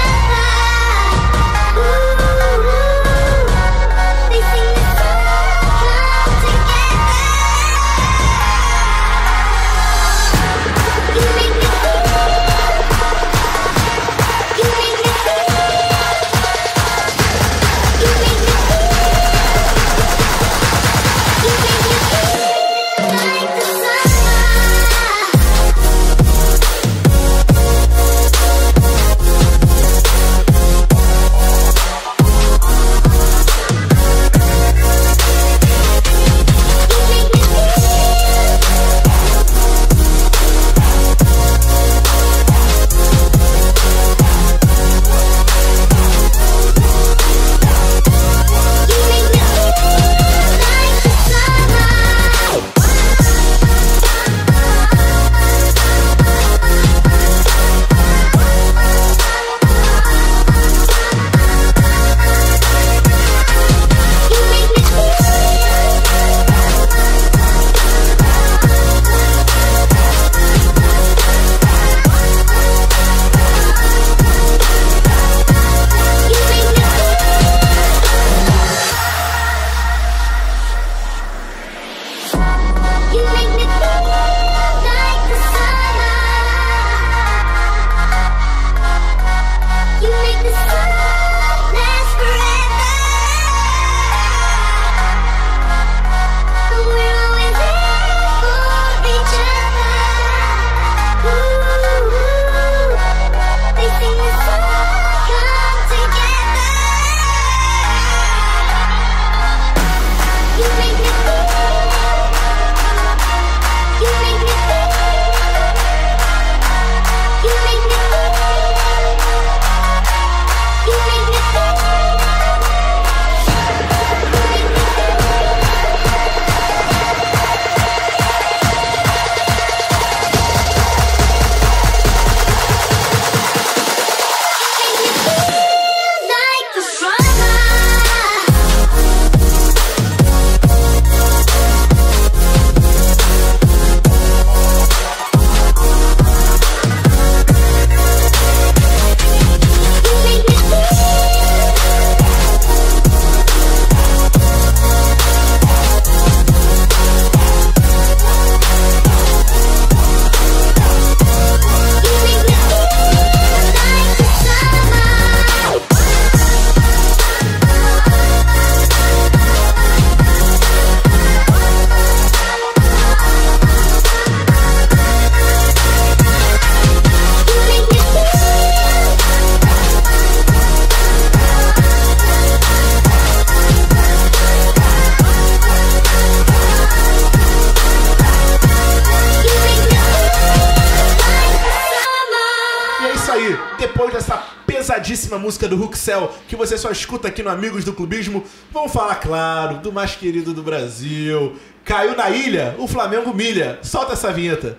Speaker 2: é depois dessa pesadíssima música do Huxel, que você só escuta aqui no Amigos do Clubismo, vamos falar, claro, do mais querido do Brasil. Caiu na ilha, o Flamengo milha. Solta essa vinheta.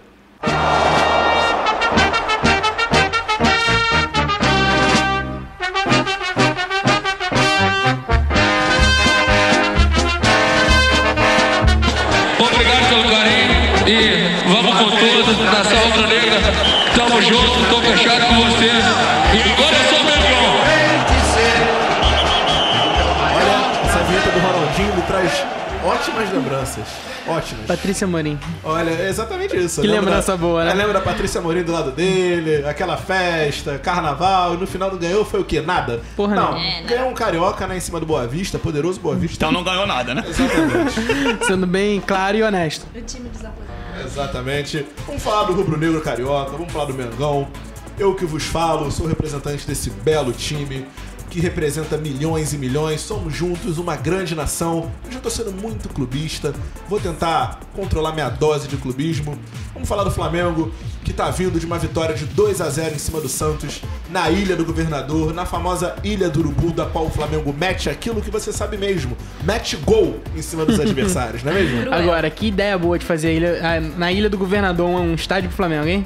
Speaker 16: Obrigado pelo carinho e vamos com tudo, nação rubro-negra. Tamo junto, tô fechado com vocês. E agora é eu sou Mengão.
Speaker 2: Olha, essa vinheta do Ronaldinho me traz ótimas lembranças. Ótimas.
Speaker 3: Patrícia Morim.
Speaker 2: Olha, é exatamente isso.
Speaker 3: Que
Speaker 2: Eu lembro
Speaker 3: lembrança
Speaker 2: da-
Speaker 3: boa, né?
Speaker 2: Eu lembro da Patrícia Morim do lado dele, aquela festa, carnaval, e no final não ganhou foi o quê? Nada? Porra, não.
Speaker 4: não. É,
Speaker 2: ganhou um carioca, né, em cima do Boa Vista, poderoso Boa Vista.
Speaker 4: Então não ganhou nada, né?
Speaker 3: Sendo bem claro e honesto.
Speaker 5: O time dos aposentados.
Speaker 2: Exatamente. Vamos falar do rubro-negro carioca, vamos falar do Mengão. Eu que vos falo, sou representante desse belo time que representa milhões e milhões. Somos juntos uma grande nação. Eu já tô sendo muito clubista. Vou tentar controlar minha dose de clubismo. Vamos falar do Flamengo, que tá vindo de uma vitória de 2 a 0 em cima do Santos, na Ilha do Governador, na famosa Ilha do Urubu, da qual o Flamengo mete aquilo que você sabe mesmo. Mete gol em cima dos adversários, não é mesmo?
Speaker 3: Agora, que ideia boa de fazer a ilha- a- na Ilha do Governador um estádio pro Flamengo, hein?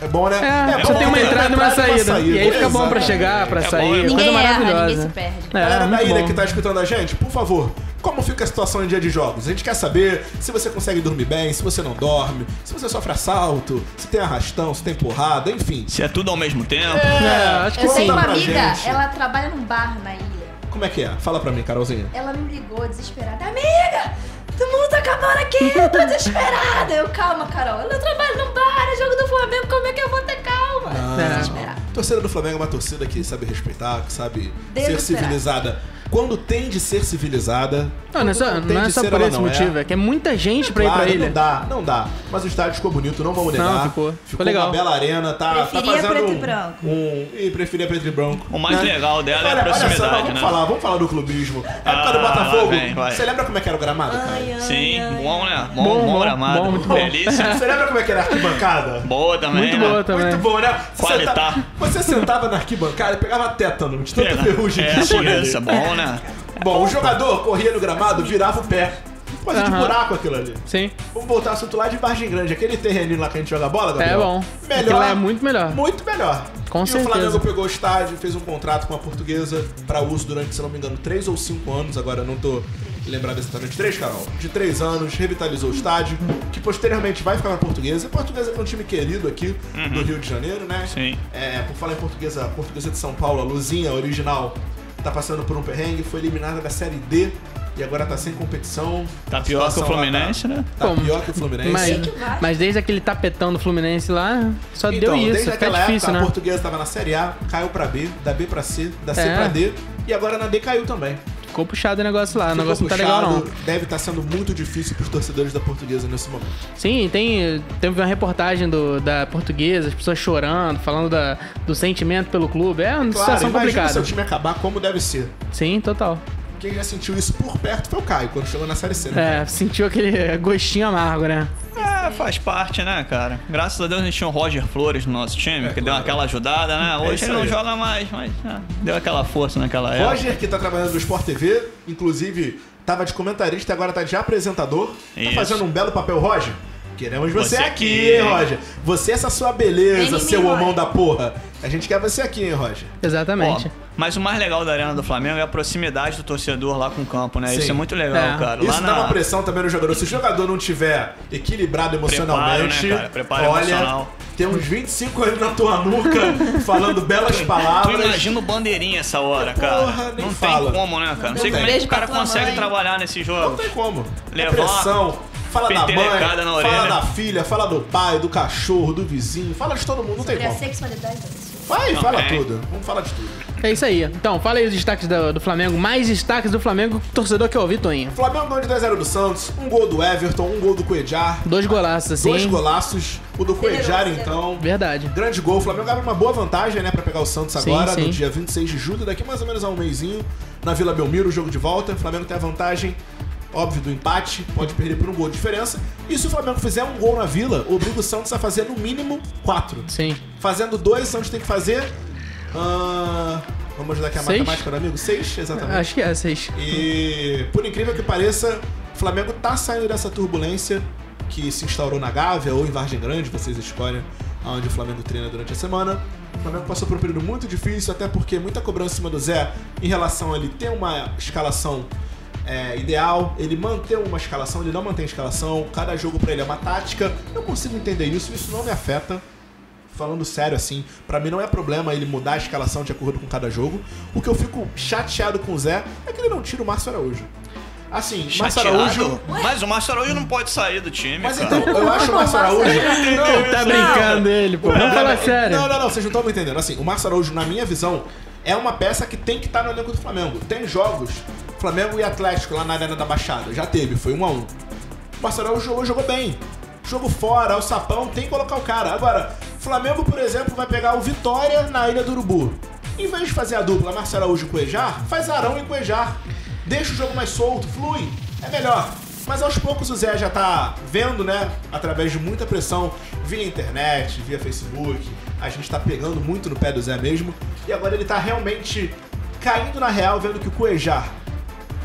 Speaker 2: É bom, né?
Speaker 3: É,
Speaker 2: É
Speaker 3: só
Speaker 2: bom,
Speaker 3: tem uma
Speaker 2: né?
Speaker 3: entrada e
Speaker 2: Uma entrada
Speaker 3: uma
Speaker 2: e
Speaker 3: saída.
Speaker 2: uma saída.
Speaker 3: E aí fica bom pra
Speaker 2: Exatamente.
Speaker 3: chegar, pra
Speaker 2: É bom,
Speaker 3: sair.
Speaker 2: é bom.
Speaker 3: coisa
Speaker 2: Ninguém erra,
Speaker 3: maravilhosa.
Speaker 2: ninguém se
Speaker 3: perde.
Speaker 2: Galera da ilha que
Speaker 3: tá...
Speaker 2: tá escutando a gente, por favor, como fica a situação em dia de jogos? A gente quer saber se você consegue dormir bem, se você não dorme, se você sofre assalto, se tem arrastão, se tem porrada, enfim.
Speaker 4: Se é tudo ao mesmo tempo.
Speaker 2: É, acho que
Speaker 5: Eu tenho
Speaker 2: conta
Speaker 5: uma
Speaker 2: pra
Speaker 5: amiga,
Speaker 2: gente.
Speaker 5: ela trabalha num bar na ilha.
Speaker 2: Como é que é? Fala pra mim, Carolzinha.
Speaker 5: Ela me ligou desesperada. Amiga! O mundo tá acabando aqui, eu tô desesperada. Eu, calma, Carol. Eu trabalho num bar, é jogo do Flamengo, como é que eu vou ter calma?
Speaker 2: Ah.
Speaker 5: Desesperada.
Speaker 2: A torcida do Flamengo é uma torcida que sabe respeitar, que sabe ser
Speaker 5: Desesperada.
Speaker 2: civilizada. Quando tem de ser civilizada.
Speaker 3: Não, não é só,
Speaker 2: quando tem
Speaker 3: não é
Speaker 2: de
Speaker 3: só
Speaker 2: ser,
Speaker 3: por
Speaker 2: ela
Speaker 3: esse
Speaker 2: não é.
Speaker 3: motivo, é. que é muita gente pra ir pra
Speaker 2: Claro,
Speaker 3: ilha.
Speaker 2: Não dá, não dá. Mas o estádio ficou bonito, não vamos
Speaker 3: Não,
Speaker 2: negar.
Speaker 3: ficou.
Speaker 2: Ficou,
Speaker 3: Ficou legal.
Speaker 2: uma bela arena, tá, tá
Speaker 4: Preferia
Speaker 2: fazendo
Speaker 4: preto e
Speaker 2: um,
Speaker 4: branco.
Speaker 2: um- E preferia preto e branco.
Speaker 4: O mais
Speaker 2: Né?
Speaker 4: legal dela é a
Speaker 2: Olha- olha só,
Speaker 4: proximidade,
Speaker 2: vamos
Speaker 4: né?
Speaker 2: falar, vamos falar do clubismo. A época
Speaker 4: Ah,
Speaker 2: do Botafogo,
Speaker 4: vai, vai.
Speaker 2: você lembra como é que era o gramado, cara?
Speaker 4: Sim, bom, né? Bom,
Speaker 2: Bom,
Speaker 4: bom,
Speaker 2: bom,
Speaker 4: gramado.
Speaker 2: bom, muito bom.
Speaker 4: Belíssimo.
Speaker 2: Você lembra como é que era a arquibancada?
Speaker 4: Boa também.
Speaker 2: Muito
Speaker 4: né?
Speaker 2: boa também. Muito boa, né? Você
Speaker 4: Qualitá.
Speaker 2: sentava- Você sentava na arquibancada e pegava tétano de tanta
Speaker 4: É, né?
Speaker 2: ferrugem
Speaker 4: É,
Speaker 2: que tinha
Speaker 4: criança,
Speaker 2: ali.
Speaker 4: bom, né?
Speaker 2: Bom, o jogador corria no gramado, virava o pé. Coisa de
Speaker 4: Aham.
Speaker 2: buraco aquilo ali.
Speaker 3: Sim.
Speaker 2: Vamos voltar ao assunto lá de Vargem Grande. Aquele terreninho lá que a gente joga bola,
Speaker 3: É
Speaker 2: Gabriel.
Speaker 3: bom. Aquilo
Speaker 2: Melhor.
Speaker 3: lá é muito melhor.
Speaker 2: Muito melhor.
Speaker 3: Com
Speaker 2: e
Speaker 3: certeza.
Speaker 2: o Flamengo pegou o estádio, fez um contrato com a portuguesa para uso durante, se não me engano, 3 ou 5 anos. Agora eu não tô lembrado exatamente. 3, Carol. De 3 anos, revitalizou o estádio, que posteriormente vai ficar na portuguesa. A portuguesa que é um time querido aqui do Rio de Janeiro, né?
Speaker 4: Uhum. Sim.
Speaker 2: É, por falar em portuguesa, a portuguesa de São Paulo, a Luzinha, a original, tá passando por um perrengue, foi eliminada da Série D e agora tá sem competição.
Speaker 4: Tá pior que o
Speaker 2: Situação lá
Speaker 4: Fluminense, né?
Speaker 2: Tá pior que o Fluminense.
Speaker 3: Mas, mas desde aquele tapetão do Fluminense lá, só deu isso.
Speaker 2: Então, Desde
Speaker 3: Fica
Speaker 2: aquela
Speaker 3: difícil,
Speaker 2: época, a
Speaker 3: né?
Speaker 2: portuguesa tava na Série A, caiu pra B, da B pra C, da C
Speaker 3: É.
Speaker 2: pra D, e agora na D caiu também.
Speaker 3: Ficou puxado o negócio lá. O
Speaker 2: Ficou
Speaker 3: negócio não tá legal,
Speaker 2: puxado,
Speaker 3: não.
Speaker 2: Deve estar sendo muito difícil pros torcedores da portuguesa nesse momento.
Speaker 3: Sim, tem, tem uma reportagem do, da portuguesa, as pessoas chorando, falando da, do sentimento pelo clube. É uma
Speaker 2: Claro,
Speaker 3: situação
Speaker 2: imagina
Speaker 3: complicada.
Speaker 2: se o time acabar como deve ser.
Speaker 3: Sim, total.
Speaker 2: Quem já sentiu isso por perto foi o Caio, quando chegou na Série C. né?
Speaker 3: É, sentiu aquele gostinho amargo, né?
Speaker 4: É, faz parte, né, cara? Graças a Deus a gente tinha o Roger Flores no nosso time, que deu aquela ajudada, né?
Speaker 2: É
Speaker 4: Hoje
Speaker 2: isso
Speaker 4: ele não
Speaker 2: aí.
Speaker 4: joga mais, mas ah, deu aquela força naquela época.
Speaker 2: Roger, que tá trabalhando no Sport TV, inclusive tava de comentarista e agora tá de apresentador. Tá
Speaker 4: Isso.
Speaker 2: fazendo um belo papel, Roger. Queremos você,
Speaker 4: Você
Speaker 2: aqui,
Speaker 4: aqui.
Speaker 2: Roger. Você, essa sua
Speaker 4: Vem em
Speaker 2: beleza,
Speaker 4: mim,
Speaker 2: seu homão
Speaker 4: Roger.
Speaker 2: da porra. A gente quer você aqui, hein, Roger.
Speaker 3: Exatamente.
Speaker 4: Mas o mais legal da Arena do Flamengo é a proximidade do torcedor lá com o campo, né? Isso
Speaker 2: Sim.
Speaker 4: é muito legal, cara.
Speaker 2: Isso
Speaker 4: lá
Speaker 2: dá
Speaker 4: na...
Speaker 2: uma pressão também no jogador. Se o jogador não tiver equilibrado emocionalmente,
Speaker 4: Preparo, né, cara? Preparo
Speaker 2: olha,
Speaker 4: emocional.
Speaker 2: tem uns 25 anos na tua nuca falando belas palavras.
Speaker 4: Tu imagina o bandeirinha essa hora, cara.
Speaker 2: Porra, nem
Speaker 4: não
Speaker 2: fala.
Speaker 4: tem como, né, cara? Não,
Speaker 2: Não tem.
Speaker 4: sei como é que
Speaker 2: Beijo
Speaker 4: o
Speaker 2: pra
Speaker 4: cara
Speaker 2: tua
Speaker 4: consegue
Speaker 2: mãe.
Speaker 4: trabalhar nesses jogos. Não tem
Speaker 2: como. É
Speaker 4: Levar
Speaker 2: Pressão, fala da mãe,
Speaker 4: petelecada na orelha.
Speaker 2: fala da filha, fala do pai, do cachorro, do vizinho, fala de todo mundo, não tem
Speaker 5: Sobre a
Speaker 2: como.
Speaker 5: sexualidade da pessoa.
Speaker 2: Vai, fala
Speaker 4: Também.
Speaker 2: tudo. Vamos falar de tudo.
Speaker 3: É isso aí. Então, fala aí os destaques do, do Flamengo. Mais destaques do Flamengo, que o torcedor quer ouvir, Toninho.
Speaker 2: Flamengo ganhou de 2x0 do Santos, um gol do Everton, um gol do Cuejar.
Speaker 3: Dois golaços, assim.
Speaker 2: Dois golaços. O do Cuejar, então.
Speaker 3: Verdade.
Speaker 2: Grande gol. O Flamengo abre uma boa vantagem, né, pra pegar o Santos
Speaker 3: Sim,
Speaker 2: agora,
Speaker 3: sim.
Speaker 2: no dia 26 de julho, daqui mais ou menos a um mêsinho, na Vila Belmiro, o jogo de volta. O Flamengo tem a vantagem, óbvio, do empate, pode perder por um gol de diferença. E se o Flamengo fizer um gol na Vila, obriga o Santos a fazer no mínimo quatro.
Speaker 3: Sim.
Speaker 2: Fazendo dois, o Santos tem que fazer Ah, vamos ajudar aqui a
Speaker 3: Seis?
Speaker 2: matemática do amigo? Seis, exatamente.
Speaker 3: Acho que é, seis.
Speaker 2: E por incrível que pareça, o Flamengo tá saindo dessa turbulência que se instaurou na Gávea ou em Vargem Grande, vocês escolhem aonde o Flamengo treina durante a semana. O Flamengo passou por um período muito difícil, até porque muita cobrança em cima do Zé em relação a ele ter uma escalação é, ideal, ele mantém uma escalação, ele não mantém a escalação, cada jogo pra ele é uma tática. Eu consigo entender isso, isso não me afeta falando sério assim, pra mim não é problema ele mudar a escalação de acordo com cada jogo. O que eu fico chateado com o Zé é que ele não tira o Márcio Araújo. Assim, Márcio
Speaker 4: Chateado.
Speaker 2: Araújo.
Speaker 4: Mas o Márcio Araújo não pode sair do time.
Speaker 2: Mas
Speaker 4: cara.
Speaker 2: então, eu acho o Márcio Araújo.
Speaker 5: né?
Speaker 4: Não, tá brincando
Speaker 3: ele, pô.
Speaker 4: Vamos falar
Speaker 3: sério.
Speaker 2: Não, não, não, vocês não estão me entendendo. Assim, o Márcio Araújo, na minha visão, é uma peça que tem que estar no elenco do Flamengo. Tem jogos, Flamengo e Atlético lá na Arena da Baixada. Já teve, foi um a um. O Márcio Araújo jogou, jogou bem. Jogo fora, o sapão, tem que colocar o cara. Agora, Flamengo, por exemplo, vai pegar o Vitória na Ilha do Urubu. Em vez de fazer a dupla Márcio Araújo e Cuejar, faz Arão e Cuejar. Deixa o jogo mais solto, flui. É melhor. Mas aos poucos o Zé já tá vendo, né? Através de muita pressão via internet, via Facebook. A gente tá pegando muito no pé do Zé mesmo. E agora ele tá realmente caindo na real, vendo que o Cuejar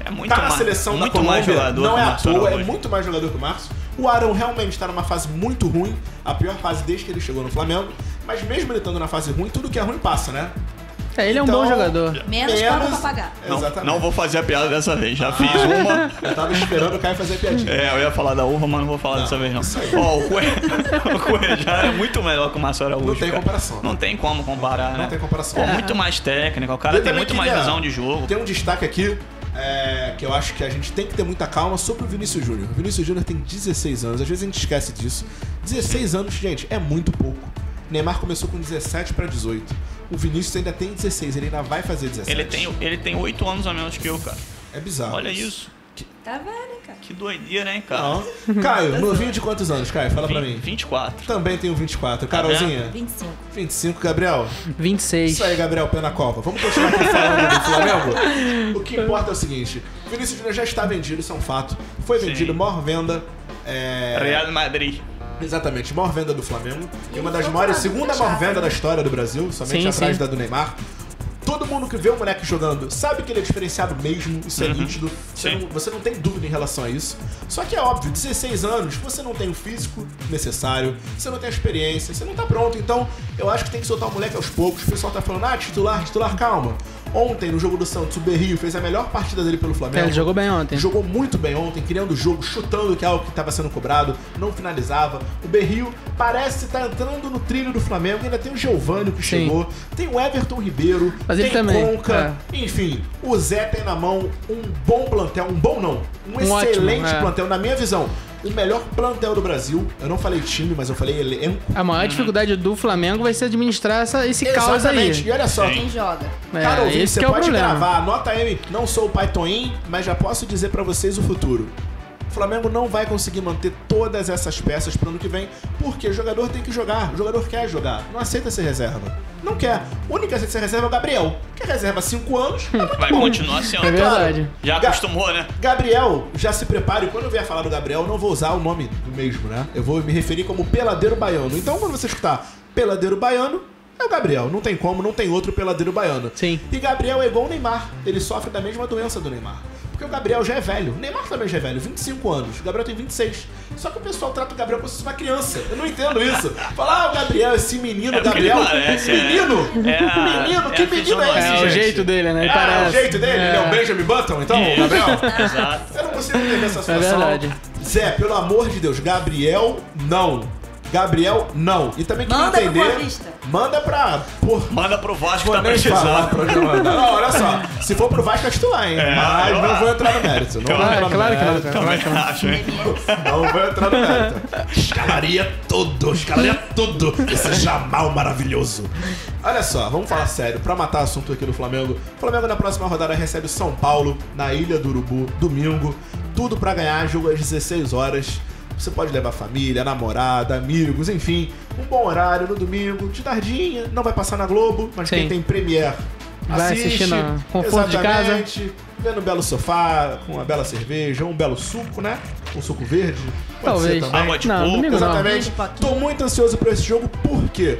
Speaker 4: É muito
Speaker 2: tá na
Speaker 4: mais-
Speaker 2: seleção
Speaker 4: muito
Speaker 2: da Colômbia,
Speaker 4: mais jogador
Speaker 2: não
Speaker 4: que
Speaker 2: é
Speaker 4: o
Speaker 2: à
Speaker 4: Márcio
Speaker 2: toa, é
Speaker 4: Araújo.
Speaker 2: muito mais jogador que o Márcio. O Arão realmente está numa fase muito ruim, a pior fase desde que ele chegou no Flamengo. Mas mesmo ele estando na fase ruim, tudo que é ruim passa, né?
Speaker 3: É, ele é um
Speaker 2: Então-
Speaker 3: bom jogador.
Speaker 5: Menos pago pra pagar.
Speaker 4: Não, não vou fazer a piada dessa vez, já fiz uma.
Speaker 2: Eu tava esperando o Caio fazer a piadinha.
Speaker 4: É, eu ia falar da uva, mas não vou falar dessa vez não. Ó, o Cue- o Cuejá é muito melhor que o Márcio Araújo. Não tem
Speaker 2: comparação. né?
Speaker 4: Não tem como comparar, né? Não tem
Speaker 2: comparação.
Speaker 4: Pô, muito mais técnica, o cara
Speaker 2: Eu
Speaker 4: tem
Speaker 2: também
Speaker 4: muito mais
Speaker 2: queria-
Speaker 4: visão de jogo.
Speaker 2: Tem um destaque aqui é, que eu acho que a gente tem que ter muita calma sobre o Vinícius Júnior. O Vinícius Júnior tem 16 anos, às vezes a gente esquece disso. 16 anos, gente, é muito pouco. Neymar começou com 17 para 18. O Vinícius ainda tem 16, ele ainda vai fazer 17.
Speaker 4: Ele tem, ele tem 8 anos a menos que eu, cara.
Speaker 2: É bizarro.
Speaker 4: Olha isso.
Speaker 5: Tá velho, cara.
Speaker 4: Que doideira, hein, cara?
Speaker 2: Não. Caio, novinho de quantos anos, Caio? Fala pra mim.
Speaker 4: 24.
Speaker 2: Também um tenho 24.
Speaker 4: Tá
Speaker 2: Carolzinha?
Speaker 5: 25.
Speaker 2: 25, Gabriel?
Speaker 3: 26.
Speaker 2: Isso aí, Gabriel, pé na Copa. Vamos continuar aqui falando do Flamengo? O que importa é o seguinte: Vinícius Júnior já está vendido, isso é um fato. Foi vendido, maior venda. É...
Speaker 4: Real Madrid.
Speaker 2: Exatamente, maior venda do Flamengo. E uma das maiores, segunda maior venda da história do Brasil, somente
Speaker 4: Sim,
Speaker 2: atrás
Speaker 4: sim.
Speaker 2: da do Neymar. Todo mundo que vê o moleque jogando sabe que ele é diferenciado mesmo, isso é
Speaker 4: Uhum.
Speaker 2: nítido. Você não, você não tem dúvida em relação a isso. Só que é óbvio, 16 anos, você não tem o físico necessário, você não tem a experiência, você não tá pronto. Então, eu acho que tem que soltar o moleque aos poucos. O pessoal tá falando, ah, titular, titular, calma. Ontem, no jogo do Santos, o Berrio fez a melhor partida dele pelo Flamengo.
Speaker 3: É, ele jogou bem ontem.
Speaker 2: Jogou muito bem ontem, criando o jogo, chutando que é algo que estava sendo cobrado, não finalizava. O Berrio parece estar entrando no trilho do Flamengo. Ainda tem o Giovânio que
Speaker 3: Sim.
Speaker 2: chegou, tem o Everton Ribeiro,
Speaker 3: Mas
Speaker 2: tem
Speaker 3: ele também, é.
Speaker 2: Conca. Enfim, o Zé tem na mão um bom plantel, um bom não, um,
Speaker 3: Um ótimo,
Speaker 2: excelente
Speaker 3: é.
Speaker 2: plantel, na minha visão. O melhor plantel do Brasil, eu não falei time, mas eu falei elenco.
Speaker 3: A maior dificuldade do Flamengo vai ser administrar essa, esse caos aí.
Speaker 2: Exatamente. E olha só, Sim.
Speaker 5: Quem joga?
Speaker 3: É,
Speaker 2: Cara, ouvinte,
Speaker 3: esse
Speaker 2: você
Speaker 3: que é o
Speaker 2: pode
Speaker 3: problema.
Speaker 2: gravar, anota aí, não sou o Python, mas já posso dizer pra vocês o futuro. O Flamengo não vai conseguir manter todas essas peças pro ano que vem, porque o jogador tem que jogar, o jogador quer jogar, não aceita ser reserva. Não quer. O único que aceita ser reserva é o Gabriel, que é reserva há 5 anos. tá muito
Speaker 4: Vai
Speaker 2: bom.
Speaker 4: continuar sendo.
Speaker 2: É verdade.
Speaker 4: Já
Speaker 2: Ga-
Speaker 4: acostumou, né?
Speaker 2: Gabriel, já se prepare. Quando eu vier falar do Gabriel, eu não vou usar o nome do mesmo, né? Eu vou me referir como Peladeiro Baiano. Então, quando você escutar Peladeiro Baiano, é o Gabriel. Não tem como, não tem outro Peladeiro Baiano. Sim. E Gabriel é igual o Neymar. Ele sofre da mesma doença do Neymar. Porque o Gabriel já é velho. O Neymar também já é velho, 25 anos. O Gabriel tem 26. Só que o pessoal trata o Gabriel como se fosse uma criança. Eu não entendo isso. Falar, ah, o Gabriel, esse menino,
Speaker 4: É porque ele
Speaker 2: Gabriel.
Speaker 4: parece, é.
Speaker 2: menino!
Speaker 4: É a-
Speaker 2: menino,
Speaker 4: é
Speaker 2: que
Speaker 4: a
Speaker 2: menino é esse?
Speaker 3: É, o
Speaker 2: gente?
Speaker 3: jeito dele, né? Ele
Speaker 2: Ah,
Speaker 3: parece.
Speaker 2: o jeito dele? Ele é o Benjamin Button, então, o Gabriel?
Speaker 4: Exato.
Speaker 2: Eu não consigo entender essa
Speaker 3: É
Speaker 2: situação.
Speaker 3: verdade.
Speaker 2: Zé, pelo amor de Deus, Gabriel, não. Gabriel, não. E também queria
Speaker 5: Manda pro
Speaker 2: entender.
Speaker 5: Boavista.
Speaker 2: manda pra. Porra.
Speaker 4: Manda pro Vasco
Speaker 2: Vou
Speaker 4: tá
Speaker 2: nem falar
Speaker 4: precisando.
Speaker 2: pra onde mandar. Não, olha só. Se for pro Vasco, é titular, hein?
Speaker 4: É,
Speaker 2: Mas
Speaker 4: eu
Speaker 2: não vou
Speaker 4: acho.
Speaker 2: entrar no mérito. Não é,
Speaker 4: Eu
Speaker 2: vou
Speaker 3: É,
Speaker 4: acho,
Speaker 2: entrar no
Speaker 4: claro que não,
Speaker 2: mérito.
Speaker 4: cara, claro que não. Acho, hein?
Speaker 2: Não vou entrar no mérito.
Speaker 15: Escalaria tudo, escalaria tudo. Esse Jamal maravilhoso.
Speaker 2: Olha só, vamos falar sério. Pra matar assunto aqui do Flamengo, o Flamengo na próxima rodada recebe o São Paulo na Ilha do Urubu, domingo. Tudo pra ganhar, jogo às 16 horas. Você pode levar família, namorada, amigos, enfim. Um bom horário no domingo, de tardinha. Não vai passar na Globo, mas
Speaker 3: Sim.
Speaker 2: quem tem Premiere
Speaker 3: Vai
Speaker 2: assiste.
Speaker 3: assistir no conforto de casa.
Speaker 2: Exatamente. Vendo um belo sofá, com uma bela cerveja, um belo suco, né? Um suco verde. Pode
Speaker 3: Talvez.
Speaker 2: ser também.
Speaker 3: Água de Não, coco. domingo não.
Speaker 2: Exatamente. Tô muito ansioso pra esse jogo, por quê? Porque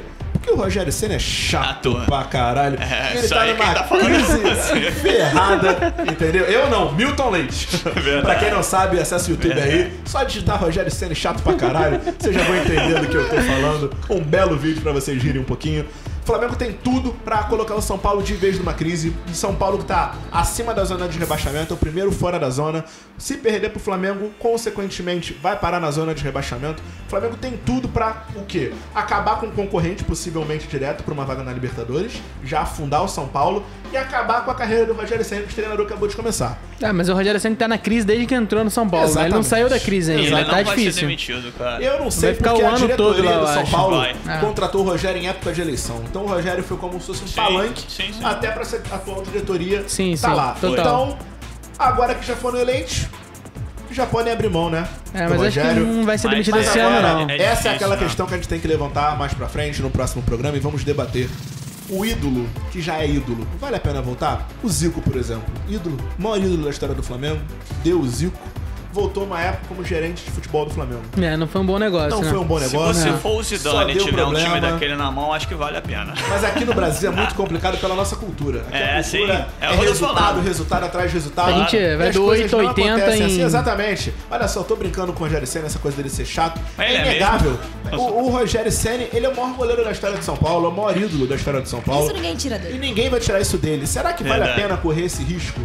Speaker 2: Porque o Rogério Senna é chato pra caralho.
Speaker 4: né? É,
Speaker 2: ele
Speaker 4: isso
Speaker 2: tá
Speaker 4: aí
Speaker 2: numa
Speaker 4: quem tá falando.
Speaker 2: crise ferrada, entendeu? Eu não, Milton Leite.
Speaker 4: É
Speaker 2: pra quem não sabe, acessa o YouTube aí. Só digitar Rogério Senna é chato pra caralho. Vocês já vão entender do que eu tô falando. Um belo vídeo pra vocês rirem um pouquinho. O Flamengo tem tudo pra colocar o São Paulo de vez numa crise. O São Paulo que tá acima da zona de rebaixamento, é o primeiro fora da zona. Se perder pro Flamengo, consequentemente vai parar na zona de rebaixamento. O Flamengo tem tudo pra o quê? Acabar com um concorrente possivelmente direto pra uma vaga na Libertadores, já afundar o São Paulo e acabar com a carreira do Rogério Senna, que o treinador acabou de começar.
Speaker 3: Ah, mas o Rogério Senna tá na crise desde que entrou no São Paulo, né? Ele não
Speaker 2: Exatamente.
Speaker 3: saiu da crise ainda,
Speaker 2: Ele
Speaker 3: né?
Speaker 2: não
Speaker 3: tá
Speaker 2: vai ser
Speaker 3: difícil.
Speaker 4: demitido, cara.
Speaker 2: Eu não sei
Speaker 3: Vai ficar
Speaker 2: porque
Speaker 3: o
Speaker 2: a
Speaker 3: ano
Speaker 2: diretoria
Speaker 3: todo lá, eu
Speaker 2: do São
Speaker 3: acho.
Speaker 2: Paulo
Speaker 3: Vai. É.
Speaker 2: contratou o Rogério em época de eleição. Então o Rogério foi como se fosse um palanque até pra essa atual diretoria
Speaker 3: Sim,
Speaker 2: tá
Speaker 3: sim,
Speaker 2: lá.
Speaker 3: total.
Speaker 2: Então, agora que já foram eleitos, já podem abrir mão, né?
Speaker 3: É,
Speaker 2: do
Speaker 3: mas acho que não vai ser
Speaker 2: Mas-
Speaker 3: demitido
Speaker 2: mas
Speaker 3: esse
Speaker 2: agora,
Speaker 3: ano, não. É
Speaker 2: Essa
Speaker 3: difícil,
Speaker 2: é aquela
Speaker 3: né?
Speaker 2: questão que a gente tem que levantar mais pra frente no próximo programa e vamos debater. O ídolo, que já é ídolo, vale a pena voltar? O Zico, por exemplo. Ídolo, maior ídolo da história do Flamengo, deu o Zico, voltou uma época como gerente de futebol do Flamengo.
Speaker 3: É, não foi um bom negócio,
Speaker 2: Não
Speaker 3: né?
Speaker 2: foi um bom negócio.
Speaker 4: Assim, Se
Speaker 2: É.
Speaker 4: for o
Speaker 2: Só
Speaker 4: Zidane e
Speaker 2: deu
Speaker 4: tiver um
Speaker 2: problema.
Speaker 4: time daquele na mão, acho que vale a pena.
Speaker 2: Mas aqui no Brasil é muito complicado pela nossa cultura. Aqui
Speaker 4: É,
Speaker 2: a cultura
Speaker 4: sim. É
Speaker 2: é,
Speaker 4: o Rodolfo
Speaker 2: resultado,
Speaker 4: Solado.
Speaker 2: resultado atrás de resultado.
Speaker 3: A gente
Speaker 2: E
Speaker 3: vai
Speaker 2: as
Speaker 3: do
Speaker 2: coisas
Speaker 3: 8 a
Speaker 2: não
Speaker 3: 80
Speaker 2: acontecem
Speaker 3: em-
Speaker 2: assim, exatamente. Olha só, eu tô brincando com o Rogério Senna, essa coisa dele ser chato.
Speaker 4: Mas ele
Speaker 2: é
Speaker 4: é
Speaker 2: inegável.
Speaker 4: mesmo?
Speaker 2: o, o Rogério Senna, ele é o maior goleiro da história de São Paulo, é o maior ídolo da história de São Paulo.
Speaker 5: Isso ninguém tira dele.
Speaker 2: E ninguém vai tirar isso dele. Será que vale a
Speaker 4: Verdade.
Speaker 2: pena correr esse risco?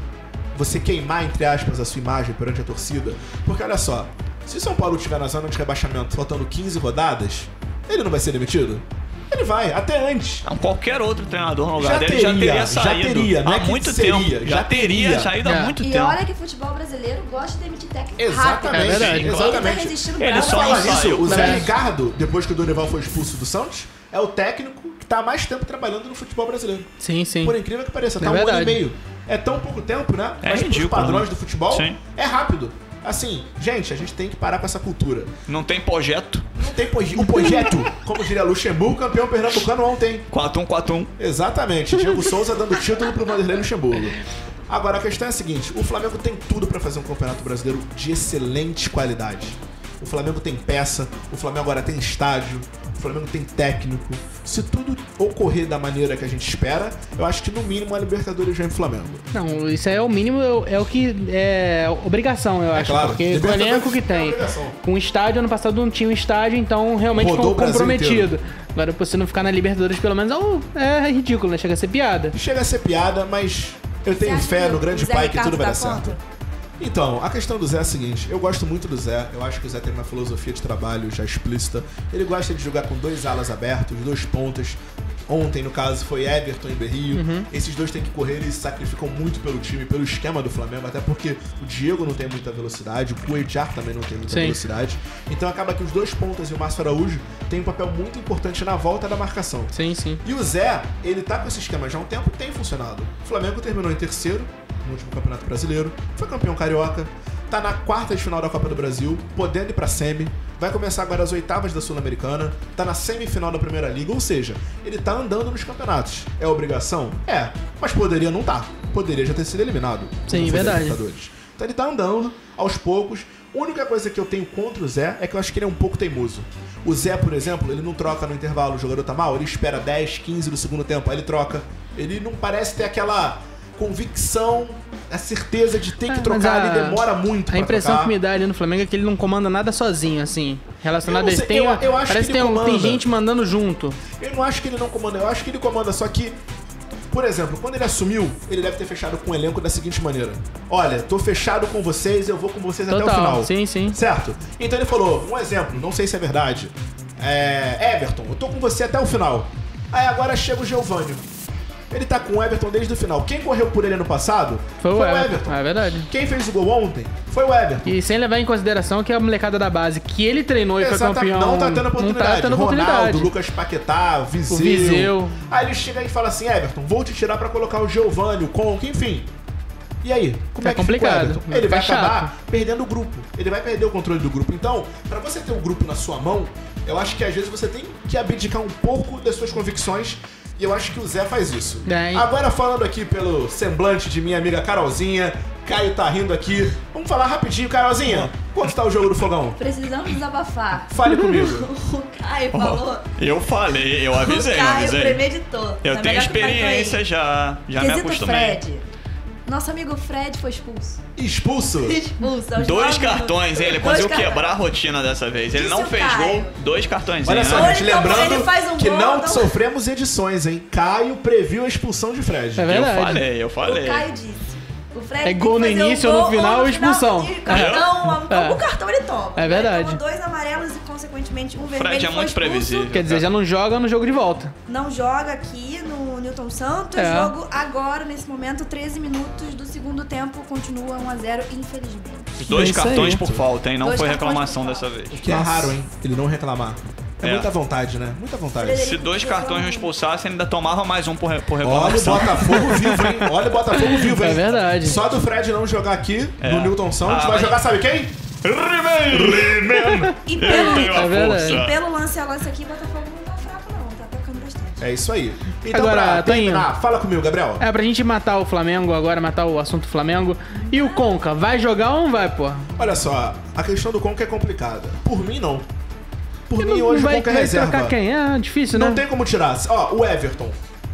Speaker 2: Você queimar, entre aspas, a sua imagem perante a torcida? Porque olha só, se o São Paulo estiver na zona de rebaixamento faltando 15 rodadas, ele não vai ser demitido? Ele vai, até antes.
Speaker 4: Qualquer outro treinador no lugar
Speaker 2: Já
Speaker 4: dele já
Speaker 2: teria,
Speaker 4: teria
Speaker 2: já
Speaker 4: saído
Speaker 2: teria, não é
Speaker 4: há
Speaker 2: que
Speaker 4: muito
Speaker 2: seria,
Speaker 4: tempo.
Speaker 2: já
Speaker 4: Já teria
Speaker 2: teria.
Speaker 4: saído
Speaker 2: É.
Speaker 4: há muito
Speaker 5: e
Speaker 4: tempo.
Speaker 5: olha que o futebol brasileiro gosta de demitir técnico rápido.
Speaker 2: Exatamente,
Speaker 5: Ele tá
Speaker 2: exatamente.
Speaker 5: resistindo
Speaker 2: Ele
Speaker 5: bravo
Speaker 2: só
Speaker 5: pra
Speaker 2: fala
Speaker 5: isso.
Speaker 2: isso. O
Speaker 5: Tá
Speaker 2: Zé
Speaker 5: vendo?
Speaker 2: Ricardo, depois que o Dorival foi expulso do Santos, é o técnico que tá há mais tempo trabalhando no futebol brasileiro.
Speaker 3: Sim, sim.
Speaker 2: Por incrível que pareça,
Speaker 3: É
Speaker 2: tá um ano e
Speaker 3: verdade.
Speaker 2: meio. É tão pouco tempo, né?
Speaker 4: É
Speaker 2: Mas pros
Speaker 4: ridículo,
Speaker 2: padrões
Speaker 4: né?
Speaker 2: do futebol,
Speaker 4: Sim.
Speaker 2: é rápido. Assim, gente, a gente tem que parar com essa cultura.
Speaker 4: Não tem projeto.
Speaker 2: Não tem proje- o projeto, como diria Luxemburgo, campeão pernambucano ontem.
Speaker 4: 4-1, 4-1.
Speaker 2: Exatamente. Diego Souza dando título pro Vanderlei Luxemburgo. Agora, a questão é a seguinte: o Flamengo tem tudo pra fazer um campeonato brasileiro de excelente qualidade. O Flamengo tem peça, o Flamengo agora tem estádio, o Flamengo tem técnico. Se tudo ocorrer da maneira que a gente espera, eu acho que no mínimo a Libertadores vem pro Flamengo.
Speaker 3: Não, isso aí é o mínimo, é o- é o que é obrigação, eu acho.
Speaker 2: claro.
Speaker 3: Porque com o
Speaker 2: Libertadores
Speaker 3: elenco que tem, com o estádio, ano passado não tinha o estádio, então realmente
Speaker 2: Rodou
Speaker 3: ficou
Speaker 2: o Brasil
Speaker 3: comprometido. Agora, você não ficar na Libertadores, pelo menos, é um- é ridículo, né? Chega a ser piada.
Speaker 2: Chega a ser piada, mas eu tenho
Speaker 3: acha
Speaker 2: fé
Speaker 3: que
Speaker 2: no
Speaker 3: o
Speaker 2: grande
Speaker 3: Zé
Speaker 2: pai que
Speaker 3: Ricardo tá
Speaker 2: tudo vai
Speaker 3: dá
Speaker 2: dar certo. Então, a questão do Zé é a seguinte: eu gosto muito do Zé, eu acho que o Zé tem uma filosofia de trabalho já explícita. Ele gosta de jogar com dois alas abertos, dois pontas. Ontem, no caso, foi Everton e Berrio.
Speaker 15: Uhum.
Speaker 2: Esses dois têm que correr, eles sacrificam muito pelo time, pelo esquema do Flamengo, até porque o Diego não tem muita velocidade, o Cuejar também não tem muita
Speaker 15: Sim.
Speaker 2: velocidade. Então acaba que os dois pontas e o Márcio Araújo têm um papel muito importante na volta da marcação.
Speaker 3: Sim, sim.
Speaker 2: E o Zé, ele tá com esse esquema já há um tempo que tem funcionado. O Flamengo terminou em terceiro no último Campeonato Brasileiro, foi campeão carioca, tá na quarta de final da Copa do Brasil, podendo ir pra semi, vai começar agora as oitavas da Sul-Americana, tá na semifinal da Primeira Liga, ou seja, ele tá andando nos campeonatos. É obrigação? É, mas poderia não tá. Poderia já ter sido eliminado.
Speaker 3: Sim,
Speaker 2: Não foi da
Speaker 3: verdade.
Speaker 2: Libertadores. Então ele tá andando aos poucos. A única coisa que eu tenho contra o Zé é que eu acho que ele é um pouco teimoso. O Zé, por exemplo, ele não troca no intervalo, o jogador tá mal, ele espera 10, 15 do segundo tempo, aí ele troca. Ele não parece ter aquela convicção, a certeza de ter que
Speaker 3: Ah, Mas
Speaker 2: trocar, ele demora muito
Speaker 3: A
Speaker 2: pra
Speaker 3: impressão
Speaker 2: trocar.
Speaker 3: que me dá ali no Flamengo é que ele não comanda nada sozinho, assim.
Speaker 2: Eu
Speaker 3: Relacionado a
Speaker 2: não
Speaker 3: isso.
Speaker 2: sei,
Speaker 3: Tem,
Speaker 2: eu-
Speaker 3: uma-
Speaker 2: eu acho que
Speaker 3: parece
Speaker 2: ele
Speaker 3: tem, um- tem
Speaker 2: comanda.
Speaker 3: gente mandando junto.
Speaker 2: Eu não acho que ele não comanda, eu acho que ele comanda, só que. Por exemplo, quando ele assumiu, ele deve ter fechado com o elenco da seguinte maneira: Olha, tô fechado com vocês, eu vou com vocês até o
Speaker 3: Total,
Speaker 2: final.
Speaker 3: sim, sim.
Speaker 2: Certo? Então ele falou: um exemplo, não sei se é verdade. É. Everton, eu tô com você até o final. Aí agora chega o Giovanni. Ele tá com o Everton desde o final. Quem correu por ele ano passado
Speaker 3: Foi, o Everton. É verdade.
Speaker 2: Quem fez o gol ontem foi o Everton.
Speaker 3: E sem levar em consideração que é a molecada da base que ele treinou e foi
Speaker 2: Exatamente,
Speaker 3: campeão.
Speaker 2: Não tá tendo oportunidade.
Speaker 3: Não tá tendo oportunidade.
Speaker 2: Ronaldo, Lucas Paquetá, Viseu.
Speaker 3: O Viseu.
Speaker 2: Aí ele chega e fala assim: Everton, vou te tirar pra colocar o Giovanni, o Conk, enfim. E aí? Como é, que fica
Speaker 3: É
Speaker 2: o
Speaker 3: complicado,
Speaker 2: Everton?
Speaker 3: vai
Speaker 2: Ele vai
Speaker 3: ficar
Speaker 2: acabar
Speaker 3: chato.
Speaker 2: perdendo o grupo. Ele vai perder o controle do grupo. Então, pra você ter o grupo na sua mão, eu acho que às vezes você tem que abdicar um pouco das suas convicções. E eu acho que o Zé faz isso.
Speaker 3: É, hein?
Speaker 2: Agora falando aqui pelo semblante de minha amiga Carolzinha, Caio tá rindo aqui. Vamos falar rapidinho, Carolzinha. Quanto tá o jogo do fogão?
Speaker 5: Precisamos desabafar.
Speaker 2: Fale comigo.
Speaker 5: o Caio falou.
Speaker 4: Eu falei, eu avisei,
Speaker 5: o
Speaker 4: eu
Speaker 5: Caio
Speaker 4: avisei.
Speaker 5: premeditou.
Speaker 4: é, Eu
Speaker 5: Tá
Speaker 4: tenho
Speaker 5: melhor que o Caio
Speaker 4: experiência
Speaker 5: Clay.
Speaker 4: já, já me
Speaker 5: Quesito
Speaker 4: acostumei.
Speaker 5: Fred. Nosso amigo Fred foi expulso.
Speaker 2: Expulso?
Speaker 5: Expulso. é aos
Speaker 4: Dois
Speaker 5: nove minutos.
Speaker 4: cartões, hein? Ele
Speaker 5: Dois
Speaker 4: conseguiu
Speaker 5: cartões.
Speaker 4: quebrar a rotina dessa vez. Ele
Speaker 5: Disse
Speaker 4: não
Speaker 5: o
Speaker 4: fez
Speaker 5: Caio.
Speaker 4: gol, dois cartões.
Speaker 2: Olha só, gente, lembrando
Speaker 5: ele faz um
Speaker 2: que
Speaker 5: gol,
Speaker 2: não
Speaker 5: então-
Speaker 2: sofremos edições, hein? Caio previu a expulsão de Fred.
Speaker 4: É verdade. Eu falei, eu falei.
Speaker 5: O Caio disse. O Fred
Speaker 3: É
Speaker 5: tem
Speaker 3: gol
Speaker 5: que
Speaker 3: no
Speaker 5: fazer
Speaker 3: início,
Speaker 5: um gol,
Speaker 3: no final,
Speaker 5: ou
Speaker 3: expulsão.
Speaker 5: e Cartão,
Speaker 3: É.
Speaker 5: algum cartão ele toma.
Speaker 3: É verdade.
Speaker 5: Ele tomou dois amarelos e, consequentemente, um vermelho.
Speaker 4: é
Speaker 5: foi expulso.
Speaker 3: Quer dizer, já não joga no jogo de volta.
Speaker 5: Não joga aqui no Newton Santos.
Speaker 3: É.
Speaker 5: Jogo agora, nesse momento, 13 minutos do segundo tempo. Continua 1x0, infelizmente.
Speaker 4: Dois
Speaker 2: É isso aí.
Speaker 4: cartões por falta, hein? Não
Speaker 5: Dois
Speaker 4: foi
Speaker 5: cartões
Speaker 4: reclamação dessa vez.
Speaker 2: Que é raro, hein? Ele não reclamar. É,
Speaker 4: É.
Speaker 2: muita vontade, né? Muita vontade.
Speaker 4: Se dois cartões não expulsassem, ainda tomava mais um por, re- por
Speaker 2: Olha o
Speaker 4: reclamação.
Speaker 2: Botafogo vivo, hein? Olha o Botafogo vivo, hein?
Speaker 4: É verdade.
Speaker 2: Só do Fred não jogar aqui
Speaker 4: É.
Speaker 2: no Newton Santos.
Speaker 4: Ah,
Speaker 2: vai
Speaker 4: mas-
Speaker 2: jogar, sabe quem? Rimen!
Speaker 5: E
Speaker 2: Eu tenho a
Speaker 5: pelo,
Speaker 2: força.
Speaker 5: e pelo lance a lance aqui, o Botafogo não tá fraco, não. Tá atacando bastante.
Speaker 2: É isso aí. Então,
Speaker 3: Agora,
Speaker 2: pra
Speaker 3: Toninho.
Speaker 2: terminar, fala comigo, Gabriel.
Speaker 3: É, pra gente matar o Flamengo agora, matar o assunto Flamengo. E o Conca, vai jogar ou não vai, pô?
Speaker 2: Olha só, a questão do Conca é complicada. Por mim, não. Por
Speaker 3: Ele
Speaker 2: mim,
Speaker 3: não
Speaker 2: hoje,
Speaker 3: vai-
Speaker 2: o Conca é
Speaker 3: vai
Speaker 2: reserva.
Speaker 3: trocar quem? É difícil,
Speaker 2: não
Speaker 3: né?
Speaker 2: tem como tirar. Ó, o Everton.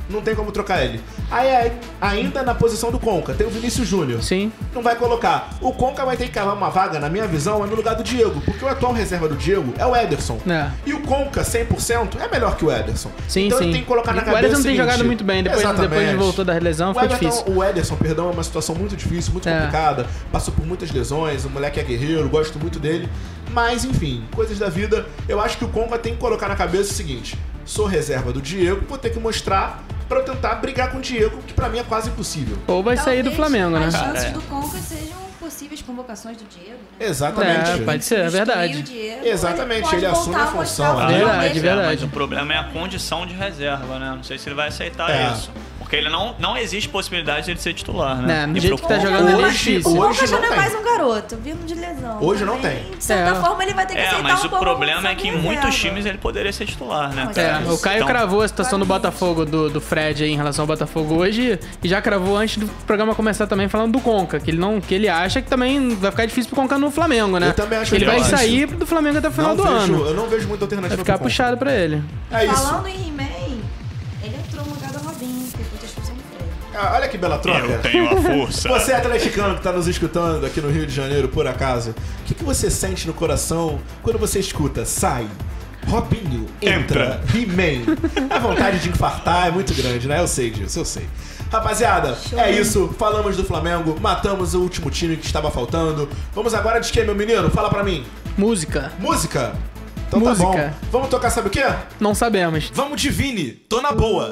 Speaker 2: Não tem como trocar ele. Aí, aí, ainda na posição do Conca, tem o Vinícius Júnior.
Speaker 3: Sim.
Speaker 2: Não vai colocar. O Conca vai ter que cavar uma vaga, na minha visão, é no lugar do Diego. Porque o atual reserva do Diego é o Ederson.
Speaker 3: É.
Speaker 2: E o Conca, 100%, é melhor que o Ederson.
Speaker 3: Sim,
Speaker 2: então
Speaker 3: sim.
Speaker 2: ele tem que colocar na
Speaker 3: O
Speaker 2: cabeça
Speaker 3: Ederson
Speaker 2: o
Speaker 3: tem
Speaker 2: seguinte.
Speaker 3: jogado muito bem, depois- depois
Speaker 2: Exatamente.
Speaker 3: ele voltou da lesão,
Speaker 2: O
Speaker 3: ficou
Speaker 2: Everton-
Speaker 3: difícil.
Speaker 2: O Ederson, perdão, é uma situação muito difícil, muito
Speaker 3: É.
Speaker 2: complicada. Passou por muitas lesões, o moleque é guerreiro, gosto muito dele. Mas, enfim, coisas da vida. Eu acho que o Conca tem que colocar na cabeça o seguinte. Sou reserva do Diego, vou ter que mostrar pra eu tentar brigar com o Diego, que pra mim é quase impossível.
Speaker 3: Ou vai sair do
Speaker 5: Talvez
Speaker 3: Flamengo, né?
Speaker 5: As
Speaker 4: é.
Speaker 5: chances do Conca sejam possíveis convocações do Diego. né?
Speaker 2: Exatamente.
Speaker 3: É, pode ser, é
Speaker 5: E o
Speaker 3: verdade.
Speaker 5: Diego,
Speaker 2: Exatamente,
Speaker 5: pode
Speaker 2: ele
Speaker 5: voltar
Speaker 2: assume a
Speaker 5: mostrar
Speaker 4: Ah,
Speaker 5: o
Speaker 4: não,
Speaker 5: futebol
Speaker 4: mas
Speaker 5: dele.
Speaker 4: é, Mas o problema é a condição de reserva, né? Não sei se ele vai aceitar
Speaker 2: É.
Speaker 4: isso. Porque ele não, não existe possibilidade de ele ser titular,
Speaker 3: Né,
Speaker 4: né?
Speaker 3: no
Speaker 4: E
Speaker 3: jeito
Speaker 4: pro
Speaker 3: que tá
Speaker 4: Conca-
Speaker 3: jogando ele é difícil.
Speaker 5: O Conca já não é mais um garoto, vindo de lesão.
Speaker 4: Hoje não
Speaker 5: Também,
Speaker 4: tem.
Speaker 5: De certa
Speaker 4: É.
Speaker 5: forma, ele vai ter que
Speaker 4: É,
Speaker 5: aceitar
Speaker 4: mas
Speaker 5: um
Speaker 4: o
Speaker 5: pouco
Speaker 4: problema é que em
Speaker 5: reserva.
Speaker 4: muitos times ele poderia ser titular, né? cara?
Speaker 3: É, o Caio
Speaker 4: Então,
Speaker 3: cravou a situação do Botafogo, do, do Fred aí em relação ao Botafogo hoje, e já cravou antes do programa começar também falando do Conca, que ele não, que ele acha que também vai ficar difícil pro Conca no Flamengo, né?
Speaker 2: Eu também acho
Speaker 3: que ele
Speaker 2: que
Speaker 3: vai
Speaker 2: eu acho.
Speaker 3: sair do Flamengo até o final
Speaker 2: não
Speaker 3: do
Speaker 2: vejo,
Speaker 3: ano.
Speaker 2: Eu não vejo muita
Speaker 3: Vai
Speaker 2: alternativa
Speaker 3: ficar
Speaker 2: pro Conca.
Speaker 3: puxado pra ele.
Speaker 2: É isso.
Speaker 5: Falando em He-Man, ele entrou no lugar do Robinho, depois da expulsão do Fred.
Speaker 2: Ah, Olha que bela troca.
Speaker 4: Eu tenho a força.
Speaker 2: Você é atleticano que tá nos escutando aqui no Rio de Janeiro, por acaso. O que, que você sente no coração quando você escuta? Sai. Robinho, entra, He-Man. A vontade de infartar é muito grande, né? Eu sei disso, eu sei. Rapaziada, é isso. Falamos do Flamengo, matamos o último time que estava faltando. Vamos agora de quê, meu menino? Fala pra mim.
Speaker 3: Música.
Speaker 2: Música? Então tá bom.
Speaker 3: Música.
Speaker 2: Vamos tocar, sabe o quê?
Speaker 3: Não sabemos.
Speaker 2: Vamos de Vini, tô na boa.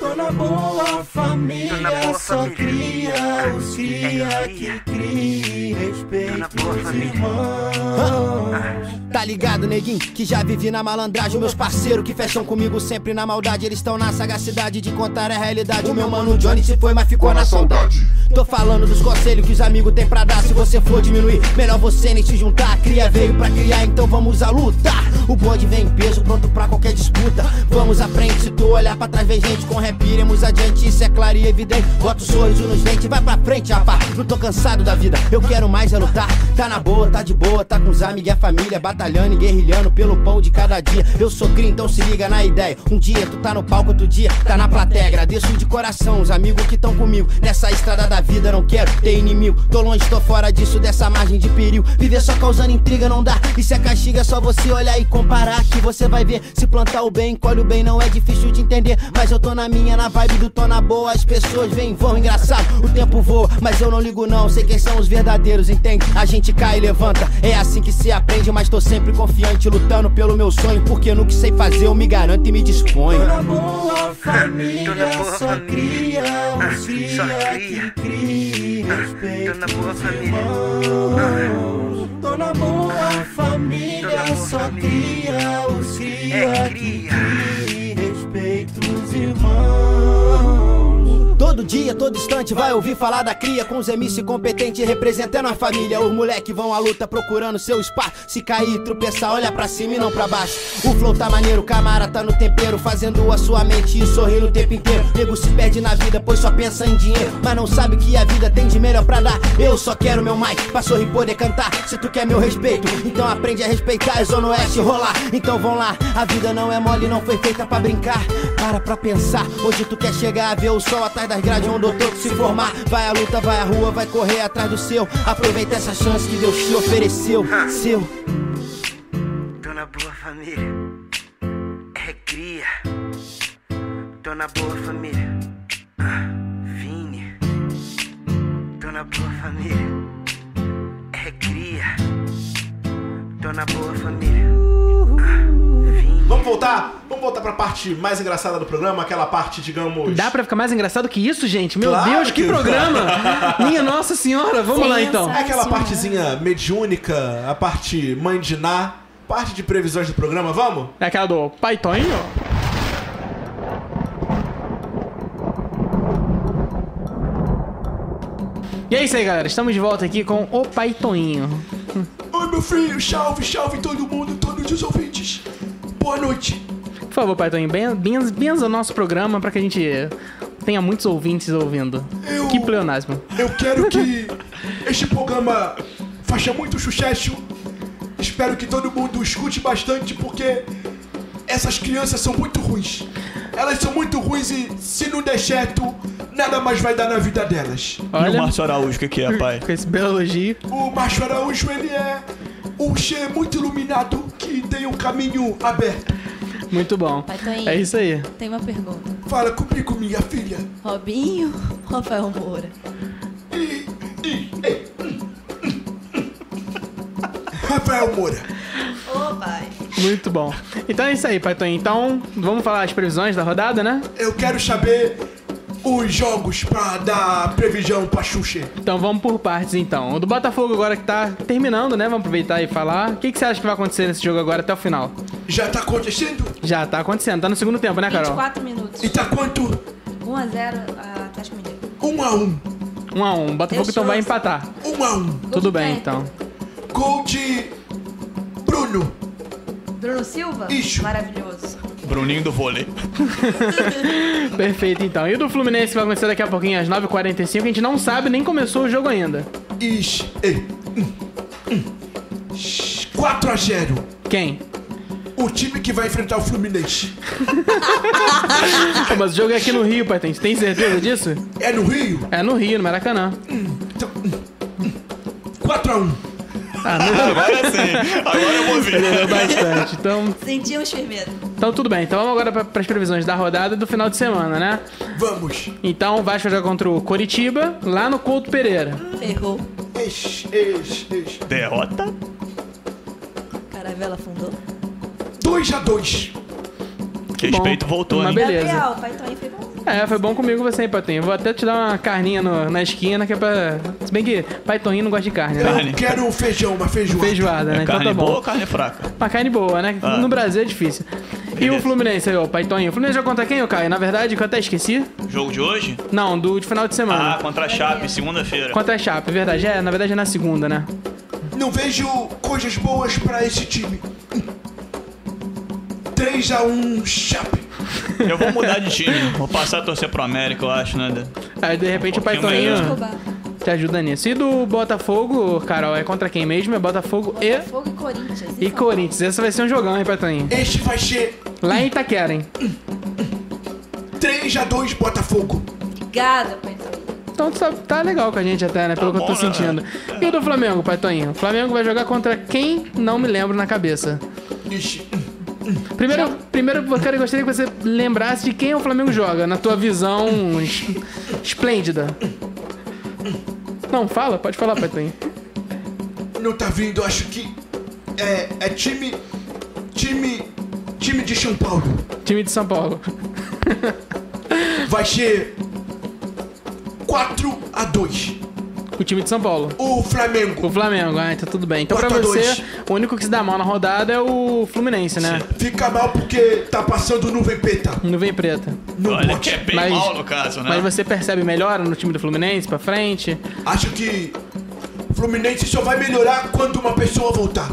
Speaker 17: Tô na boa família, só cria os cria que cria respeito os irmãos.
Speaker 6: Tá ligado, neguinho? Que já vivi na malandragem. Meus parceiros que fecham comigo sempre na maldade. Eles estão na sagacidade de contar a realidade. O meu mano Johnny se foi, mas ficou na saudade. Tô falando dos conselhos que os amigos têm pra dar. Se você for diminuir, melhor você nem se juntar. A Cria veio pra criar, então vamos a lutar. O bonde vem em peso, pronto pra qualquer disputa. Vamos à frente, se tu olhar pra trás, vem gente com rap. Iremos adiante, isso é claro e evidente. Bota o sorriso nos dentes, vai pra frente, rapá. Não tô cansado da vida, eu quero mais é lutar. Tá na boa, tá de boa, tá com os amigos e a família. Batalhando e guerrilhando pelo pão de cada dia. Eu sou cria, então se liga na ideia. Um dia tu tá no palco, outro dia tá na plateia. Agradeço de coração os amigos que estão comigo. Nessa estrada da vida não quero ter inimigo. Tô longe, tô fora disso, dessa margem de perigo. Viver só causando intriga não dá. Isso é castigo, é só você olhar e comparar. Que você vai ver. Se plantar o bem, colhe o bem, não é difícil de entender. Mas eu tô na minha, na vibe do tô na boa. As pessoas vêm, vão, engraçado. O tempo voa, mas eu não ligo não. Sei quem são os verdadeiros, entende? A gente cai e levanta. É assim que se aprende, mas tô sempre confiante, lutando pelo meu sonho. Porque no que sei fazer, eu me garanto e me disponho.
Speaker 17: Boa família, só cria os cria que cria respeito os irmãos. Tô na boa família, só cria os cria que cria respeito os irmãos. todo dia, todo instante vai ouvir falar da cria com os MC competente representando a família. Os moleque vão à luta procurando seu espaço. Se cair, tropeçar, olha pra cima e não pra baixo. O flow tá maneiro, o camara tá no tempero, fazendo a sua mente e sorrindo o tempo inteiro. Nego se perde na vida, pois só pensa em dinheiro, mas não sabe que a vida tem de melhor pra dar. Eu só quero meu mic pra sorrir poder cantar. Se tu quer meu respeito, então aprende a respeitar a Zona Oeste rolar. Então vão lá, a vida não é mole, não foi feita pra brincar. Para pra pensar, hoje tu quer chegar, ver o sol atrás das grades, onde eu tô que se formar. Vai à luta, vai à rua, vai correr atrás do seu. Aproveita essa chance que Deus te ofereceu. Seu.
Speaker 18: Dona Boa Família é cria. Dona Boa Família, ah, Vini. Dona Boa Família é cria. Dona Boa Família, ah, Vini.
Speaker 19: Vamos voltar? Vamos voltar pra parte mais engraçada do programa, aquela parte, digamos.
Speaker 3: Dá pra ficar mais engraçado que isso, gente? Meu
Speaker 19: Claro
Speaker 3: Deus, que,
Speaker 19: que-
Speaker 3: programa! Minha Nossa Senhora, vamos lá então.
Speaker 19: É aquela partezinha mediúnica, a parte mãe de Ná, parte de previsões do programa, vamos?
Speaker 3: É aquela do Paitonho? E é isso aí, galera. Estamos de volta aqui com o Paitoinho.
Speaker 2: Oi, meu filho, salve, salve todo mundo, todos os ouvintes. Boa noite.
Speaker 3: Por favor, Paitoinho, ben- benz- benza o nosso programa pra que a gente tenha muitos ouvintes ouvindo. Que pleonasmo.
Speaker 2: Eu quero que este programa faça muito sucesso. Espero que todo mundo escute bastante, porque essas crianças são muito ruins. Elas são muito ruins e se não der certo, nada mais vai dar na vida delas.
Speaker 3: né?
Speaker 4: E o Márcio Araújo, o que, que é, pai?
Speaker 3: Com esse belo elogio.
Speaker 2: O Macho Araújo, ele é um ser muito iluminado que tem um caminho aberto.
Speaker 3: Muito bom.
Speaker 7: Paitoinho.
Speaker 3: É isso aí.
Speaker 7: Tem uma pergunta.
Speaker 2: Fala comigo, minha filha.
Speaker 7: Robinho ou Rafael Moura?
Speaker 2: Rafael Moura.
Speaker 7: Ô, pai.
Speaker 3: Muito bom. Então é isso aí, Paitoinho. Então, vamos falar as previsões da rodada, né?
Speaker 2: Eu quero saber os jogos pra dar previsão pra Xuxa.
Speaker 3: Então vamos por partes então. O do Botafogo agora que tá terminando, né? Vamos aproveitar e falar. O que, que você acha que vai acontecer nesse jogo agora até o final?
Speaker 2: Já tá acontecendo?
Speaker 3: Já tá acontecendo. Tá no segundo tempo, né, Carol?
Speaker 5: 24 minutos.
Speaker 2: E tá quanto?
Speaker 5: 1x0 a Atlético Mineiro.
Speaker 2: 1x1.
Speaker 3: 1x1. O Botafogo então vai empatar.
Speaker 2: 1x1.
Speaker 3: Tudo bem, então.
Speaker 2: Gol de Bruno.
Speaker 5: Bruno Silva?
Speaker 2: Isso.
Speaker 5: Maravilhoso.
Speaker 4: Bruninho do vôlei.
Speaker 3: Perfeito, então. E o do Fluminense que vai acontecer daqui a pouquinho, às 9h45. A gente não sabe, nem começou o jogo ainda.
Speaker 2: Ixi, ei. um, 4x0.
Speaker 3: Quem?
Speaker 2: O time que vai enfrentar o Fluminense.
Speaker 3: Mas o jogo é aqui no Rio, Patente. Tem certeza disso?
Speaker 2: É no Rio?
Speaker 3: É no Rio, no Maracanã.
Speaker 2: 4x1.
Speaker 3: Ah, não.
Speaker 2: Agora sim. Agora eu vou ver.
Speaker 3: Melhorou bastante. Então,
Speaker 7: Sentimos firmeza.
Speaker 3: Então tudo bem, então vamos agora para as previsões da rodada e do final de semana, né?
Speaker 2: Vamos!
Speaker 3: Então o Vasco joga contra o Coritiba, lá no Couto Pereira.
Speaker 7: Ferrou.
Speaker 2: Ex, ex, ex.
Speaker 4: Derrota?
Speaker 7: Caravela afundou.
Speaker 2: 2x2.
Speaker 4: Que respeito voltou,
Speaker 3: mas
Speaker 4: hein?
Speaker 3: beleza.
Speaker 7: Gabriel, pai, então aí foi bom.
Speaker 3: É, foi bom comigo você, hein, Patinho? Vou até te dar uma carninha no- na esquina, que é pra... Se bem que pai Toninho não gosta de carne, né?
Speaker 2: Eu quero um feijão, uma feijoada.
Speaker 3: Feijoada, né? então tá bom.
Speaker 4: fraca?
Speaker 3: Uma carne boa, né?
Speaker 4: É Ah.
Speaker 3: No Brasil é difícil. E o Fluminense aí, ó, pai Toninho. O Fluminense joga contra quem, ô Caio? Na verdade, que eu até esqueci.
Speaker 4: Jogo de hoje?
Speaker 3: Não, do de final de semana.
Speaker 4: Ah, contra a Chape, segunda-feira.
Speaker 3: Contra a Chape, verdade. É, na verdade é na segunda, né?
Speaker 2: Não vejo coisas boas pra esse time. 3x1 Chape.
Speaker 4: Eu vou mudar de time. Vou passar a torcer pro América, eu acho, né?
Speaker 3: Aí de repente o pai
Speaker 4: pouquinho né?
Speaker 3: Toninho
Speaker 4: melhor.
Speaker 3: te ajuda nisso. E do Botafogo, Carol, é contra quem mesmo? É Botafogo,
Speaker 5: Fogo e Corinthians.
Speaker 3: e, e Corinthians. Esse vai ser um jogão, hein, pai Toninho?
Speaker 2: Este vai ser
Speaker 3: Lá em Itaquera, hein?
Speaker 2: 3x2 Botafogo.
Speaker 5: Obrigada, pai.
Speaker 3: Então tá, tá legal com a gente até, né? Pelo que eu
Speaker 2: bom,
Speaker 3: tô
Speaker 2: né?
Speaker 3: sentindo. E o do Flamengo, pai Toninho? O Flamengo vai jogar contra quem? Não me lembro na cabeça.
Speaker 2: Ixi.
Speaker 3: Primeiro, primeiro eu quero- eu gostaria que você lembrasse de quem o Flamengo joga, na tua visão es- esplêndida. Não, fala, pode falar, pai Toninho.
Speaker 2: Não tá vindo, acho que. É, é time. Time. Time de São Paulo.
Speaker 3: Time de São Paulo.
Speaker 2: Vai ser. 4x2.
Speaker 3: O time de São Paulo.
Speaker 15: O Flamengo.
Speaker 3: O Flamengo, ah, então tudo bem. Então pra
Speaker 15: Quatro a dois.
Speaker 3: você, o único que se dá mal na rodada é o Fluminense, né?
Speaker 15: Fica mal porque tá passando nuvem preta.
Speaker 3: Nuvem preta.
Speaker 2: Né?
Speaker 4: Olha, que é bem mal no caso, né?
Speaker 3: Mas você percebe melhora no time do Fluminense pra frente?
Speaker 15: Acho que o Fluminense só vai melhorar quando uma pessoa voltar.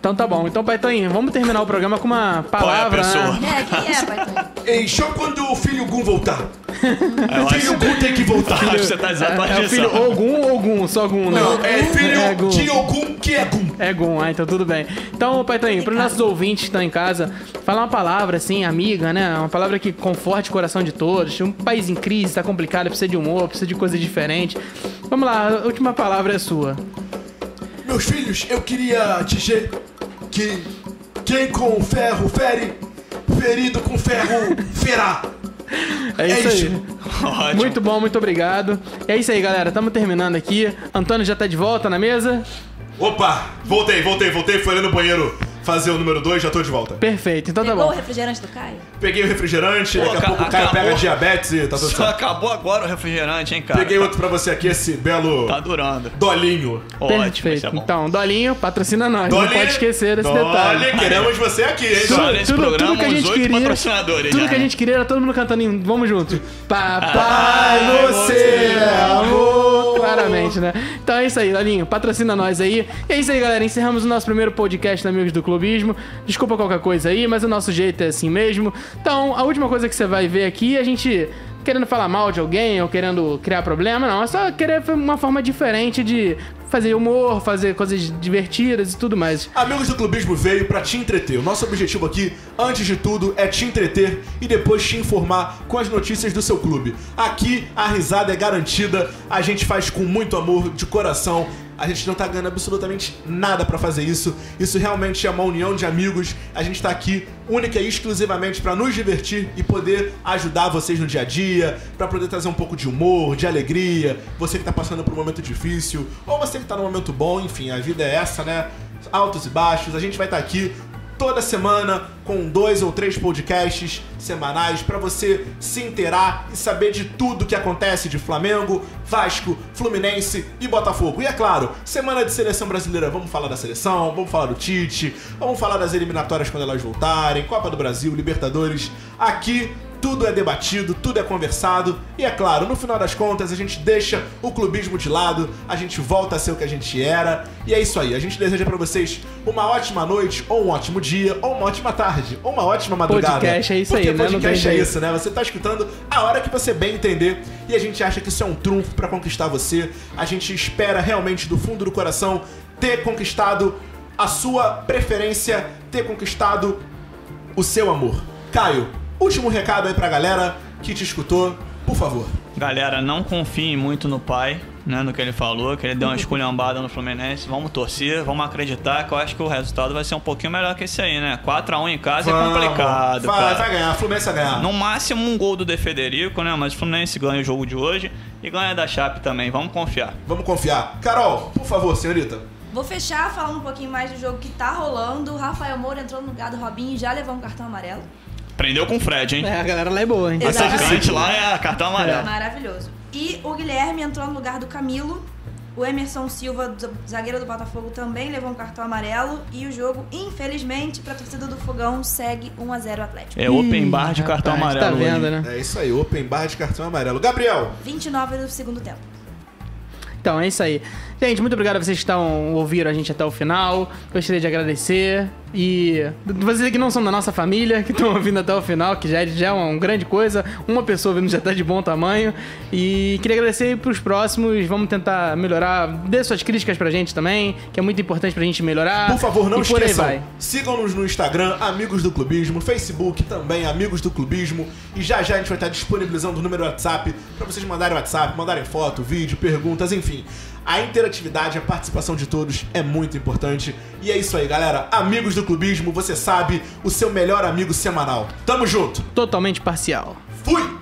Speaker 3: Então tá bom. Então, Paitoinho, vamos terminar o programa com uma palavra. né?
Speaker 15: É, quem é, pai? Ei, só quando o filho Gum voltar. o filho Gum tem que voltar.
Speaker 3: Filho-
Speaker 4: tá
Speaker 3: é, é o filho Ogum, Ogum, só Ogum, né?
Speaker 15: tá Não, é filho
Speaker 3: Gum.
Speaker 15: de Ogum que é Gum.
Speaker 3: É Gum, ah, então tudo bem. Então, Paitoinho, para os nossos ouvintes que estão em casa, falar uma palavra assim, amiga, né? Uma palavra que conforte o coração de todos. Um país em crise, tá complicado, precisa de humor, precisa de coisa diferente. Vamos lá, a última palavra é sua.
Speaker 15: Meus filhos, eu queria dizer que quem com ferro fere, ferido com ferro ferá.
Speaker 3: É isso aí. Muito bom, muito obrigado. É isso aí, galera. Estamos terminando aqui. Antônio já tá de volta na mesa.
Speaker 2: Opa, voltei, voltei, voltei. Fui ali no banheiro fazer o número 2, já tô de volta.
Speaker 3: Perfeito, então tá
Speaker 20: Pegou o
Speaker 3: bom.
Speaker 20: refrigerante do Caio?
Speaker 2: Peguei o refrigerante,
Speaker 4: Pô,
Speaker 2: daqui a
Speaker 4: cara,
Speaker 2: pouco o cara
Speaker 4: acabou.
Speaker 2: pega diabetes e tá tudo
Speaker 4: Só
Speaker 2: certo.
Speaker 4: acabou agora o refrigerante, hein, cara?
Speaker 2: Peguei outro pra você aqui, esse belo. Tá
Speaker 4: durando. é
Speaker 2: Dolinho.
Speaker 3: Perfeito. Então, Dolinho, patrocina nós.
Speaker 2: é Dolinho-
Speaker 3: Não pode esquecer desse
Speaker 2: Dolinho,
Speaker 3: detalhe.
Speaker 2: queremos você aqui, hein?
Speaker 3: Tudo,
Speaker 2: Só nesse
Speaker 3: tudo- tudo
Speaker 2: programa,
Speaker 3: que a
Speaker 2: uns
Speaker 3: gente
Speaker 2: oito
Speaker 3: queria.
Speaker 2: patrocinadores já.
Speaker 3: Tudo
Speaker 2: né? Ah.
Speaker 3: que a gente queria era todo mundo cantando em Vamos juntos. Papai,
Speaker 2: Papai, você é amor.
Speaker 3: Claramente, né? Então é isso aí, Dolinho. Patrocina nós aí. E é isso aí, galera. Encerramos o nosso primeiro podcast da Amigos do Clubismo. Desculpa qualquer coisa aí, mas o nosso jeito é assim mesmo. Então, a última coisa que você vai ver aqui, a gente. Querendo falar mal de alguém ou querendo criar problema, não. É só querer uma forma diferente de fazer humor, fazer coisas divertidas e tudo mais.
Speaker 2: Amigos do Clubismo veio pra te entreter. O nosso objetivo aqui, antes de tudo, é te entreter e depois te informar com as notícias do seu clube. Aqui a risada é garantida, a gente faz com muito amor de coração. A gente não tá ganhando absolutamente nada pra fazer isso. Isso realmente é uma união de amigos. A gente tá aqui única e exclusivamente pra nos divertir e poder ajudar vocês no dia a dia, pra poder trazer um pouco de humor, de alegria. Você que tá passando por um momento difícil, ou você que tá num momento bom, enfim, a vida é essa, né? altos e baixos. A gente vai estar aqui toda semana com dois ou três podcasts semanais para você se inteirar e saber de tudo que acontece de Flamengo, Vasco, Fluminense e Botafogo. E é claro, semana de seleção brasileira, vamos falar da seleção, vamos falar do Tite, vamos falar das eliminatórias quando elas voltarem, Copa do Brasil, Libertadores. Aqui tudo é debatido, tudo é conversado e é claro, no final das contas a gente deixa o clubismo de lado, a gente volta a ser o que a gente era. E é isso aí. A gente deseja pra vocês uma ótima noite, ou um ótimo dia, ou uma ótima tarde, ou uma ótima madrugada.
Speaker 3: Podcast é isso
Speaker 2: Porque
Speaker 3: aí, né? Não
Speaker 2: podcast
Speaker 3: tem
Speaker 2: é
Speaker 3: jeito.
Speaker 2: isso, né? Você tá escutando a hora que você bem entender e a gente acha que isso é um trunfo pra conquistar você. A gente espera realmente do fundo do coração ter conquistado a sua preferência, ter conquistado o seu amor. Caio, último recado aí pra galera que te escutou, por favor.
Speaker 4: Galera, não confiem muito no pai, né? No que ele falou, que ele deu uma esculhambada no Fluminense. Vamos torcer, vamos acreditar, que eu acho que o resultado vai ser um pouquinho melhor que esse aí, né? 4x1 em casa
Speaker 2: Vamos.
Speaker 4: é complicado.
Speaker 2: Vai,
Speaker 4: cara.
Speaker 2: vai ganhar, Fluminense vai ganhar.
Speaker 4: No máximo um gol do De Federico, né? Mas o Fluminense ganha o jogo de hoje e ganha da Chape também. Vamos confiar.
Speaker 2: Vamos confiar. Carol, por favor, senhorita.
Speaker 5: Vou fechar falando um pouquinho mais do jogo que tá rolando. O Rafael Moura entrou no lugar do Robinho e já levou um cartão amarelo.
Speaker 4: Prendeu com o Fred, hein?
Speaker 3: É, a galera lá é boa, hein?
Speaker 4: Atacante lá é cartão amarelo.
Speaker 5: Maravilhoso. E o Guilherme entrou no lugar do Camilo. O Emerson Silva, do- zagueiro do Botafogo, também levou um cartão amarelo. E o jogo, infelizmente, pra torcida do Fogão, segue 1x0 Atlético.
Speaker 4: É open bar de
Speaker 2: Tá
Speaker 4: cartão amarelo.
Speaker 3: tá né?
Speaker 4: hoje.
Speaker 2: É isso aí, open bar de cartão amarelo. Gabriel,
Speaker 5: 29 do segundo tempo.
Speaker 3: Então, é isso aí. Gente, muito obrigado a vocês que estão, ouviram a gente até o final. Gostaria de agradecer. E vocês que não são da nossa família, que estão ouvindo até o final, que já, é- já é uma, uma grande coisa. Uma pessoa ouvindo já tá de bom tamanho. E queria agradecer pros próximos. Vamos tentar melhorar. Dê suas críticas pra gente também, que é muito importante pra gente melhorar.
Speaker 2: por favor, não
Speaker 3: Ah, e por aí
Speaker 2: esqueçam.
Speaker 3: vai.
Speaker 2: Sigam-nos no Instagram, Amigos do Clubismo, Facebook também, Amigos do Clubismo. E já já a gente vai estar disponibilizando o número do WhatsApp pra vocês mandarem WhatsApp, mandarem foto, vídeo, perguntas, enfim. A interatividade, a participação de todos é muito importante. E é isso aí, galera. Amigos do Clubismo, você sabe, o seu melhor amigo semanal. Tamo junto.
Speaker 3: Totalmente parcial.
Speaker 2: Fui!